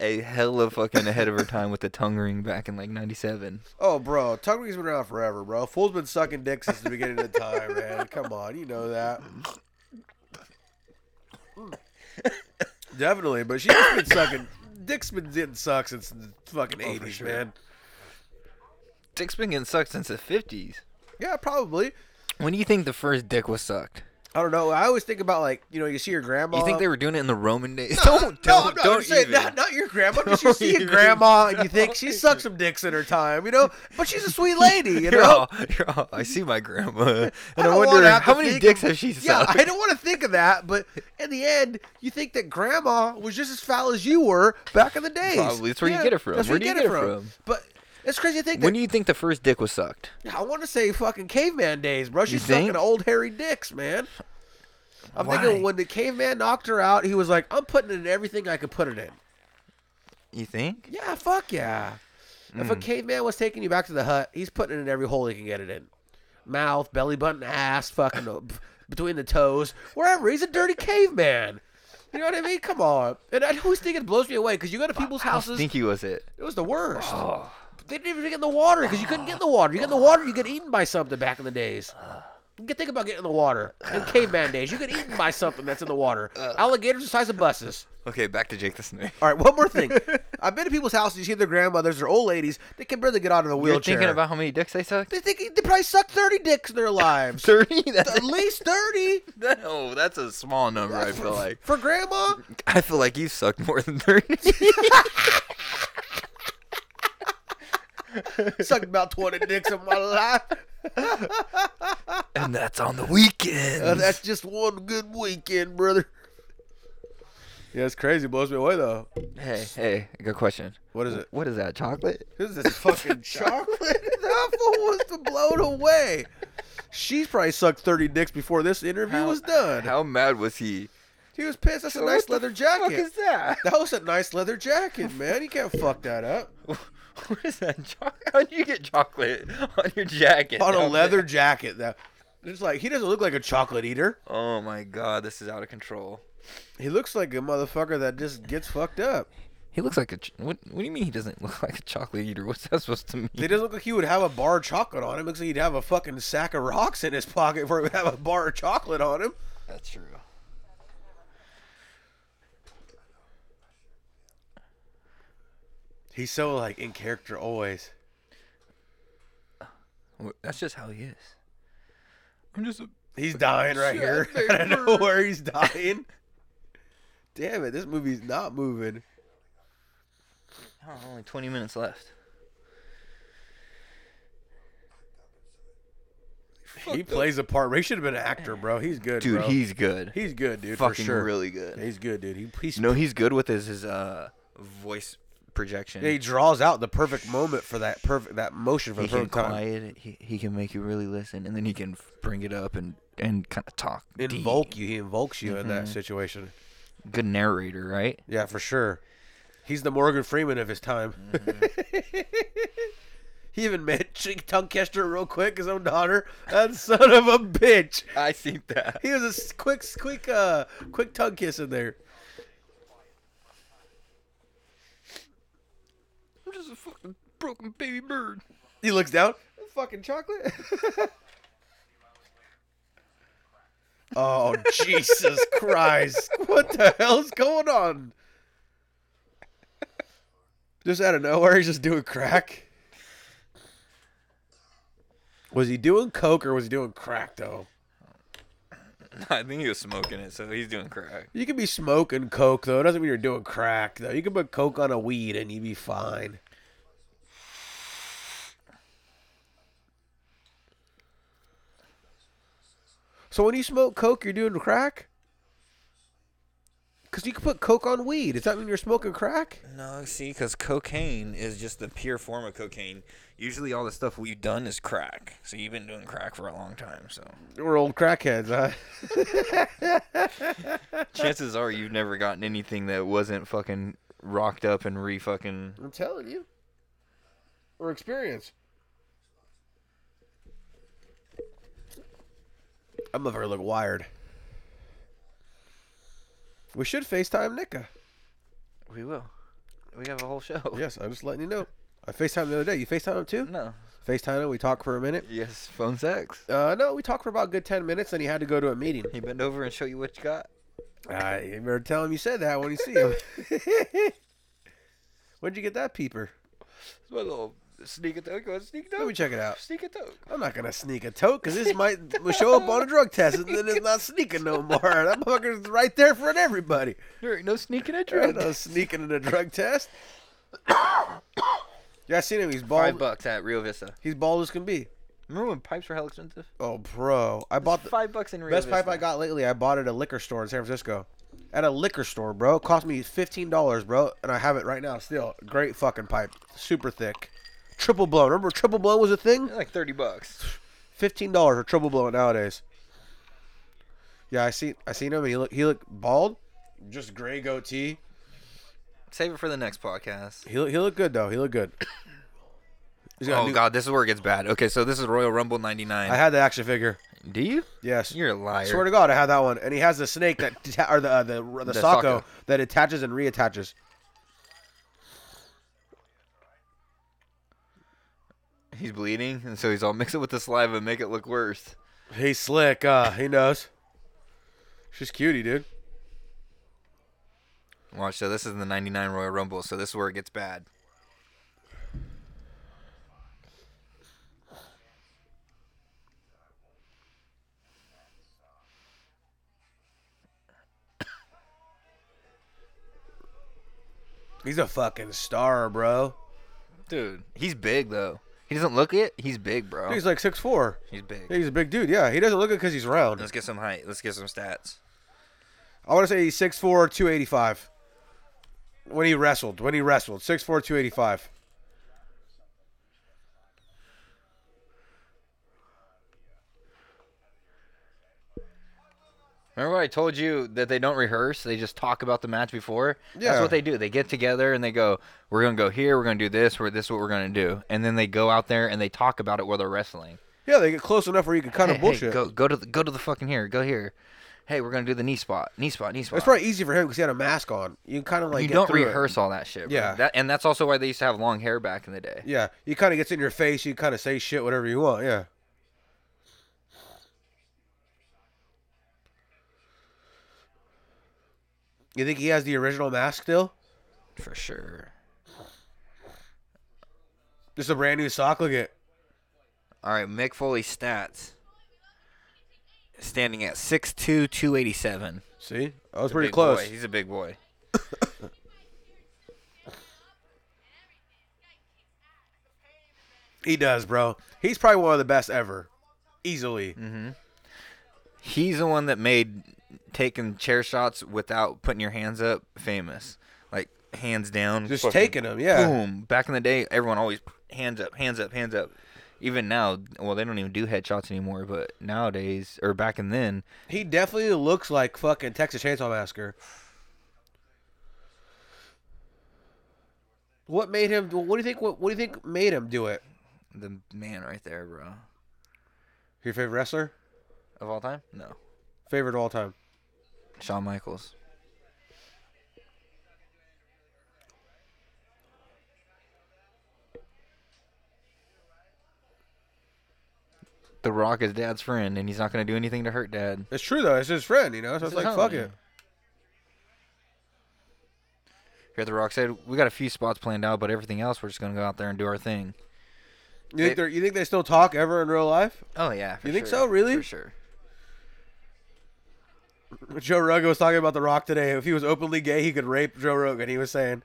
Speaker 2: A hella fucking ahead of her time with the tongue ring back in like '97.
Speaker 1: Oh, bro, tongue ring's been around forever, bro. Fool's been sucking dick since the beginning of time, man. Come on, you know that. Definitely, but she's been sucking. Dick's been getting sucked since the fucking eighties,
Speaker 2: sure.
Speaker 1: man.
Speaker 2: Dick's been getting sucked since the '50s.
Speaker 1: Yeah, probably.
Speaker 2: When do you think the first dick was sucked?
Speaker 1: I don't know. I always think about like you know you see your grandma.
Speaker 2: You think they were doing it in the Roman days?
Speaker 1: Uh, No, I'm not saying Not, not your grandma. Just you
Speaker 2: Don't
Speaker 1: see your
Speaker 2: even.
Speaker 1: grandma and you think she sucked some dicks in her time, you know. But she's a sweet lady, you
Speaker 2: You're
Speaker 1: know.
Speaker 2: all, you're all, I see my grandma, and I,
Speaker 1: don't wanna
Speaker 2: wonder
Speaker 1: have to
Speaker 2: how many
Speaker 1: think
Speaker 2: dicks
Speaker 1: of-
Speaker 2: have she
Speaker 1: Yeah,
Speaker 2: sucked.
Speaker 1: I don't want to think of that, but in the end, you think that grandma was just as foul as you were back in the days.
Speaker 2: Probably. That's where you get it from.
Speaker 1: That's
Speaker 2: Where do you get it from?
Speaker 1: But it's crazy to think
Speaker 2: when
Speaker 1: that.
Speaker 2: do you think the first dick was sucked?
Speaker 1: I want to say fucking caveman days, bro. She's
Speaker 2: think?
Speaker 1: sucking old hairy dicks, man. I'm
Speaker 2: Why?
Speaker 1: thinking when the caveman knocked her out, he was like, "I'm putting it in everything I could put it in."
Speaker 2: You think?
Speaker 1: Yeah, fuck yeah. If a caveman was taking you back to the hut, he's putting it in every hole he can get it in. Mouth, belly button, ass, fucking uh, b- between the toes, wherever. He's a dirty caveman. You know what I mean? Come on. And I always think it blows me away because you go to people's houses.
Speaker 2: Stinky was it?
Speaker 1: It was the worst. They didn't even get in the water because you couldn't get in the water. You get in the water, you get eaten by something back in the days. You can think about getting in the water. In caveman days, you get eaten by something that's in the water. Alligators the size of buses.
Speaker 2: Okay, back to Jake the Snake.
Speaker 1: All right, one more thing. I've been to people's houses. You see their grandmothers or old ladies. They can barely get out of the
Speaker 2: You're
Speaker 1: wheelchair.
Speaker 2: thinking about how many dicks they sucked?
Speaker 1: They think they probably sucked thirty dicks in their lives.
Speaker 2: Thirty. That's
Speaker 1: At least thirty.
Speaker 2: no, oh, that's a small number. I feel like.
Speaker 1: for grandma.
Speaker 2: I feel like you sucked more than thirty.
Speaker 1: Sucked about twenty dicks in my life.
Speaker 2: and that's on the weekend.
Speaker 1: Uh, that's just one good weekend, brother. Yeah, it's crazy. Blows me away though.
Speaker 2: hey, hey, I got a question.
Speaker 1: What is it?
Speaker 2: What is that? Chocolate?
Speaker 1: This is fucking chocolate. That fool was blown away. She's probably sucked thirty dicks before this interview was done.
Speaker 2: How mad was he?
Speaker 1: he was pissed. That's a nice leather jacket.
Speaker 2: What is that?
Speaker 1: That was a nice leather jacket, man. You can't fuck that up.
Speaker 2: What is that? Chocolate? How do you get chocolate on your jacket?
Speaker 1: On a
Speaker 2: How
Speaker 1: leather jacket, that it's like he doesn't look like a chocolate eater.
Speaker 2: bad- Oh my god, this is out of control.
Speaker 1: He looks like a motherfucker that just gets fucked up.
Speaker 2: He looks like a. Ch- what? What do you mean he doesn't look like a chocolate eater? What's that supposed to mean?
Speaker 1: He doesn't look like he would have a bar of chocolate on him. Looks like he'd have a fucking sack of rocks in his pocket before he would have a bar of chocolate on him.
Speaker 2: That's true.
Speaker 1: He's so like in character always.
Speaker 2: Wh- That's just how he is. I'm just. A-
Speaker 1: He's dying right here. I don't know where he's dying. Damn it, this movie's not moving.
Speaker 2: oh, only 20 minutes left.
Speaker 1: He plays a part. He should have been an actor, bro. He's good,
Speaker 2: Dude,
Speaker 1: bro.
Speaker 2: he's good.
Speaker 1: he's good, dude. for
Speaker 2: fucking
Speaker 1: sure.
Speaker 2: really good.
Speaker 1: He's good, dude. He he's,
Speaker 2: You know he's good with his his uh voice projection.
Speaker 1: he draws out the perfect moment for that perfect that motion for
Speaker 2: he
Speaker 1: the
Speaker 2: can
Speaker 1: perfect time.
Speaker 2: quiet it. He, he can make you really listen, and then he can f- bring it up and and kind of talk. deep. Mm-hmm.
Speaker 1: Invoke you. He invokes you in that situation.
Speaker 2: Good narrator, right?
Speaker 1: Yeah, for sure. He's the Morgan Freeman of his time.
Speaker 2: Mm-hmm.
Speaker 1: he even mentioned tongue kissed her real quick. His own daughter. That son of a bitch.
Speaker 2: I see that.
Speaker 1: He was a s- quick, quick, uh, quick tongue kiss in there.
Speaker 2: I'm just a fucking broken baby bird.
Speaker 1: He looks down. Fucking chocolate. oh Jesus Christ! What the hell's going on? Just out of nowhere, he's just doing crack. Was he doing coke or was he doing crack though?
Speaker 2: I think he was smoking it, so he's doing crack.
Speaker 1: You could be smoking coke though. It doesn't mean you're doing crack though. You can put coke on a weed and you'd be fine. So when you smoke coke, you're doing crack. Cause you can put coke on weed. Does that mean you're smoking crack?
Speaker 2: No, see, because cocaine is just the pure form of cocaine. Usually, all the stuff we've done is crack. So you've been doing crack for a long time. So
Speaker 1: We're old crackheads, huh?
Speaker 2: chances are you've never gotten anything that wasn't fucking rocked up and re fucking.
Speaker 1: I'm telling you. Or experience. I'm gonna look wired. We should FaceTime Nika.
Speaker 2: We will. We have a whole show.
Speaker 1: Yes, I'm just letting you know. I FaceTime the other day. You FaceTime him too?
Speaker 2: No.
Speaker 1: FaceTime him, we talked for a minute.
Speaker 2: Yes, phone sex.
Speaker 1: Uh, no, we talked for about a good 10 minutes and he had to go to a meeting.
Speaker 2: He bend over and show you what you got.
Speaker 1: Uh, you better tell him you said that when you see him. Where'd you get that peeper?
Speaker 2: It's my little sneak attack. Sneak
Speaker 1: Let me check it out.
Speaker 2: Sneak attack.
Speaker 1: I'm not gonna sneak a tote because this might show up on a drug test and then it's not sneaking no more. That motherfucker's right there for everybody.
Speaker 2: There ain't no sneaking at
Speaker 1: There ain't no sneaking in a drug test. yeah, I seen him. He's
Speaker 2: Five
Speaker 1: bald.
Speaker 2: bucks at Rio Vista.
Speaker 1: He's bald as can be.
Speaker 2: Remember when pipes were hell expensive?
Speaker 1: Oh, bro, I bought the
Speaker 2: Five bucks in Rio
Speaker 1: best
Speaker 2: Vista.
Speaker 1: pipe I got lately. I bought at a liquor store in San Francisco. At a liquor store, bro. It cost me fifteen dollars, bro, and I have it right now still. Great fucking pipe, super thick, triple blown. Remember, triple blown was a thing.
Speaker 2: Like thirty bucks.
Speaker 1: Fifteen dollars for triple blown nowadays. Yeah, I seen I seen him. And he look he looked bald, just gray goatee.
Speaker 2: Save it for the next podcast.
Speaker 1: He look, he looked good though. He looked good. He's got a
Speaker 2: Oh
Speaker 1: new-
Speaker 2: god, this is where it gets bad. Okay, so this is Royal Rumble '99.
Speaker 1: I had the action figure.
Speaker 2: Do you?
Speaker 1: Yes.
Speaker 2: You're a liar.
Speaker 1: Swear to God, I had that one. And he has the snake that deta- or the uh, the the,
Speaker 2: The
Speaker 1: socko
Speaker 2: socko.
Speaker 1: that attaches and reattaches.
Speaker 2: he's bleeding, and so he's all mix it with the saliva, and make it look worse.
Speaker 1: He's slick. Uh, he knows. She's cutie, dude.
Speaker 2: Watch, so this is the '99 Royal Rumble, so this is where it gets bad.
Speaker 1: He's a fucking star, bro.
Speaker 2: Dude, he's big though. He doesn't look it. He's big, bro.
Speaker 1: He's like six four.
Speaker 2: He's big.
Speaker 1: He's a big dude. Yeah, he doesn't look it because he's round.
Speaker 2: Let's get some height. Let's get some stats.
Speaker 1: I want to say he's 6'4", 285. When he wrestled, when he wrestled, 6'4", 285.
Speaker 2: Remember what I told you that they don't rehearse; they just talk about the match before.
Speaker 1: Yeah.
Speaker 2: That's what they do. They get together and they go, "We're gonna go here. We're gonna do this. We're this is what we're gonna do." And then they go out there and they talk about it while they're wrestling.
Speaker 1: Yeah, they get close enough where you can kind
Speaker 2: Hey,
Speaker 1: of
Speaker 2: hey,
Speaker 1: bullshit.
Speaker 2: go go to the, go to the fucking here. Go here. Hey, we're gonna do the knee spot. Knee spot. Knee spot.
Speaker 1: It's probably easy for him because he had a mask on. You kind of like
Speaker 2: you
Speaker 1: get
Speaker 2: don't
Speaker 1: through it.
Speaker 2: rehearse all that shit. bro.
Speaker 1: Yeah.
Speaker 2: That, and that's also why they used to have long hair back in the day.
Speaker 1: Yeah, you kind of gets in your face. You kind of say shit, whatever you want. Yeah. You think he has the original mask still?
Speaker 2: For sure.
Speaker 1: Just a brand new sock. Look at.
Speaker 2: All right, Mick Foley's stats. Standing at 6'2", 287.
Speaker 1: See, I was pretty
Speaker 2: Big
Speaker 1: close.
Speaker 2: Boy. He's a big boy.
Speaker 1: He does, bro. He's probably one of the best ever, easily.
Speaker 2: He's the one that made taking chair shots without putting your hands up famous. Like hands down.
Speaker 1: Just
Speaker 2: fucking
Speaker 1: taking them, yeah.
Speaker 2: Boom. Back in the day, everyone always hands up, hands up, hands up. Even now, well, they don't even do headshots anymore. But nowadays, or back in then,
Speaker 1: He definitely looks like fucking Texas Chainsaw Massacre. What made him? What do you think? What, what do you think made him do it?
Speaker 2: the man right there, bro,
Speaker 1: Your favorite wrestler,
Speaker 2: of all time, no,
Speaker 1: favorite of all time.
Speaker 2: Shawn Michaels. The Rock is Dad's friend, and he's not gonna do anything to hurt Dad.
Speaker 1: It's true though. It's his friend, you know. So it's
Speaker 2: This is
Speaker 1: like,
Speaker 2: how-
Speaker 1: fuck it.
Speaker 2: Here at the Rock said, we got a few spots planned out, but everything else, we're just gonna go out there and do our thing.
Speaker 1: You think, they're, you think they still talk ever in real life?
Speaker 2: Oh yeah,
Speaker 1: You think sure. so, really? For
Speaker 2: For sure.
Speaker 1: Joe Rogan was talking about The Rock today. If he was openly gay, he could rape Joe Rogan. He was saying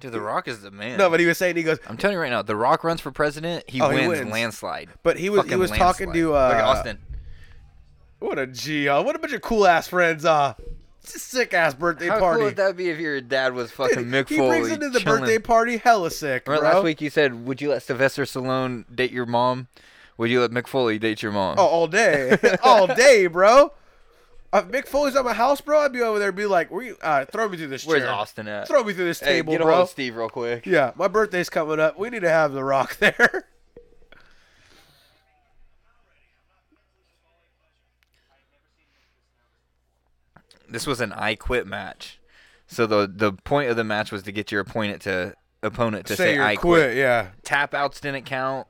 Speaker 2: Dude, The Rock is the man.
Speaker 1: no, but he was saying he goes.
Speaker 2: I'm telling you right now, The Rock runs for president, he,
Speaker 1: Oh, he
Speaker 2: wins,
Speaker 1: wins.
Speaker 2: landslide.
Speaker 1: But he was he
Speaker 2: Fucking
Speaker 1: was talking
Speaker 2: landslide.
Speaker 1: to uh,
Speaker 2: Look at Austin.
Speaker 1: What a G! Uh, what a bunch of cool ass friends! Uh, it's a sick ass birthday
Speaker 2: How
Speaker 1: party.
Speaker 2: cool would that be if your dad was fucking Mick
Speaker 1: he
Speaker 2: Foley?
Speaker 1: brings into the
Speaker 2: chilling?
Speaker 1: birthday party hella sick, bro.
Speaker 2: Remember last week you said, would you let Sylvester Stallone date your mom? Would you let Mick Foley date your mom?
Speaker 1: Oh, all day, all day, bro. If Mick Foley's at my house, bro, I'd be over there, and be like, "Where you? Uh, throw me through this
Speaker 2: Where's
Speaker 1: chair.
Speaker 2: Austin at?
Speaker 1: Throw me through this
Speaker 2: hey,
Speaker 1: table,
Speaker 2: get a
Speaker 1: bro."
Speaker 2: hold of Steve real quick.
Speaker 1: Yeah, my birthday's coming up. We need to have The Rock there.
Speaker 2: this was an I quit match. So the the point of the match was to get your opponent to opponent to say,
Speaker 1: you're
Speaker 2: I
Speaker 1: quit.
Speaker 2: quit.
Speaker 1: Yeah.
Speaker 2: Tap outs didn't count.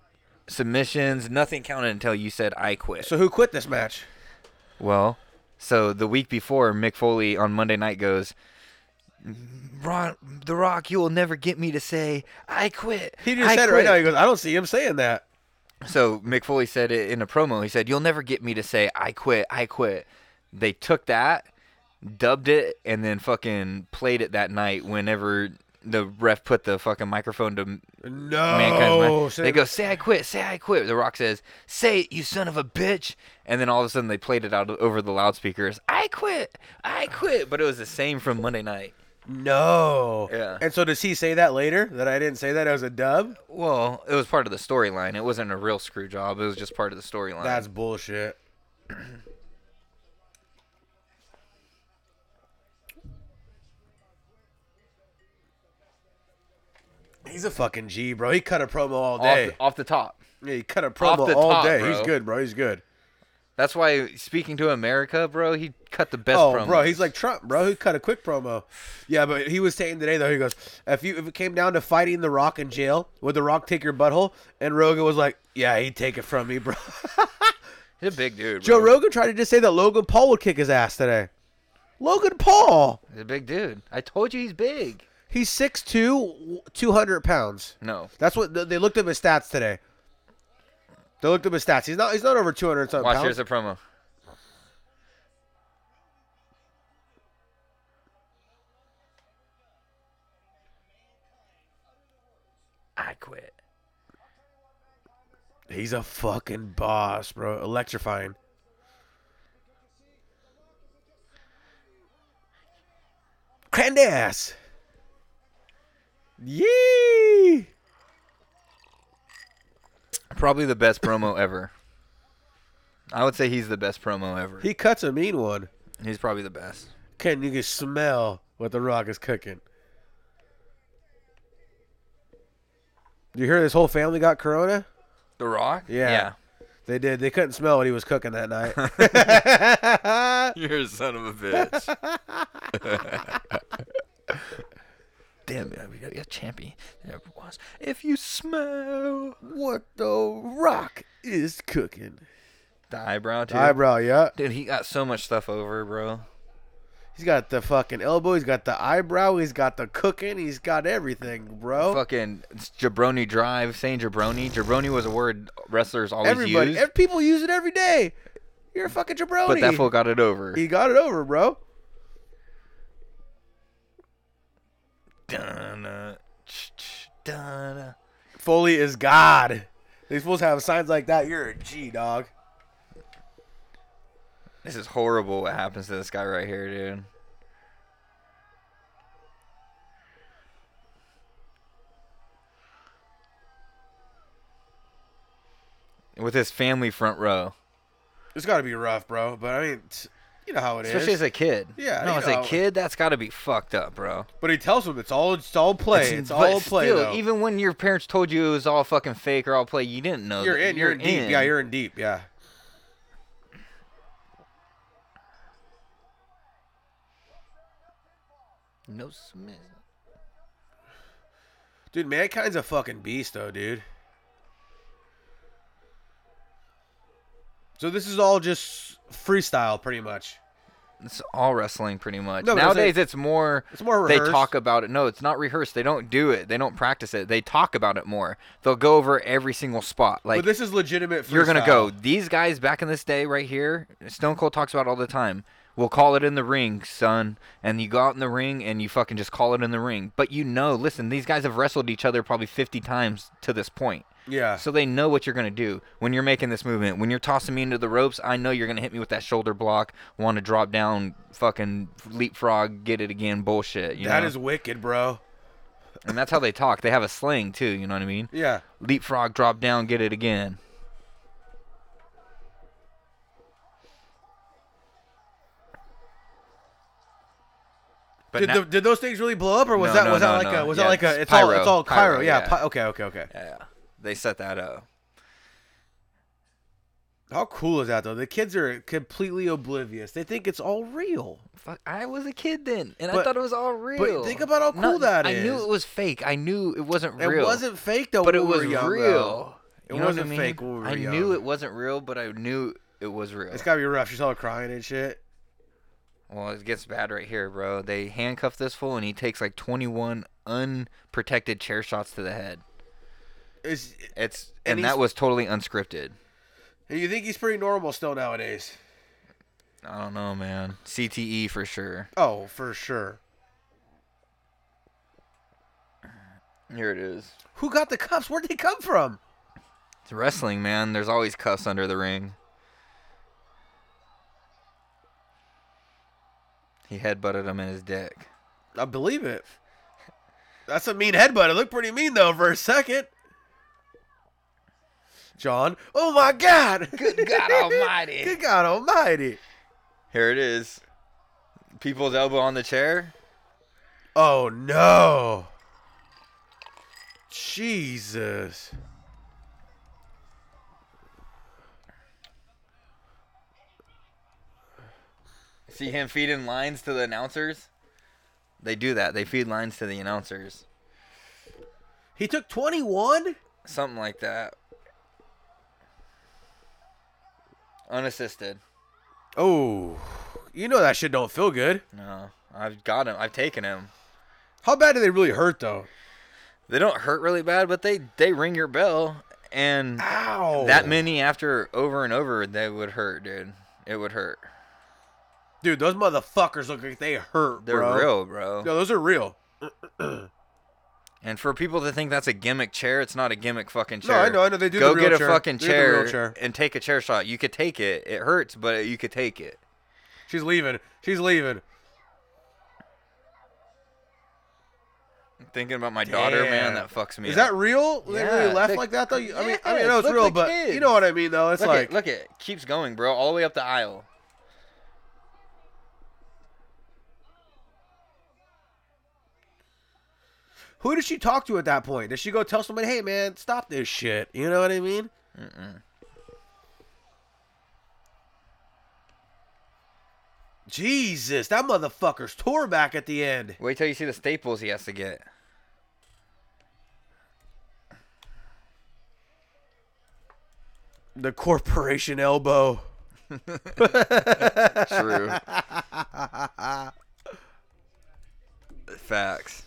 Speaker 2: Submissions, nothing counted until you said I quit.
Speaker 1: So who quit this match?
Speaker 2: well, so the week before, Mick Foley on Monday night goes, Ron, The Rock, you will never get me to say I quit.
Speaker 1: He just
Speaker 2: I
Speaker 1: said it right
Speaker 2: quit."
Speaker 1: now. He goes, "I don't see him saying that."
Speaker 2: So Mick Foley said it in a promo. He said, "You'll never get me to say I quit. I quit." They took that, dubbed it, and then fucking played it that night. Whenever the ref put the fucking microphone to
Speaker 1: No.
Speaker 2: mankind's mouth,
Speaker 1: Say-
Speaker 2: they go, "Say I quit. Say I quit." The Rock says, "Say it, you son of a bitch." And then all of a sudden they played it out over the loudspeakers. I quit. I quit. But it was the same from Monday night.
Speaker 1: No.
Speaker 2: Yeah.
Speaker 1: And so does he say that later that I didn't say that? It was a dub.
Speaker 2: Well, it was part of the storyline. It wasn't a real screw job. It was just part of the storyline.
Speaker 1: That's bullshit. He's a fucking G, bro. He cut a promo all
Speaker 2: Off,
Speaker 1: day.
Speaker 2: off the top.
Speaker 1: yeah, he cut a
Speaker 2: off
Speaker 1: promo
Speaker 2: the
Speaker 1: all
Speaker 2: top,
Speaker 1: day. He's
Speaker 2: bro.
Speaker 1: good, bro. He's good.
Speaker 2: That's why speaking to America, bro, he cut the best
Speaker 1: oh,
Speaker 2: promo.
Speaker 1: bro, he's like Trump, bro. He cut a quick promo. Yeah, but he was saying today though, he goes, if you if it came down to fighting The Rock in jail, would The Rock take your butthole? And Rogan was like, yeah, he'd take it from me, bro.
Speaker 2: he's a big dude.
Speaker 1: Joe
Speaker 2: bro.
Speaker 1: Rogan tried to just say that Logan Paul would kick his ass today. Logan Paul,
Speaker 2: He's a big dude. I told you he's big.
Speaker 1: he's 6'2", 200 pounds.
Speaker 2: No.
Speaker 1: That's what they looked up his stats today. They looked up his stats. He's not. He's not over two hundred something
Speaker 2: Watch,
Speaker 1: pounds.
Speaker 2: here's a promo. I quit.
Speaker 1: He's a fucking boss, bro. Electrifying. Grandass. Yee.
Speaker 2: Probably the best promo ever. I would say he's the best promo ever.
Speaker 1: He cuts a mean one.
Speaker 2: He's probably the best.
Speaker 1: Can you can smell what the rock is cooking? You hear this whole family got corona?
Speaker 2: The Rock?
Speaker 1: Yeah. They did. They couldn't smell what he was cooking that night.
Speaker 2: You're a son of a bitch. Damn it, we got a champion. There it was. If you smell
Speaker 1: what the rock is cooking?
Speaker 2: the eyebrow too.
Speaker 1: Eyebrow, yeah.
Speaker 2: Dude, he got so much stuff over, bro.
Speaker 1: He's got the fucking elbow. He's got the eyebrow. He's got the cooking. He's got everything, bro.
Speaker 2: Fucking it's jabroni drive, saying jabroni. Jabroni was a word wrestlers always
Speaker 1: Everybody,
Speaker 2: used,
Speaker 1: ev- people use it every day. You're a fucking jabroni.
Speaker 2: but that fool got it over.
Speaker 1: he got it over, bro.
Speaker 2: Dunna, ch- ch- dunna.
Speaker 1: Foley is God. These fools have signs like that. You're a G dog.
Speaker 2: This is horrible. What happens to this guy right here, dude? With his family front row,
Speaker 1: It's got to be rough, bro. But I mean, t- you know how it is.
Speaker 2: especially as a kid.
Speaker 1: Yeah,
Speaker 2: no,
Speaker 1: you
Speaker 2: as
Speaker 1: know.
Speaker 2: a kid, that's got to be fucked up, bro.
Speaker 1: but he tells them it's all it's all play. It's, all
Speaker 2: but
Speaker 1: play.
Speaker 2: Still,
Speaker 1: though.
Speaker 2: even when your parents told you it was all fucking fake or all play, you didn't know.
Speaker 1: you're
Speaker 2: that.
Speaker 1: in. You're, in deep. Yeah, you're in deep. Yeah.
Speaker 2: No Smith.
Speaker 1: Dude, mankind's a fucking beast, though, dude. So this is all just freestyle, pretty much.
Speaker 2: It's all wrestling, pretty much.
Speaker 1: No, but I'm saying-
Speaker 2: Nowadays, it's more.
Speaker 1: It's more
Speaker 2: They
Speaker 1: rehearsed.
Speaker 2: talk about it. No, it's not rehearsed. They don't do it. They don't practice it. They talk about it more. They'll go over every single spot. Like
Speaker 1: but this is legitimate. Freestyle.
Speaker 2: you're gonna go. These guys back in this day, right here, Stone Cold talks about all the time. We'll call it in the ring, son. And you go out in the ring and you fucking just call it in the ring. But you know, listen, these guys have wrestled each other probably 50 times to this point.
Speaker 1: Yeah.
Speaker 2: So they know what you're going to do when you're making this movement. When you're tossing me into the ropes, I know you're going to hit me with that shoulder block, want to drop down, fucking leapfrog, get it again, bullshit. You
Speaker 1: that
Speaker 2: know?
Speaker 1: is wicked, bro.
Speaker 2: and that's how they talk. They have a slang too. You know what I mean?
Speaker 1: Yeah.
Speaker 2: Leapfrog, drop down, get it again. But
Speaker 1: Did,
Speaker 2: now-
Speaker 1: the, did those things really blow up, or was
Speaker 2: No,
Speaker 1: that
Speaker 2: no,
Speaker 1: was
Speaker 2: no,
Speaker 1: that like
Speaker 2: no.
Speaker 1: a was
Speaker 2: Yeah,
Speaker 1: that like
Speaker 2: it's
Speaker 1: a it's all
Speaker 2: pyro,
Speaker 1: it's all
Speaker 2: pyro,
Speaker 1: Cairo? yeah.
Speaker 2: yeah.
Speaker 1: Pi- okay. Okay. Okay.
Speaker 2: yeah, they set that up.
Speaker 1: How cool is that though? The kids are completely oblivious. They think it's all real.
Speaker 2: Fuck, I was a kid then, and I
Speaker 1: But-
Speaker 2: thought it was all real.
Speaker 1: think about how cool
Speaker 2: No,
Speaker 1: that
Speaker 2: I knew
Speaker 1: is.
Speaker 2: it was fake. I knew it wasn't
Speaker 1: It
Speaker 2: real.
Speaker 1: wasn't fake though,
Speaker 2: but it
Speaker 1: when we
Speaker 2: was
Speaker 1: were young,
Speaker 2: real.
Speaker 1: though. It
Speaker 2: You know what
Speaker 1: wasn't
Speaker 2: I mean?
Speaker 1: fake when we were
Speaker 2: I
Speaker 1: young.
Speaker 2: knew it wasn't real, but I knew it was real.
Speaker 1: It's gotta be rough. She's all crying and shit.
Speaker 2: well, it gets bad right here, bro. They handcuff this fool, and he takes like 21 unprotected chair shots to the head.
Speaker 1: It's
Speaker 2: It's
Speaker 1: And
Speaker 2: and,
Speaker 1: he's-
Speaker 2: that was totally unscripted.
Speaker 1: And you think he's pretty normal still nowadays?
Speaker 2: I don't know, man. CTE for sure.
Speaker 1: Oh, for sure.
Speaker 2: Here it is.
Speaker 1: Who got the cuffs? Where'd they come from?
Speaker 2: It's wrestling, man. There's always cuffs under the ring. He headbutted him in his dick.
Speaker 1: I believe it. That's a mean headbutt. It looked pretty mean though for a second. John. Oh my God. Good
Speaker 2: God almighty.
Speaker 1: Good God Almighty.
Speaker 2: Here it is. People's elbow on the chair.
Speaker 1: Oh no. Jesus.
Speaker 2: See him feeding lines to the announcers? They do that. They feed lines to the announcers.
Speaker 1: He took 21?
Speaker 2: Something like that. Unassisted.
Speaker 1: Oh, you know that shit don't feel good.
Speaker 2: No. I've got him. I've taken him.
Speaker 1: How bad do they really hurt though?
Speaker 2: They don't hurt really bad, but they they ring your bell and
Speaker 1: Ow.
Speaker 2: that many after over and over they would hurt, dude. It would hurt.
Speaker 1: Dude, those motherfuckers look like they hurt,
Speaker 2: They're
Speaker 1: bro.
Speaker 2: real, bro.
Speaker 1: No, those are real.
Speaker 2: And for people to think that's a gimmick chair, it's not a gimmick fucking
Speaker 1: No,
Speaker 2: chair.
Speaker 1: I know, I know, they do
Speaker 2: Go
Speaker 1: the real
Speaker 2: get a
Speaker 1: chair.
Speaker 2: fucking
Speaker 1: They do the real
Speaker 2: chair,
Speaker 1: chair.
Speaker 2: and take a chair shot. You could take it. It hurts, but you could take it.
Speaker 1: She's leaving. She's leaving.
Speaker 2: I'm thinking about my daughter,
Speaker 1: Damn.
Speaker 2: man, that fucks me.
Speaker 1: Is
Speaker 2: up.
Speaker 1: that real? They
Speaker 2: Yeah,
Speaker 1: really left
Speaker 2: look-
Speaker 1: like that though. You- I mean, I
Speaker 2: Yes,
Speaker 1: mean, no, it's
Speaker 2: look
Speaker 1: real,
Speaker 2: the
Speaker 1: but you
Speaker 2: kids.
Speaker 1: know what I mean though. It's
Speaker 2: look
Speaker 1: like
Speaker 2: it, look it keeps going, bro, all the way up the aisle.
Speaker 1: who did she talk to at that point? Did she go tell somebody, "Hey, man, stop this shit"? You know what I mean? Jesus, that motherfucker's tore back at the end.
Speaker 2: Wait till you see the staples he has to get.
Speaker 1: The corporation elbow.
Speaker 2: True. Facts.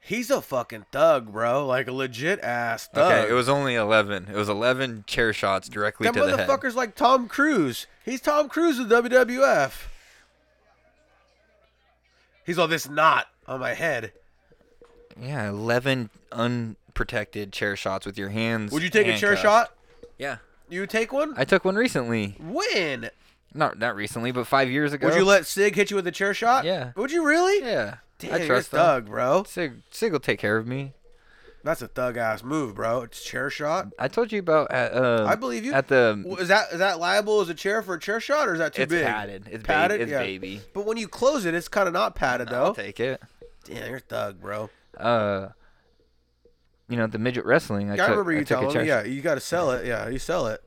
Speaker 1: He's a fucking thug, bro. Like a legit ass thug.
Speaker 2: Okay, it was only 11. It was 11 chair shots directly
Speaker 1: that
Speaker 2: to the head.
Speaker 1: motherfucker's like Tom Cruise. He's Tom Cruise of WWF. He's all this knot on my head.
Speaker 2: Yeah, 11 unprotected chair shots with your hands.
Speaker 1: Would you take a chair
Speaker 2: handcuffed.
Speaker 1: shot?
Speaker 2: Yeah.
Speaker 1: You would take one?
Speaker 2: I took one recently.
Speaker 1: When?
Speaker 2: Not not recently, but 5 years ago.
Speaker 1: Would you let Sig hit you with a chair shot?
Speaker 2: Yeah.
Speaker 1: Would you really?
Speaker 2: Yeah.
Speaker 1: Damn,
Speaker 2: I trust
Speaker 1: you're a
Speaker 2: them.
Speaker 1: thug, bro.
Speaker 2: Sig, Sig will take care of me.
Speaker 1: That's a thug ass move, bro. It's chair shot.
Speaker 2: I told you about at uh
Speaker 1: I believe you.
Speaker 2: at the
Speaker 1: W- is that is that liable as a chair for a chair shot, or is that too
Speaker 2: It's
Speaker 1: big?
Speaker 2: padded. It's ba- it's baby.
Speaker 1: But when you close it, it's kind of not padded
Speaker 2: I'll
Speaker 1: though.
Speaker 2: take it.
Speaker 1: Damn, you're a thug, bro.
Speaker 2: Uh you know, at the midget wrestling. I,
Speaker 1: Yeah, I
Speaker 2: took,
Speaker 1: remember
Speaker 2: I
Speaker 1: you
Speaker 2: took a
Speaker 1: telling
Speaker 2: chair
Speaker 1: me. Yeah, you got to sell it. Yeah, you sell it.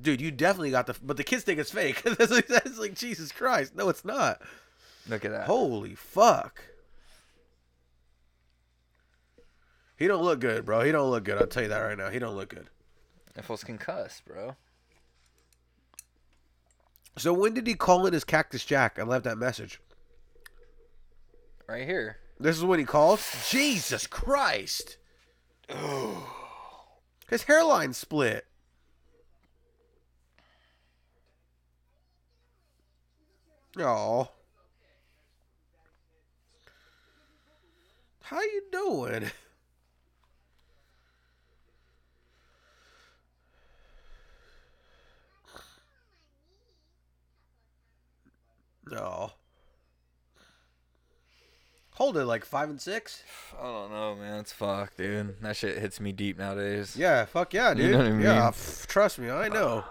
Speaker 1: Dude, you definitely got the. But the kids think it's fake. that's, like, that's like Jesus Christ. No, it's not.
Speaker 2: Look at that.
Speaker 1: Holy fuck. He don't look good, bro. He don't look good. I'll tell you that right now. He don't look good.
Speaker 2: That fool's concussed, bro.
Speaker 1: So when did he call in his Cactus Jack and left that message?
Speaker 2: Right here.
Speaker 1: This is when he calls. Jesus Christ. His hairline split. Oh. How you doing? No. Hold it like five and six.
Speaker 2: I don't know, man. It's fuck, dude. That shit hits me deep nowadays.
Speaker 1: Yeah, fuck yeah, dude.
Speaker 2: know what I
Speaker 1: Yeah,
Speaker 2: mean?
Speaker 1: f- trust me, I know.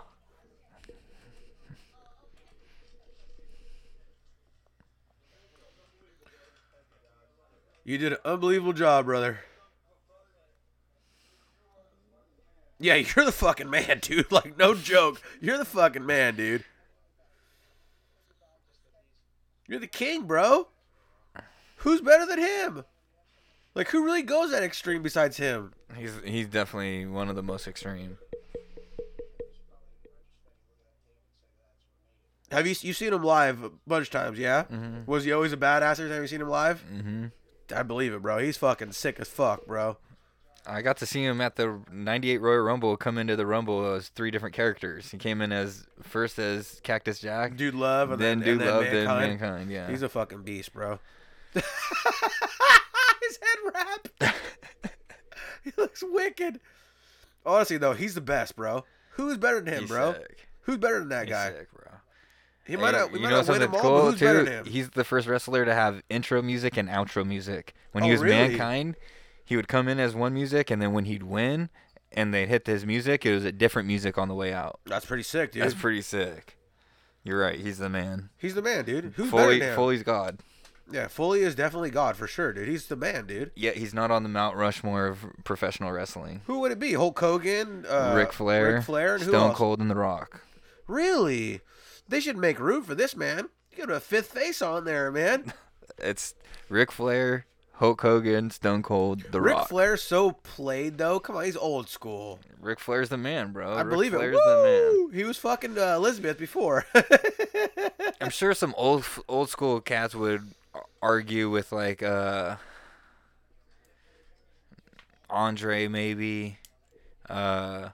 Speaker 1: You did an unbelievable job, brother. Yeah, you're the fucking man, dude. Like, no joke. You're the fucking man, dude. You're the king, bro. Who's better than him? Like, who really goes that extreme besides him?
Speaker 2: He's he's definitely one of the most extreme.
Speaker 1: Have you you seen him live a bunch of times? Yeah.
Speaker 2: Mm-hmm.
Speaker 1: Was he always a badass every time you seen him live?
Speaker 2: Mm.
Speaker 1: Mm-hmm. I believe it, bro. He's fucking sick as fuck, bro.
Speaker 2: I got to see him at the 98 Royal Rumble come into the Rumble as three different characters. He came in as first as Cactus Jack,
Speaker 1: Dude, love and
Speaker 2: then
Speaker 1: then,
Speaker 2: Dude
Speaker 1: and
Speaker 2: Love,
Speaker 1: then
Speaker 2: then
Speaker 1: mankind.
Speaker 2: Mankind. Yeah.
Speaker 1: He's a fucking beast, bro. His head wrap. he looks wicked. Honestly, though, he's the best, bro. Who's better than him,
Speaker 2: He's
Speaker 1: bro?
Speaker 2: sick.
Speaker 1: Who's better than that
Speaker 2: He's
Speaker 1: guy?
Speaker 2: sick, bro.
Speaker 1: He might
Speaker 2: Hey,
Speaker 1: have. We
Speaker 2: you
Speaker 1: might
Speaker 2: know
Speaker 1: have win
Speaker 2: something
Speaker 1: them all.
Speaker 2: cool
Speaker 1: but who's better
Speaker 2: too?
Speaker 1: than him?
Speaker 2: He's the first wrestler to have intro music and outro music. When he
Speaker 1: Oh,
Speaker 2: was
Speaker 1: really?
Speaker 2: Mankind, he would come in as one music, and then when he'd win, and they'd hit his music, it was a different music on the way out.
Speaker 1: That's pretty sick, dude.
Speaker 2: That's pretty sick. You're right. He's the man.
Speaker 1: he's the man, dude. Who's
Speaker 2: Foley,
Speaker 1: better than him?
Speaker 2: Foley's God.
Speaker 1: Yeah, Foley is definitely God for sure, dude. He's the man, dude.
Speaker 2: Yet he's not on the Mount Rushmore of professional wrestling.
Speaker 1: Who would it be? Hulk Hogan, uh,
Speaker 2: Ric Flair,
Speaker 1: Ric Flair, and who
Speaker 2: Stone
Speaker 1: else?
Speaker 2: Cold, and The Rock.
Speaker 1: Really? They should make room for this man. You got a fifth face on there, man.
Speaker 2: It's Ric Flair, Hulk Hogan, Stone Cold, The
Speaker 1: Ric
Speaker 2: Rock.
Speaker 1: Flair's so played though. Come on, he's old school.
Speaker 2: Ric Flair's the man, bro.
Speaker 1: I
Speaker 2: Ric
Speaker 1: believe
Speaker 2: Flair's
Speaker 1: it.
Speaker 2: the man.
Speaker 1: Woo! He was fucking uh, Elizabeth before.
Speaker 2: I'm sure some old old school cats would argue with like uh Andre maybe uh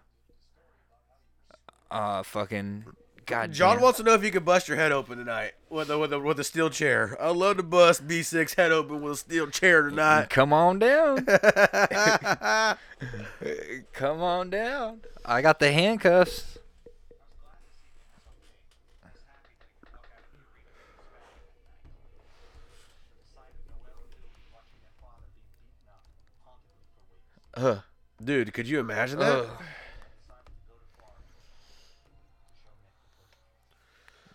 Speaker 2: uh fucking god
Speaker 1: John
Speaker 2: damn-
Speaker 1: wants to know if you can bust your head open tonight with a, with a, with a steel chair. I love to bust B6 head open with a steel chair tonight.
Speaker 2: come on down come on down I got the handcuffs
Speaker 1: Dude, could you imagine that?
Speaker 2: Ugh.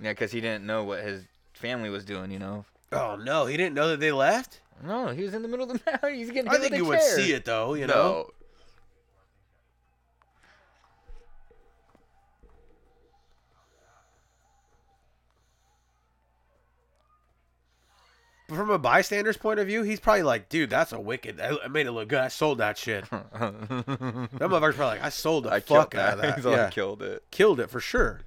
Speaker 2: yeah cuz he didn't know what his family was doing you know
Speaker 1: Oh no, he didn't know that they left.
Speaker 2: no he was in the middle of the he's getting
Speaker 1: I
Speaker 2: hit
Speaker 1: think
Speaker 2: with a
Speaker 1: you would
Speaker 2: chair.
Speaker 1: see it though. You know,
Speaker 2: no
Speaker 1: But from a bystander's point of view, he's probably like, "Dude, that's a wicked. I, I made it look good. I sold that shit." that motherfucker's probably like, "I sold the
Speaker 2: killed
Speaker 1: fuck out of that.
Speaker 2: He's
Speaker 1: yeah.
Speaker 2: like, killed it.
Speaker 1: killed it for sure."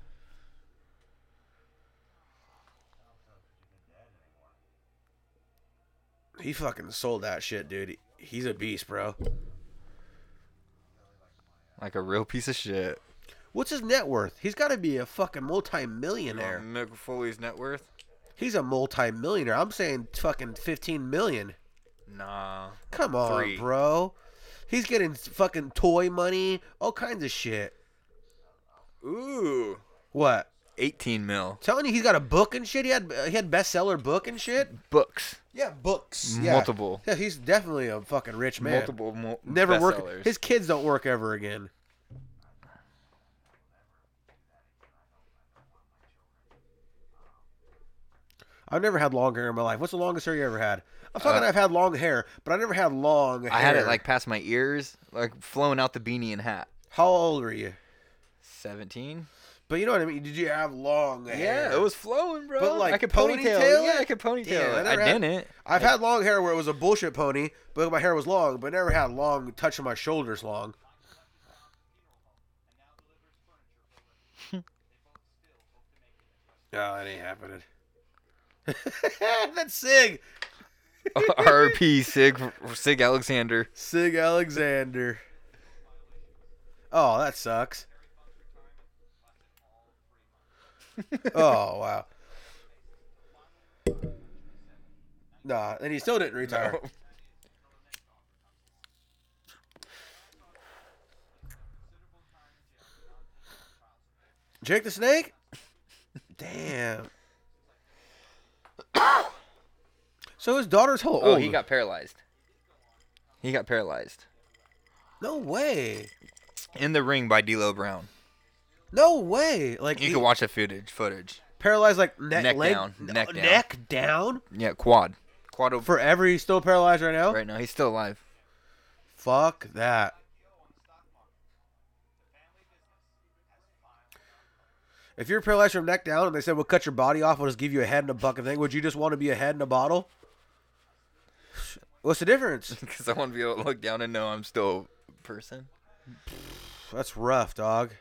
Speaker 1: He fucking sold that shit, dude. He- He's a beast, bro.
Speaker 2: Like a real piece of shit.
Speaker 1: What's his net worth? He's got to be a fucking multi-millionaire.
Speaker 2: Mick Foley's net worth?
Speaker 1: He's a multi-millionaire. I'm saying fucking 15 million.
Speaker 2: Nah.
Speaker 1: Come on,
Speaker 2: Three.
Speaker 1: bro. He's getting fucking toy money, all kinds of shit.
Speaker 2: Ooh.
Speaker 1: What?
Speaker 2: 18 mil.
Speaker 1: Telling you, he's got a book and shit. He had uh, he had bestseller book and shit.
Speaker 2: Books.
Speaker 1: Yeah, books.
Speaker 2: Multiple.
Speaker 1: Yeah, he's definitely a fucking rich man.
Speaker 2: Multiple mo-
Speaker 1: Never work.
Speaker 2: bestsellers.
Speaker 1: His kids don't work ever again. I've never had long hair in my life. What's the longest hair you ever had? I'm talking. I've had long hair, but I never had long.
Speaker 2: Uh, I had it
Speaker 1: hair.
Speaker 2: like past my ears, like flowing out the beanie and hat.
Speaker 1: How old were you?
Speaker 2: 17?
Speaker 1: But you know what I mean. Did you have long hair?
Speaker 2: it was flowing, bro.
Speaker 1: But, like,
Speaker 2: I could ponytail.
Speaker 1: ponytail
Speaker 2: it. Yeah,
Speaker 1: it?
Speaker 2: I could ponytail.
Speaker 1: Yeah, I
Speaker 2: it. I,
Speaker 1: never had-
Speaker 2: didn't.
Speaker 1: I've had long hair where it was a bullshit pony, but my hair was long, but never had long touching my shoulders long. no, that Oh, ain't happening. That's Sig.
Speaker 2: RP Sig Sig Alexander.
Speaker 1: Sig Alexander. Oh, that sucks. oh wow. Nah, and he still didn't retire. Jake the Snake? Damn. so his daughter's how old?
Speaker 2: Oh, he got paralyzed. He got paralyzed.
Speaker 1: no way.
Speaker 2: In the ring by D'Lo Brown.
Speaker 1: No way. Like
Speaker 2: You
Speaker 1: he-
Speaker 2: can watch the footage. Footage.
Speaker 1: paralyzed like neck,
Speaker 2: Neck
Speaker 1: leg,
Speaker 2: down, neck down.
Speaker 1: neck down
Speaker 2: Yeah, quad. Quad over.
Speaker 1: forever. He's still paralyzed right now.
Speaker 2: Right now, he's still alive.
Speaker 1: Fuck that. If you're paralyzed from neck down and they said we'll cut your body off, we'll just give you a head and a bucket thing, would you just want to be a head in a bottle? What's the difference?
Speaker 2: Because I want to be able to look down and know I'm still a person.
Speaker 1: That's rough, dog.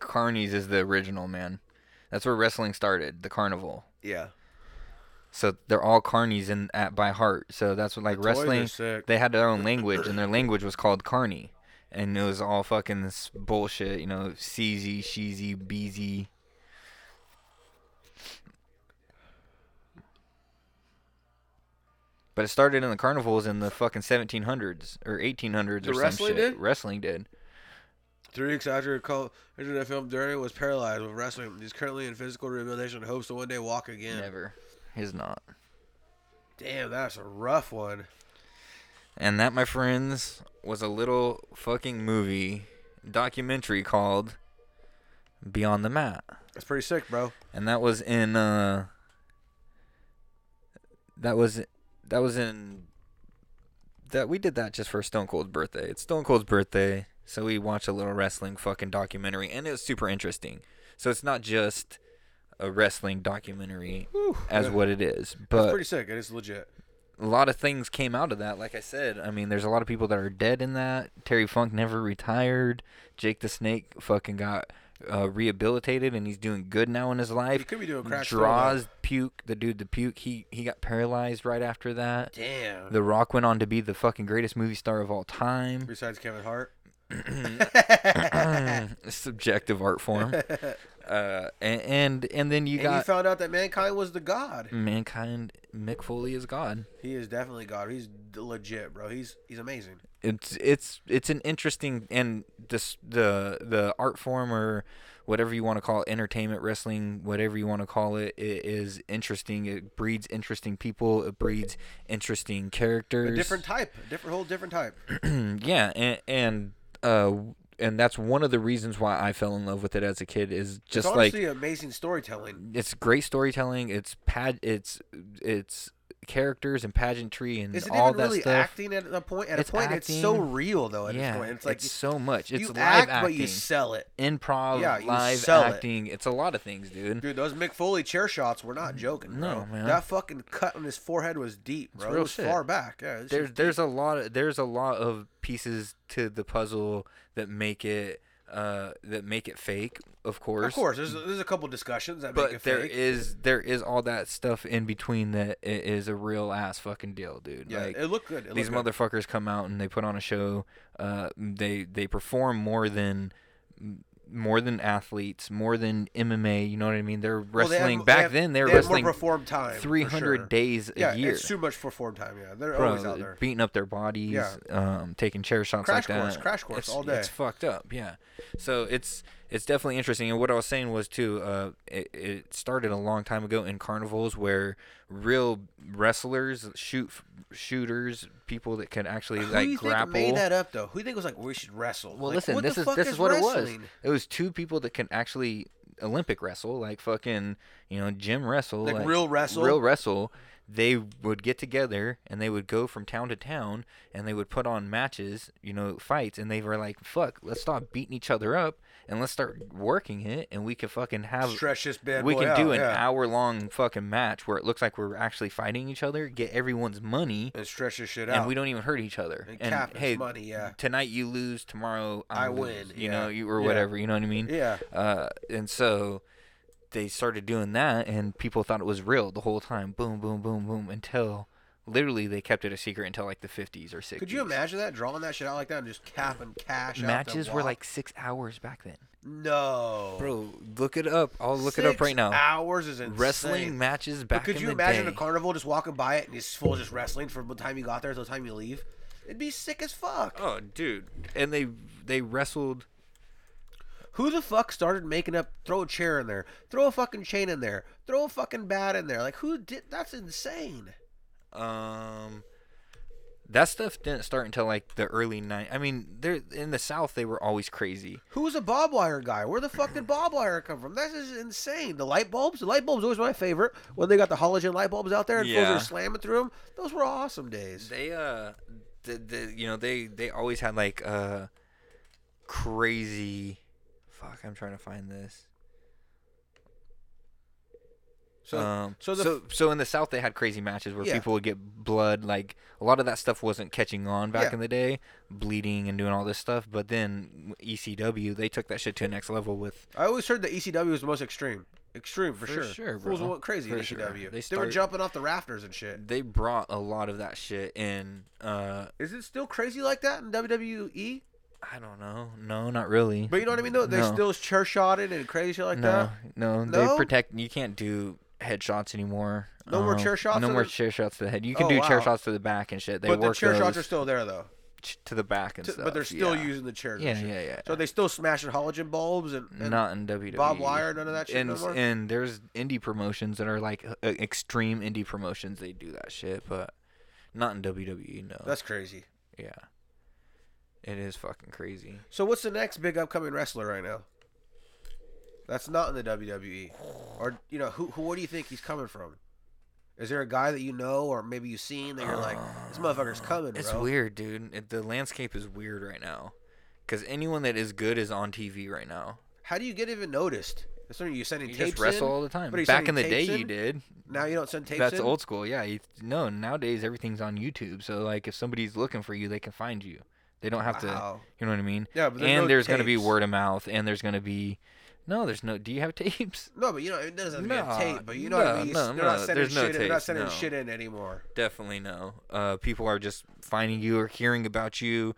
Speaker 2: Carnies is the original, man. That's where wrestling started, the carnival.
Speaker 1: Yeah.
Speaker 2: So they're all carnies in at by heart. So that's what like
Speaker 1: toys are
Speaker 2: wrestling.
Speaker 1: sick.
Speaker 2: They had their own language, and their language was called carny, and it was all fucking this bullshit, you know, CZ, sheezy, beezy. But it started in the carnivals in the fucking 1700s or 1800s
Speaker 1: The
Speaker 2: or some
Speaker 1: wrestling
Speaker 2: shit.
Speaker 1: did?
Speaker 2: Wrestling did.
Speaker 1: Three weeks after col- after the film, Durant was paralyzed with wrestling. He's currently in physical rehabilitation and hopes to one day walk again.
Speaker 2: Never. He's not.
Speaker 1: Damn, that's a rough one.
Speaker 2: And that, my friends, was a little fucking movie documentary called Beyond the Mat.
Speaker 1: That's pretty sick, bro.
Speaker 2: And that was in uh that was that was in that we did that just for Stone Cold's birthday. It's Stone Cold's birthday, so we watched a little wrestling fucking documentary and it was super interesting. So it's not just a wrestling documentary as
Speaker 1: yeah.
Speaker 2: what it is.
Speaker 1: That's
Speaker 2: But
Speaker 1: pretty sick. It is legit.
Speaker 2: a lot of things came out of that. Like I said, I mean, there's a lot of people that are dead in that. Terry Funk never retired. Jake the Snake fucking got uh, rehabilitated and he's doing good now in his life.
Speaker 1: He could be doing crack still, though.
Speaker 2: Draws puke. The dude, the puke. He he got paralyzed right after that.
Speaker 1: Damn.
Speaker 2: The Rock went on to be the fucking greatest movie star of all time.
Speaker 1: Besides Kevin Hart,
Speaker 2: Subjective art form. uh, and, and and then you
Speaker 1: and
Speaker 2: got
Speaker 1: you found out that mankind was the god.
Speaker 2: mankind. Mick Foley is God.
Speaker 1: He is definitely god. He's d- legit, bro. He's he's amazing.
Speaker 2: it's it's it's an interesting and this the the art form or whatever you want to call it entertainment wrestling whatever you want to call it it is interesting it breeds interesting people it breeds interesting
Speaker 1: A
Speaker 2: characters
Speaker 1: different type, a different whole different type.
Speaker 2: yeah and and uh and that's one of the reasons why I fell in love with it as a kid is
Speaker 1: It's
Speaker 2: just like
Speaker 1: honestly amazing storytelling.
Speaker 2: it's great storytelling it's pad it's it's characters and pageantry and
Speaker 1: Is it
Speaker 2: all
Speaker 1: even
Speaker 2: that
Speaker 1: really
Speaker 2: stuff
Speaker 1: acting at a point? At
Speaker 2: It's
Speaker 1: a point, it's so
Speaker 2: acting.
Speaker 1: real though. At
Speaker 2: yeah
Speaker 1: this point, it's like
Speaker 2: so much it's
Speaker 1: you
Speaker 2: live
Speaker 1: act,
Speaker 2: acting
Speaker 1: but you sell it.
Speaker 2: improv,
Speaker 1: Yeah, you
Speaker 2: live
Speaker 1: sell it.
Speaker 2: acting. It's a lot of things, dude.
Speaker 1: Dude, those Mick Foley chair shots were not joking, bro.
Speaker 2: Mm, No, man.
Speaker 1: That fucking cut on his forehead was deep, bro.
Speaker 2: real
Speaker 1: it was
Speaker 2: shit.
Speaker 1: far back. Yeah, this
Speaker 2: There's
Speaker 1: shit's
Speaker 2: there's a lot of there's a lot of pieces to the puzzle that make it uh that make it fake, of
Speaker 1: deep.
Speaker 2: course.
Speaker 1: of course. There's, there's a couple discussions that make
Speaker 2: But
Speaker 1: it
Speaker 2: there
Speaker 1: fake.
Speaker 2: is there is all that stuff in between that i- is a real ass fucking deal, dude.
Speaker 1: yeah,
Speaker 2: like,
Speaker 1: it looked good. It
Speaker 2: these
Speaker 1: looked good.
Speaker 2: motherfuckers come out and they put on a show. Uh, they they perform more than more than athletes, more than MMA. You know what I mean? They're
Speaker 1: Well, they
Speaker 2: wrestling
Speaker 1: had-
Speaker 2: back
Speaker 1: they had-
Speaker 2: then. They're
Speaker 1: they had
Speaker 2: wrestling
Speaker 1: more perform time. for
Speaker 2: 300
Speaker 1: sure.
Speaker 2: days a
Speaker 1: yeah,
Speaker 2: year.
Speaker 1: it's too much for form time. Yeah, they're
Speaker 2: Bro,
Speaker 1: always out there.
Speaker 2: beating up their bodies,
Speaker 1: Yeah.
Speaker 2: um, taking chair shots
Speaker 1: Crash
Speaker 2: like
Speaker 1: course,
Speaker 2: that.
Speaker 1: crash course
Speaker 2: it's,
Speaker 1: all day.
Speaker 2: It's fucked up, yeah. So it's it's definitely interesting. And what I was saying was too, uh, it, it started a long time ago in carnivals where real wrestlers, shoot shooters, people that can actually
Speaker 1: Who
Speaker 2: like
Speaker 1: do you
Speaker 2: grapple.
Speaker 1: think made that up though? Who do you think was like we should wrestle?
Speaker 2: Well,
Speaker 1: Like,
Speaker 2: listen.
Speaker 1: what
Speaker 2: This
Speaker 1: the
Speaker 2: is
Speaker 1: fuck
Speaker 2: this is, what it was.
Speaker 1: wrestling?
Speaker 2: It was two people that can actually Olympic wrestle, like fucking you know gym wrestle,
Speaker 1: Like real wrestle?
Speaker 2: real wrestle. They would get together and they would go from town to town and they would put on matches, you know, fights. And they were like, "Fuck, let's stop beating each other up and let's start working it, and we can fucking have
Speaker 1: Stretch this bad
Speaker 2: we
Speaker 1: boy
Speaker 2: can
Speaker 1: out,
Speaker 2: do an
Speaker 1: yeah.
Speaker 2: hour long fucking match where it looks like we're actually fighting each other, get everyone's money,
Speaker 1: And stretch this shit out.
Speaker 2: and we don't even hurt each other.
Speaker 1: Oh. And
Speaker 2: And,
Speaker 1: cap is
Speaker 2: hey,
Speaker 1: money, yeah.
Speaker 2: tonight you lose, tomorrow I,
Speaker 1: I
Speaker 2: lose,
Speaker 1: win,
Speaker 2: You
Speaker 1: yeah.
Speaker 2: know, you or
Speaker 1: Yeah.
Speaker 2: whatever. You know what I mean?
Speaker 1: Yeah.
Speaker 2: Uh, and so they started doing that, and people thought it was real the whole time. Boom, boom, boom, boom, until literally they kept it a secret until like the 50s or 60s.
Speaker 1: Could you imagine that drawing that shit out like that and just capping cash? out the
Speaker 2: Matches were
Speaker 1: wop?
Speaker 2: like six hours back then.
Speaker 1: no,
Speaker 2: Bro, look it up. I'll look it up
Speaker 1: Six
Speaker 2: right now.
Speaker 1: Hours is insane.
Speaker 2: Wrestling matches back
Speaker 1: But could
Speaker 2: in
Speaker 1: you
Speaker 2: the
Speaker 1: imagine
Speaker 2: day.
Speaker 1: a carnival just walking by it and it's full of just wrestling from the time you got there to the time you leave? It'd be sick as fuck.
Speaker 2: Oh, dude. And they they wrestled
Speaker 1: Who the fuck started making up? Throw a chair in there. Throw a fucking chain in there. Throw a fucking bat in there. Like who did? That's insane.
Speaker 2: Um, that stuff didn't start until like the early nine. I mean, they're in the South. They were always crazy.
Speaker 1: Who was a bob wire guy? Where the fuck did bob wire come from? This is insane. The light bulbs. The light bulbs always my favorite. When they got the halogen light bulbs out there and fools
Speaker 2: Yeah.
Speaker 1: are slamming through them. Those were awesome days.
Speaker 2: They uh, the, the you know they they always had like uh, crazy. Fuck, I'm trying to find this.
Speaker 1: So,
Speaker 2: um,
Speaker 1: so the
Speaker 2: so in the South they had crazy matches where
Speaker 1: Yeah.
Speaker 2: people would get blood. Like a lot of that stuff wasn't catching on back
Speaker 1: Yeah.
Speaker 2: in the day, bleeding and doing all this stuff. But then ECW they took that shit to a next level with
Speaker 1: I always heard that E ECW was the most extreme. Extreme for,
Speaker 2: For
Speaker 1: sure.
Speaker 2: sure,
Speaker 1: Fools
Speaker 2: bro.
Speaker 1: went crazy in
Speaker 2: For sure.
Speaker 1: ECW.
Speaker 2: They
Speaker 1: They, were
Speaker 2: start-
Speaker 1: jumping off the rafters and shit.
Speaker 2: they brought a lot of that shit in. Uh,
Speaker 1: Is it still crazy like that in WWE?
Speaker 2: I don't know. No, not really.
Speaker 1: But you know what I mean though? They
Speaker 2: No.
Speaker 1: still chair shotted and crazy shit like
Speaker 2: no,
Speaker 1: that.
Speaker 2: no, They
Speaker 1: No?
Speaker 2: protect. You can't do headshots anymore. Um,
Speaker 1: No more chair shots
Speaker 2: No
Speaker 1: to
Speaker 2: more
Speaker 1: the-
Speaker 2: chair shots to the head. You can
Speaker 1: Oh,
Speaker 2: do chair
Speaker 1: wow.
Speaker 2: shots to the back and shit. They
Speaker 1: but the
Speaker 2: work
Speaker 1: chair shots
Speaker 2: those.
Speaker 1: are still there though.
Speaker 2: ch- to the back and
Speaker 1: T-
Speaker 2: stuff.
Speaker 1: but they're still
Speaker 2: yeah.
Speaker 1: using the chair.
Speaker 2: Yeah,
Speaker 1: cushion.
Speaker 2: yeah, yeah.
Speaker 1: So they still smashing halogen bulbs and, and
Speaker 2: not in WWE.
Speaker 1: Bob Wire, none of that shit
Speaker 2: And
Speaker 1: no more?
Speaker 2: and there's indie promotions that are like uh, extreme indie promotions. They do that shit, but not in WWE. No,
Speaker 1: that's crazy.
Speaker 2: yeah. It is fucking crazy.
Speaker 1: So what's the next big upcoming wrestler right now? That's not in the WWE, or you know who who? Where do you think he's coming from? Is there a guy that you know, or maybe you've seen that you're like, this motherfucker's coming,
Speaker 2: It's
Speaker 1: bro?
Speaker 2: weird, dude. It- the landscape is weird right now, because anyone that is good is on TV right now.
Speaker 1: How do you get even noticed? That's when you sending
Speaker 2: You
Speaker 1: tapes
Speaker 2: just wrestle
Speaker 1: in?
Speaker 2: all the time.
Speaker 1: What are you
Speaker 2: Back in
Speaker 1: sending
Speaker 2: the day,
Speaker 1: tapes
Speaker 2: you
Speaker 1: in?
Speaker 2: did.
Speaker 1: Now you don't send tapes.
Speaker 2: That's
Speaker 1: in?
Speaker 2: old school. Yeah. You, no, nowadays everything's on YouTube. So like, if somebody's looking for you, they can find you. They don't have
Speaker 1: Wow.
Speaker 2: to. You know what I mean?
Speaker 1: Yeah, but there's
Speaker 2: and
Speaker 1: no
Speaker 2: there's gonna be
Speaker 1: tapes.
Speaker 2: word of mouth, and there's gonna be. No, there's no. Do you have tapes?
Speaker 1: No, but you know it doesn't have to be
Speaker 2: Nah,
Speaker 1: a tape. But you know what I
Speaker 2: nah,
Speaker 1: mean.
Speaker 2: nah,
Speaker 1: they're
Speaker 2: nah,
Speaker 1: not sending
Speaker 2: there's
Speaker 1: shit.
Speaker 2: no
Speaker 1: in, they're not
Speaker 2: tapes,
Speaker 1: sending
Speaker 2: no.
Speaker 1: shit in anymore.
Speaker 2: Definitely no. Uh, people are just finding you or hearing about you.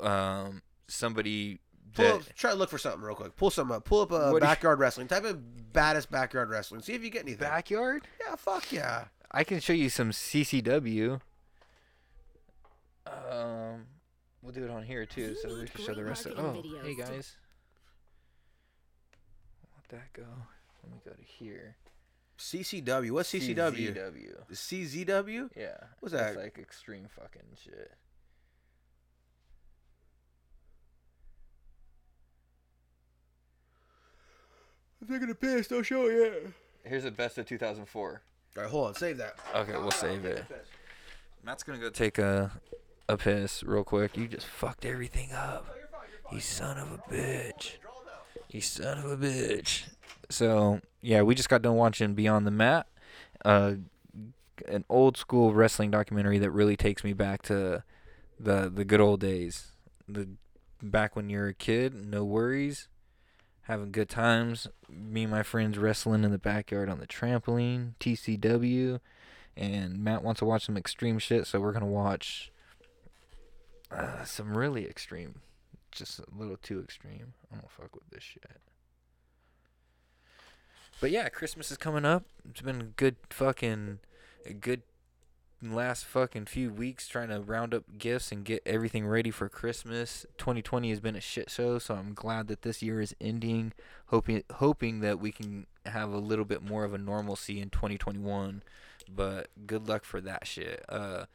Speaker 2: Um, somebody.
Speaker 1: Pull
Speaker 2: that-
Speaker 1: up, try to look for something real quick. Pull some up. Pull up a
Speaker 2: What do you-
Speaker 1: backyard wrestling. Type in baddest backyard wrestling. See if you get anything.
Speaker 2: backyard.
Speaker 1: Yeah, fuck yeah.
Speaker 2: I can show you some CCW. Um, we'll do it on here too, so we can show the rest of. Oh, hey guys. Let that go. Let me go to here.
Speaker 1: CCW. What's CCW?
Speaker 2: CZW.
Speaker 1: CZW?
Speaker 2: Yeah.
Speaker 1: What's
Speaker 2: it's
Speaker 1: that?
Speaker 2: like extreme fucking shit.
Speaker 1: I'm taking a piss. Don't show it yet.
Speaker 2: Here's the best of 2004.
Speaker 1: All right, hold on. Save that.
Speaker 2: Okay, we'll save it. Matt's gonna go take a a piss real quick. You just fucked everything up. You son of a bitch. You son of a bitch. So yeah, we just got done watching Beyond the Mat, uh, an old school wrestling documentary that really takes me back to the the good old days. The back when you're a kid, no worries, having good times. Me and my friends wrestling in the backyard on the trampoline, TCW and Matt wants to watch some extreme shit, so we're gonna watch uh, some really extreme, just a little too extreme. I don't fuck with this shit. But yeah, Christmas is coming up. It's been a good fucking, a good last fucking few weeks trying to round up gifts and get everything ready for Christmas. 2020 has been a shit show, so I'm glad that this year is ending. Hoping hoping that we can have a little bit more of a normalcy in 2021 but good luck for that shit. Uh,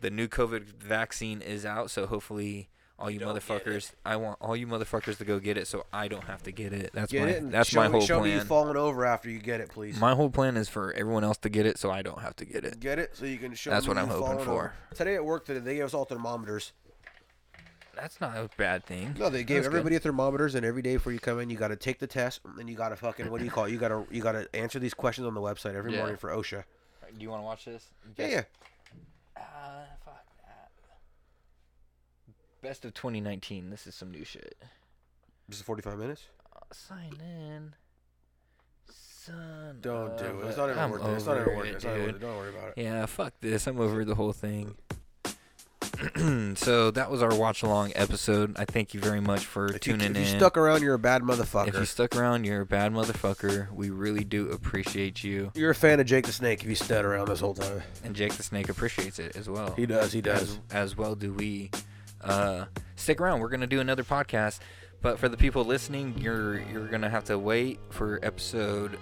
Speaker 2: the new COVID vaccine is out, so hopefully all you motherfuckers, I want all you motherfuckers to go get it, so I don't have to get it. That's
Speaker 1: Get
Speaker 2: my
Speaker 1: it. and
Speaker 2: that's
Speaker 1: show
Speaker 2: my
Speaker 1: me,
Speaker 2: whole
Speaker 1: show me you
Speaker 2: plan.
Speaker 1: falling over after you get it, please.
Speaker 2: My whole plan is for everyone else to get it, so I don't have to get it.
Speaker 1: Get it so you can show.
Speaker 2: That's
Speaker 1: me
Speaker 2: what I'm
Speaker 1: you
Speaker 2: hoping
Speaker 1: falling over. Today at work, today they gave us all thermometers.
Speaker 2: That's not a bad thing.
Speaker 1: No, they gave
Speaker 2: That's good.
Speaker 1: everybody thermometers, and every day before you come in, you got to take the test, and then you got to fucking what do you call it? You got to you got to answer these questions on the website every
Speaker 2: Yeah.
Speaker 1: morning for OSHA.
Speaker 2: Do you want to watch this?
Speaker 1: Yeah, yeah.
Speaker 2: Uh, fuck that. Best of 2019. This is some new shit.
Speaker 1: This is 45 minutes.
Speaker 2: Sign in. Son.
Speaker 1: Don't do
Speaker 2: of
Speaker 1: it. It's
Speaker 2: a-
Speaker 1: not even
Speaker 2: Uh, I'm
Speaker 1: worth it. It's not even
Speaker 2: over
Speaker 1: worth it. It's not even
Speaker 2: dude.
Speaker 1: worth it. Don't worry about it.
Speaker 2: Yeah, fuck this. I'm over the whole thing. so that was our watch along episode. I thank you very much for
Speaker 1: If you,
Speaker 2: tuning
Speaker 1: if
Speaker 2: in.
Speaker 1: you stuck around, you're a bad
Speaker 2: if you
Speaker 1: motherfucker.
Speaker 2: stuck around, you're a bad motherfucker. We really do appreciate you,
Speaker 1: You, are a fan of Jake the Snake. If you stuck around this whole time,
Speaker 2: and Jake the Snake appreciates it as well.
Speaker 1: he does. He does.
Speaker 2: As, as well do we. Uh, stick around. We're gonna do another podcast, but for the people listening, you're you're gonna have to wait for episode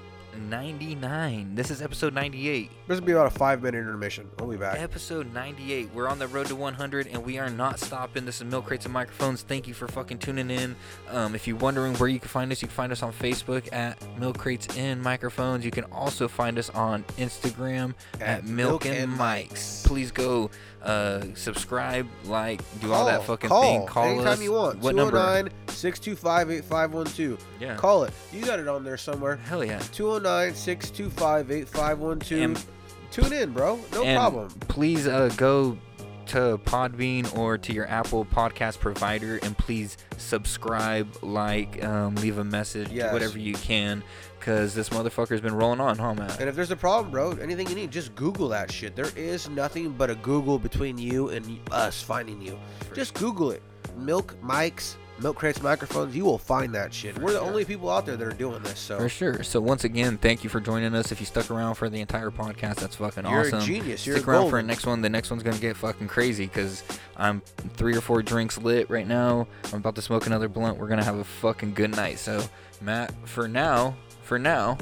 Speaker 2: 99. This is episode 98.
Speaker 1: This will be about a five minute intermission. We'll be back.
Speaker 2: Episode 98. We're on the road to 100 and we are not stopping. This is Milk Crates and Microphones. Thank you for fucking tuning in. Um, if you're wondering where you can find us, you can find us on Facebook at Milk Crates and Microphones. You can also find us on Instagram at, Milk, and Mics. Please go uh, subscribe, like, do all that fucking
Speaker 1: call.
Speaker 2: thing. Call
Speaker 1: Anytime
Speaker 2: us.
Speaker 1: you want. oh
Speaker 2: What number?
Speaker 1: 625 8512.
Speaker 2: Yeah.
Speaker 1: Call it. You got it on there somewhere.
Speaker 2: Hell yeah.
Speaker 1: 209 625 8512.
Speaker 2: And-
Speaker 1: Tune in, bro. No
Speaker 2: and
Speaker 1: problem.
Speaker 2: Please uh, go to Podbean or to your Apple podcast provider and please subscribe, like, um, leave a message, do
Speaker 1: Yes.
Speaker 2: whatever you can, because this motherfucker's been rolling on, huh, Matt?
Speaker 1: And if there's a problem, bro, anything you need, just Google that shit. There is nothing but a Google between you and us finding you. Just Google it. Milk mics, milk crates, microphones. You will find that shit. We're the only people out there that are doing this. So
Speaker 2: For sure. So once again, thank you for joining us. If you stuck around for the entire podcast, that's fucking
Speaker 1: You're a
Speaker 2: awesome.
Speaker 1: genius. You're
Speaker 2: Stick
Speaker 1: a
Speaker 2: around for
Speaker 1: golden.
Speaker 2: the next one. The next one's gonna get fucking crazy because I'm three or four drinks lit right now. I'm about to smoke another blunt. We're gonna have a fucking good night. So, Matt, for now, for now,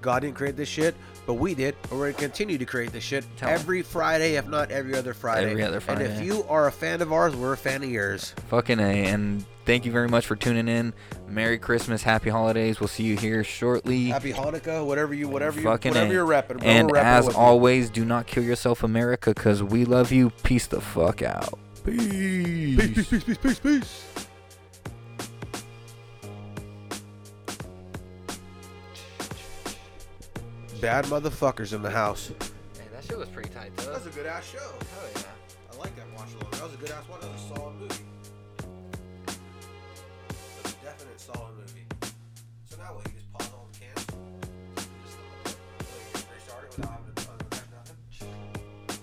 Speaker 1: God didn't create this shit, but we did, and we're gonna continue to create this shit
Speaker 2: Tell 'em.
Speaker 1: every Friday, if not every other Friday.
Speaker 2: Every other
Speaker 1: And if
Speaker 2: Friday.
Speaker 1: you are a fan of ours, we're a fan of yours.
Speaker 2: fucking a. And thank you very much for tuning in. Merry Christmas, happy holidays. We'll see you here shortly.
Speaker 1: Happy Hanukkah, whatever you, whatever you,
Speaker 2: Fucking
Speaker 1: whatever
Speaker 2: A.
Speaker 1: you're repping. bro,
Speaker 2: And
Speaker 1: we're repping
Speaker 2: as
Speaker 1: with you.
Speaker 2: always, do not kill yourself, America, because we love you. Peace the fuck out. Peace.
Speaker 1: peace, peace, peace, peace, peace. Bad motherfuckers in the house.
Speaker 9: Hey, that shit was pretty tight, though.
Speaker 1: a good ass show.
Speaker 9: Hell yeah.
Speaker 1: I like that watch along. That was a good ass watch. That was a solid movie. That was a definite solid movie. So now what? You just pause all the cans? Just like, restart it without having to unmatch nothing?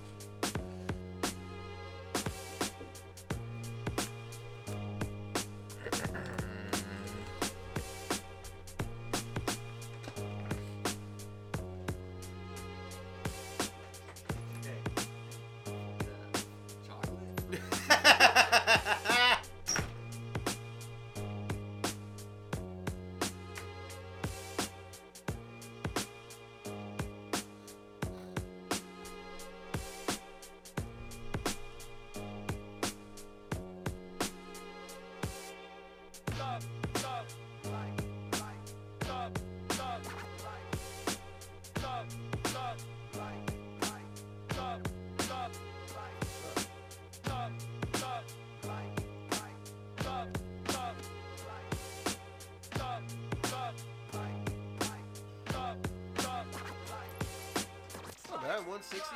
Speaker 1: Not bad, 160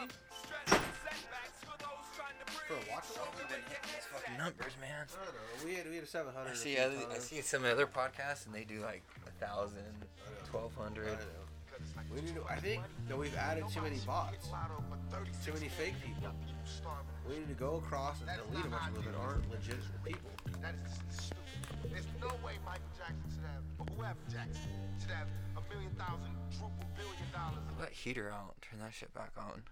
Speaker 1: for a watch along.
Speaker 9: Numbers, man.
Speaker 1: I don't know. We had we had a 700.
Speaker 9: I see, other, I see some other podcasts and they do like a thousand, twelve hundred.
Speaker 1: We need to, I think that we've added too many bots, too many fake people. We need to go across and delete a bunch of people that aren't legitimate people.
Speaker 10: That is stupid. There's no way Michael Jackson should have, or whoever Jackson should have, a million thousand, triple billion dollars.
Speaker 9: That heater out. Turn that shit back on.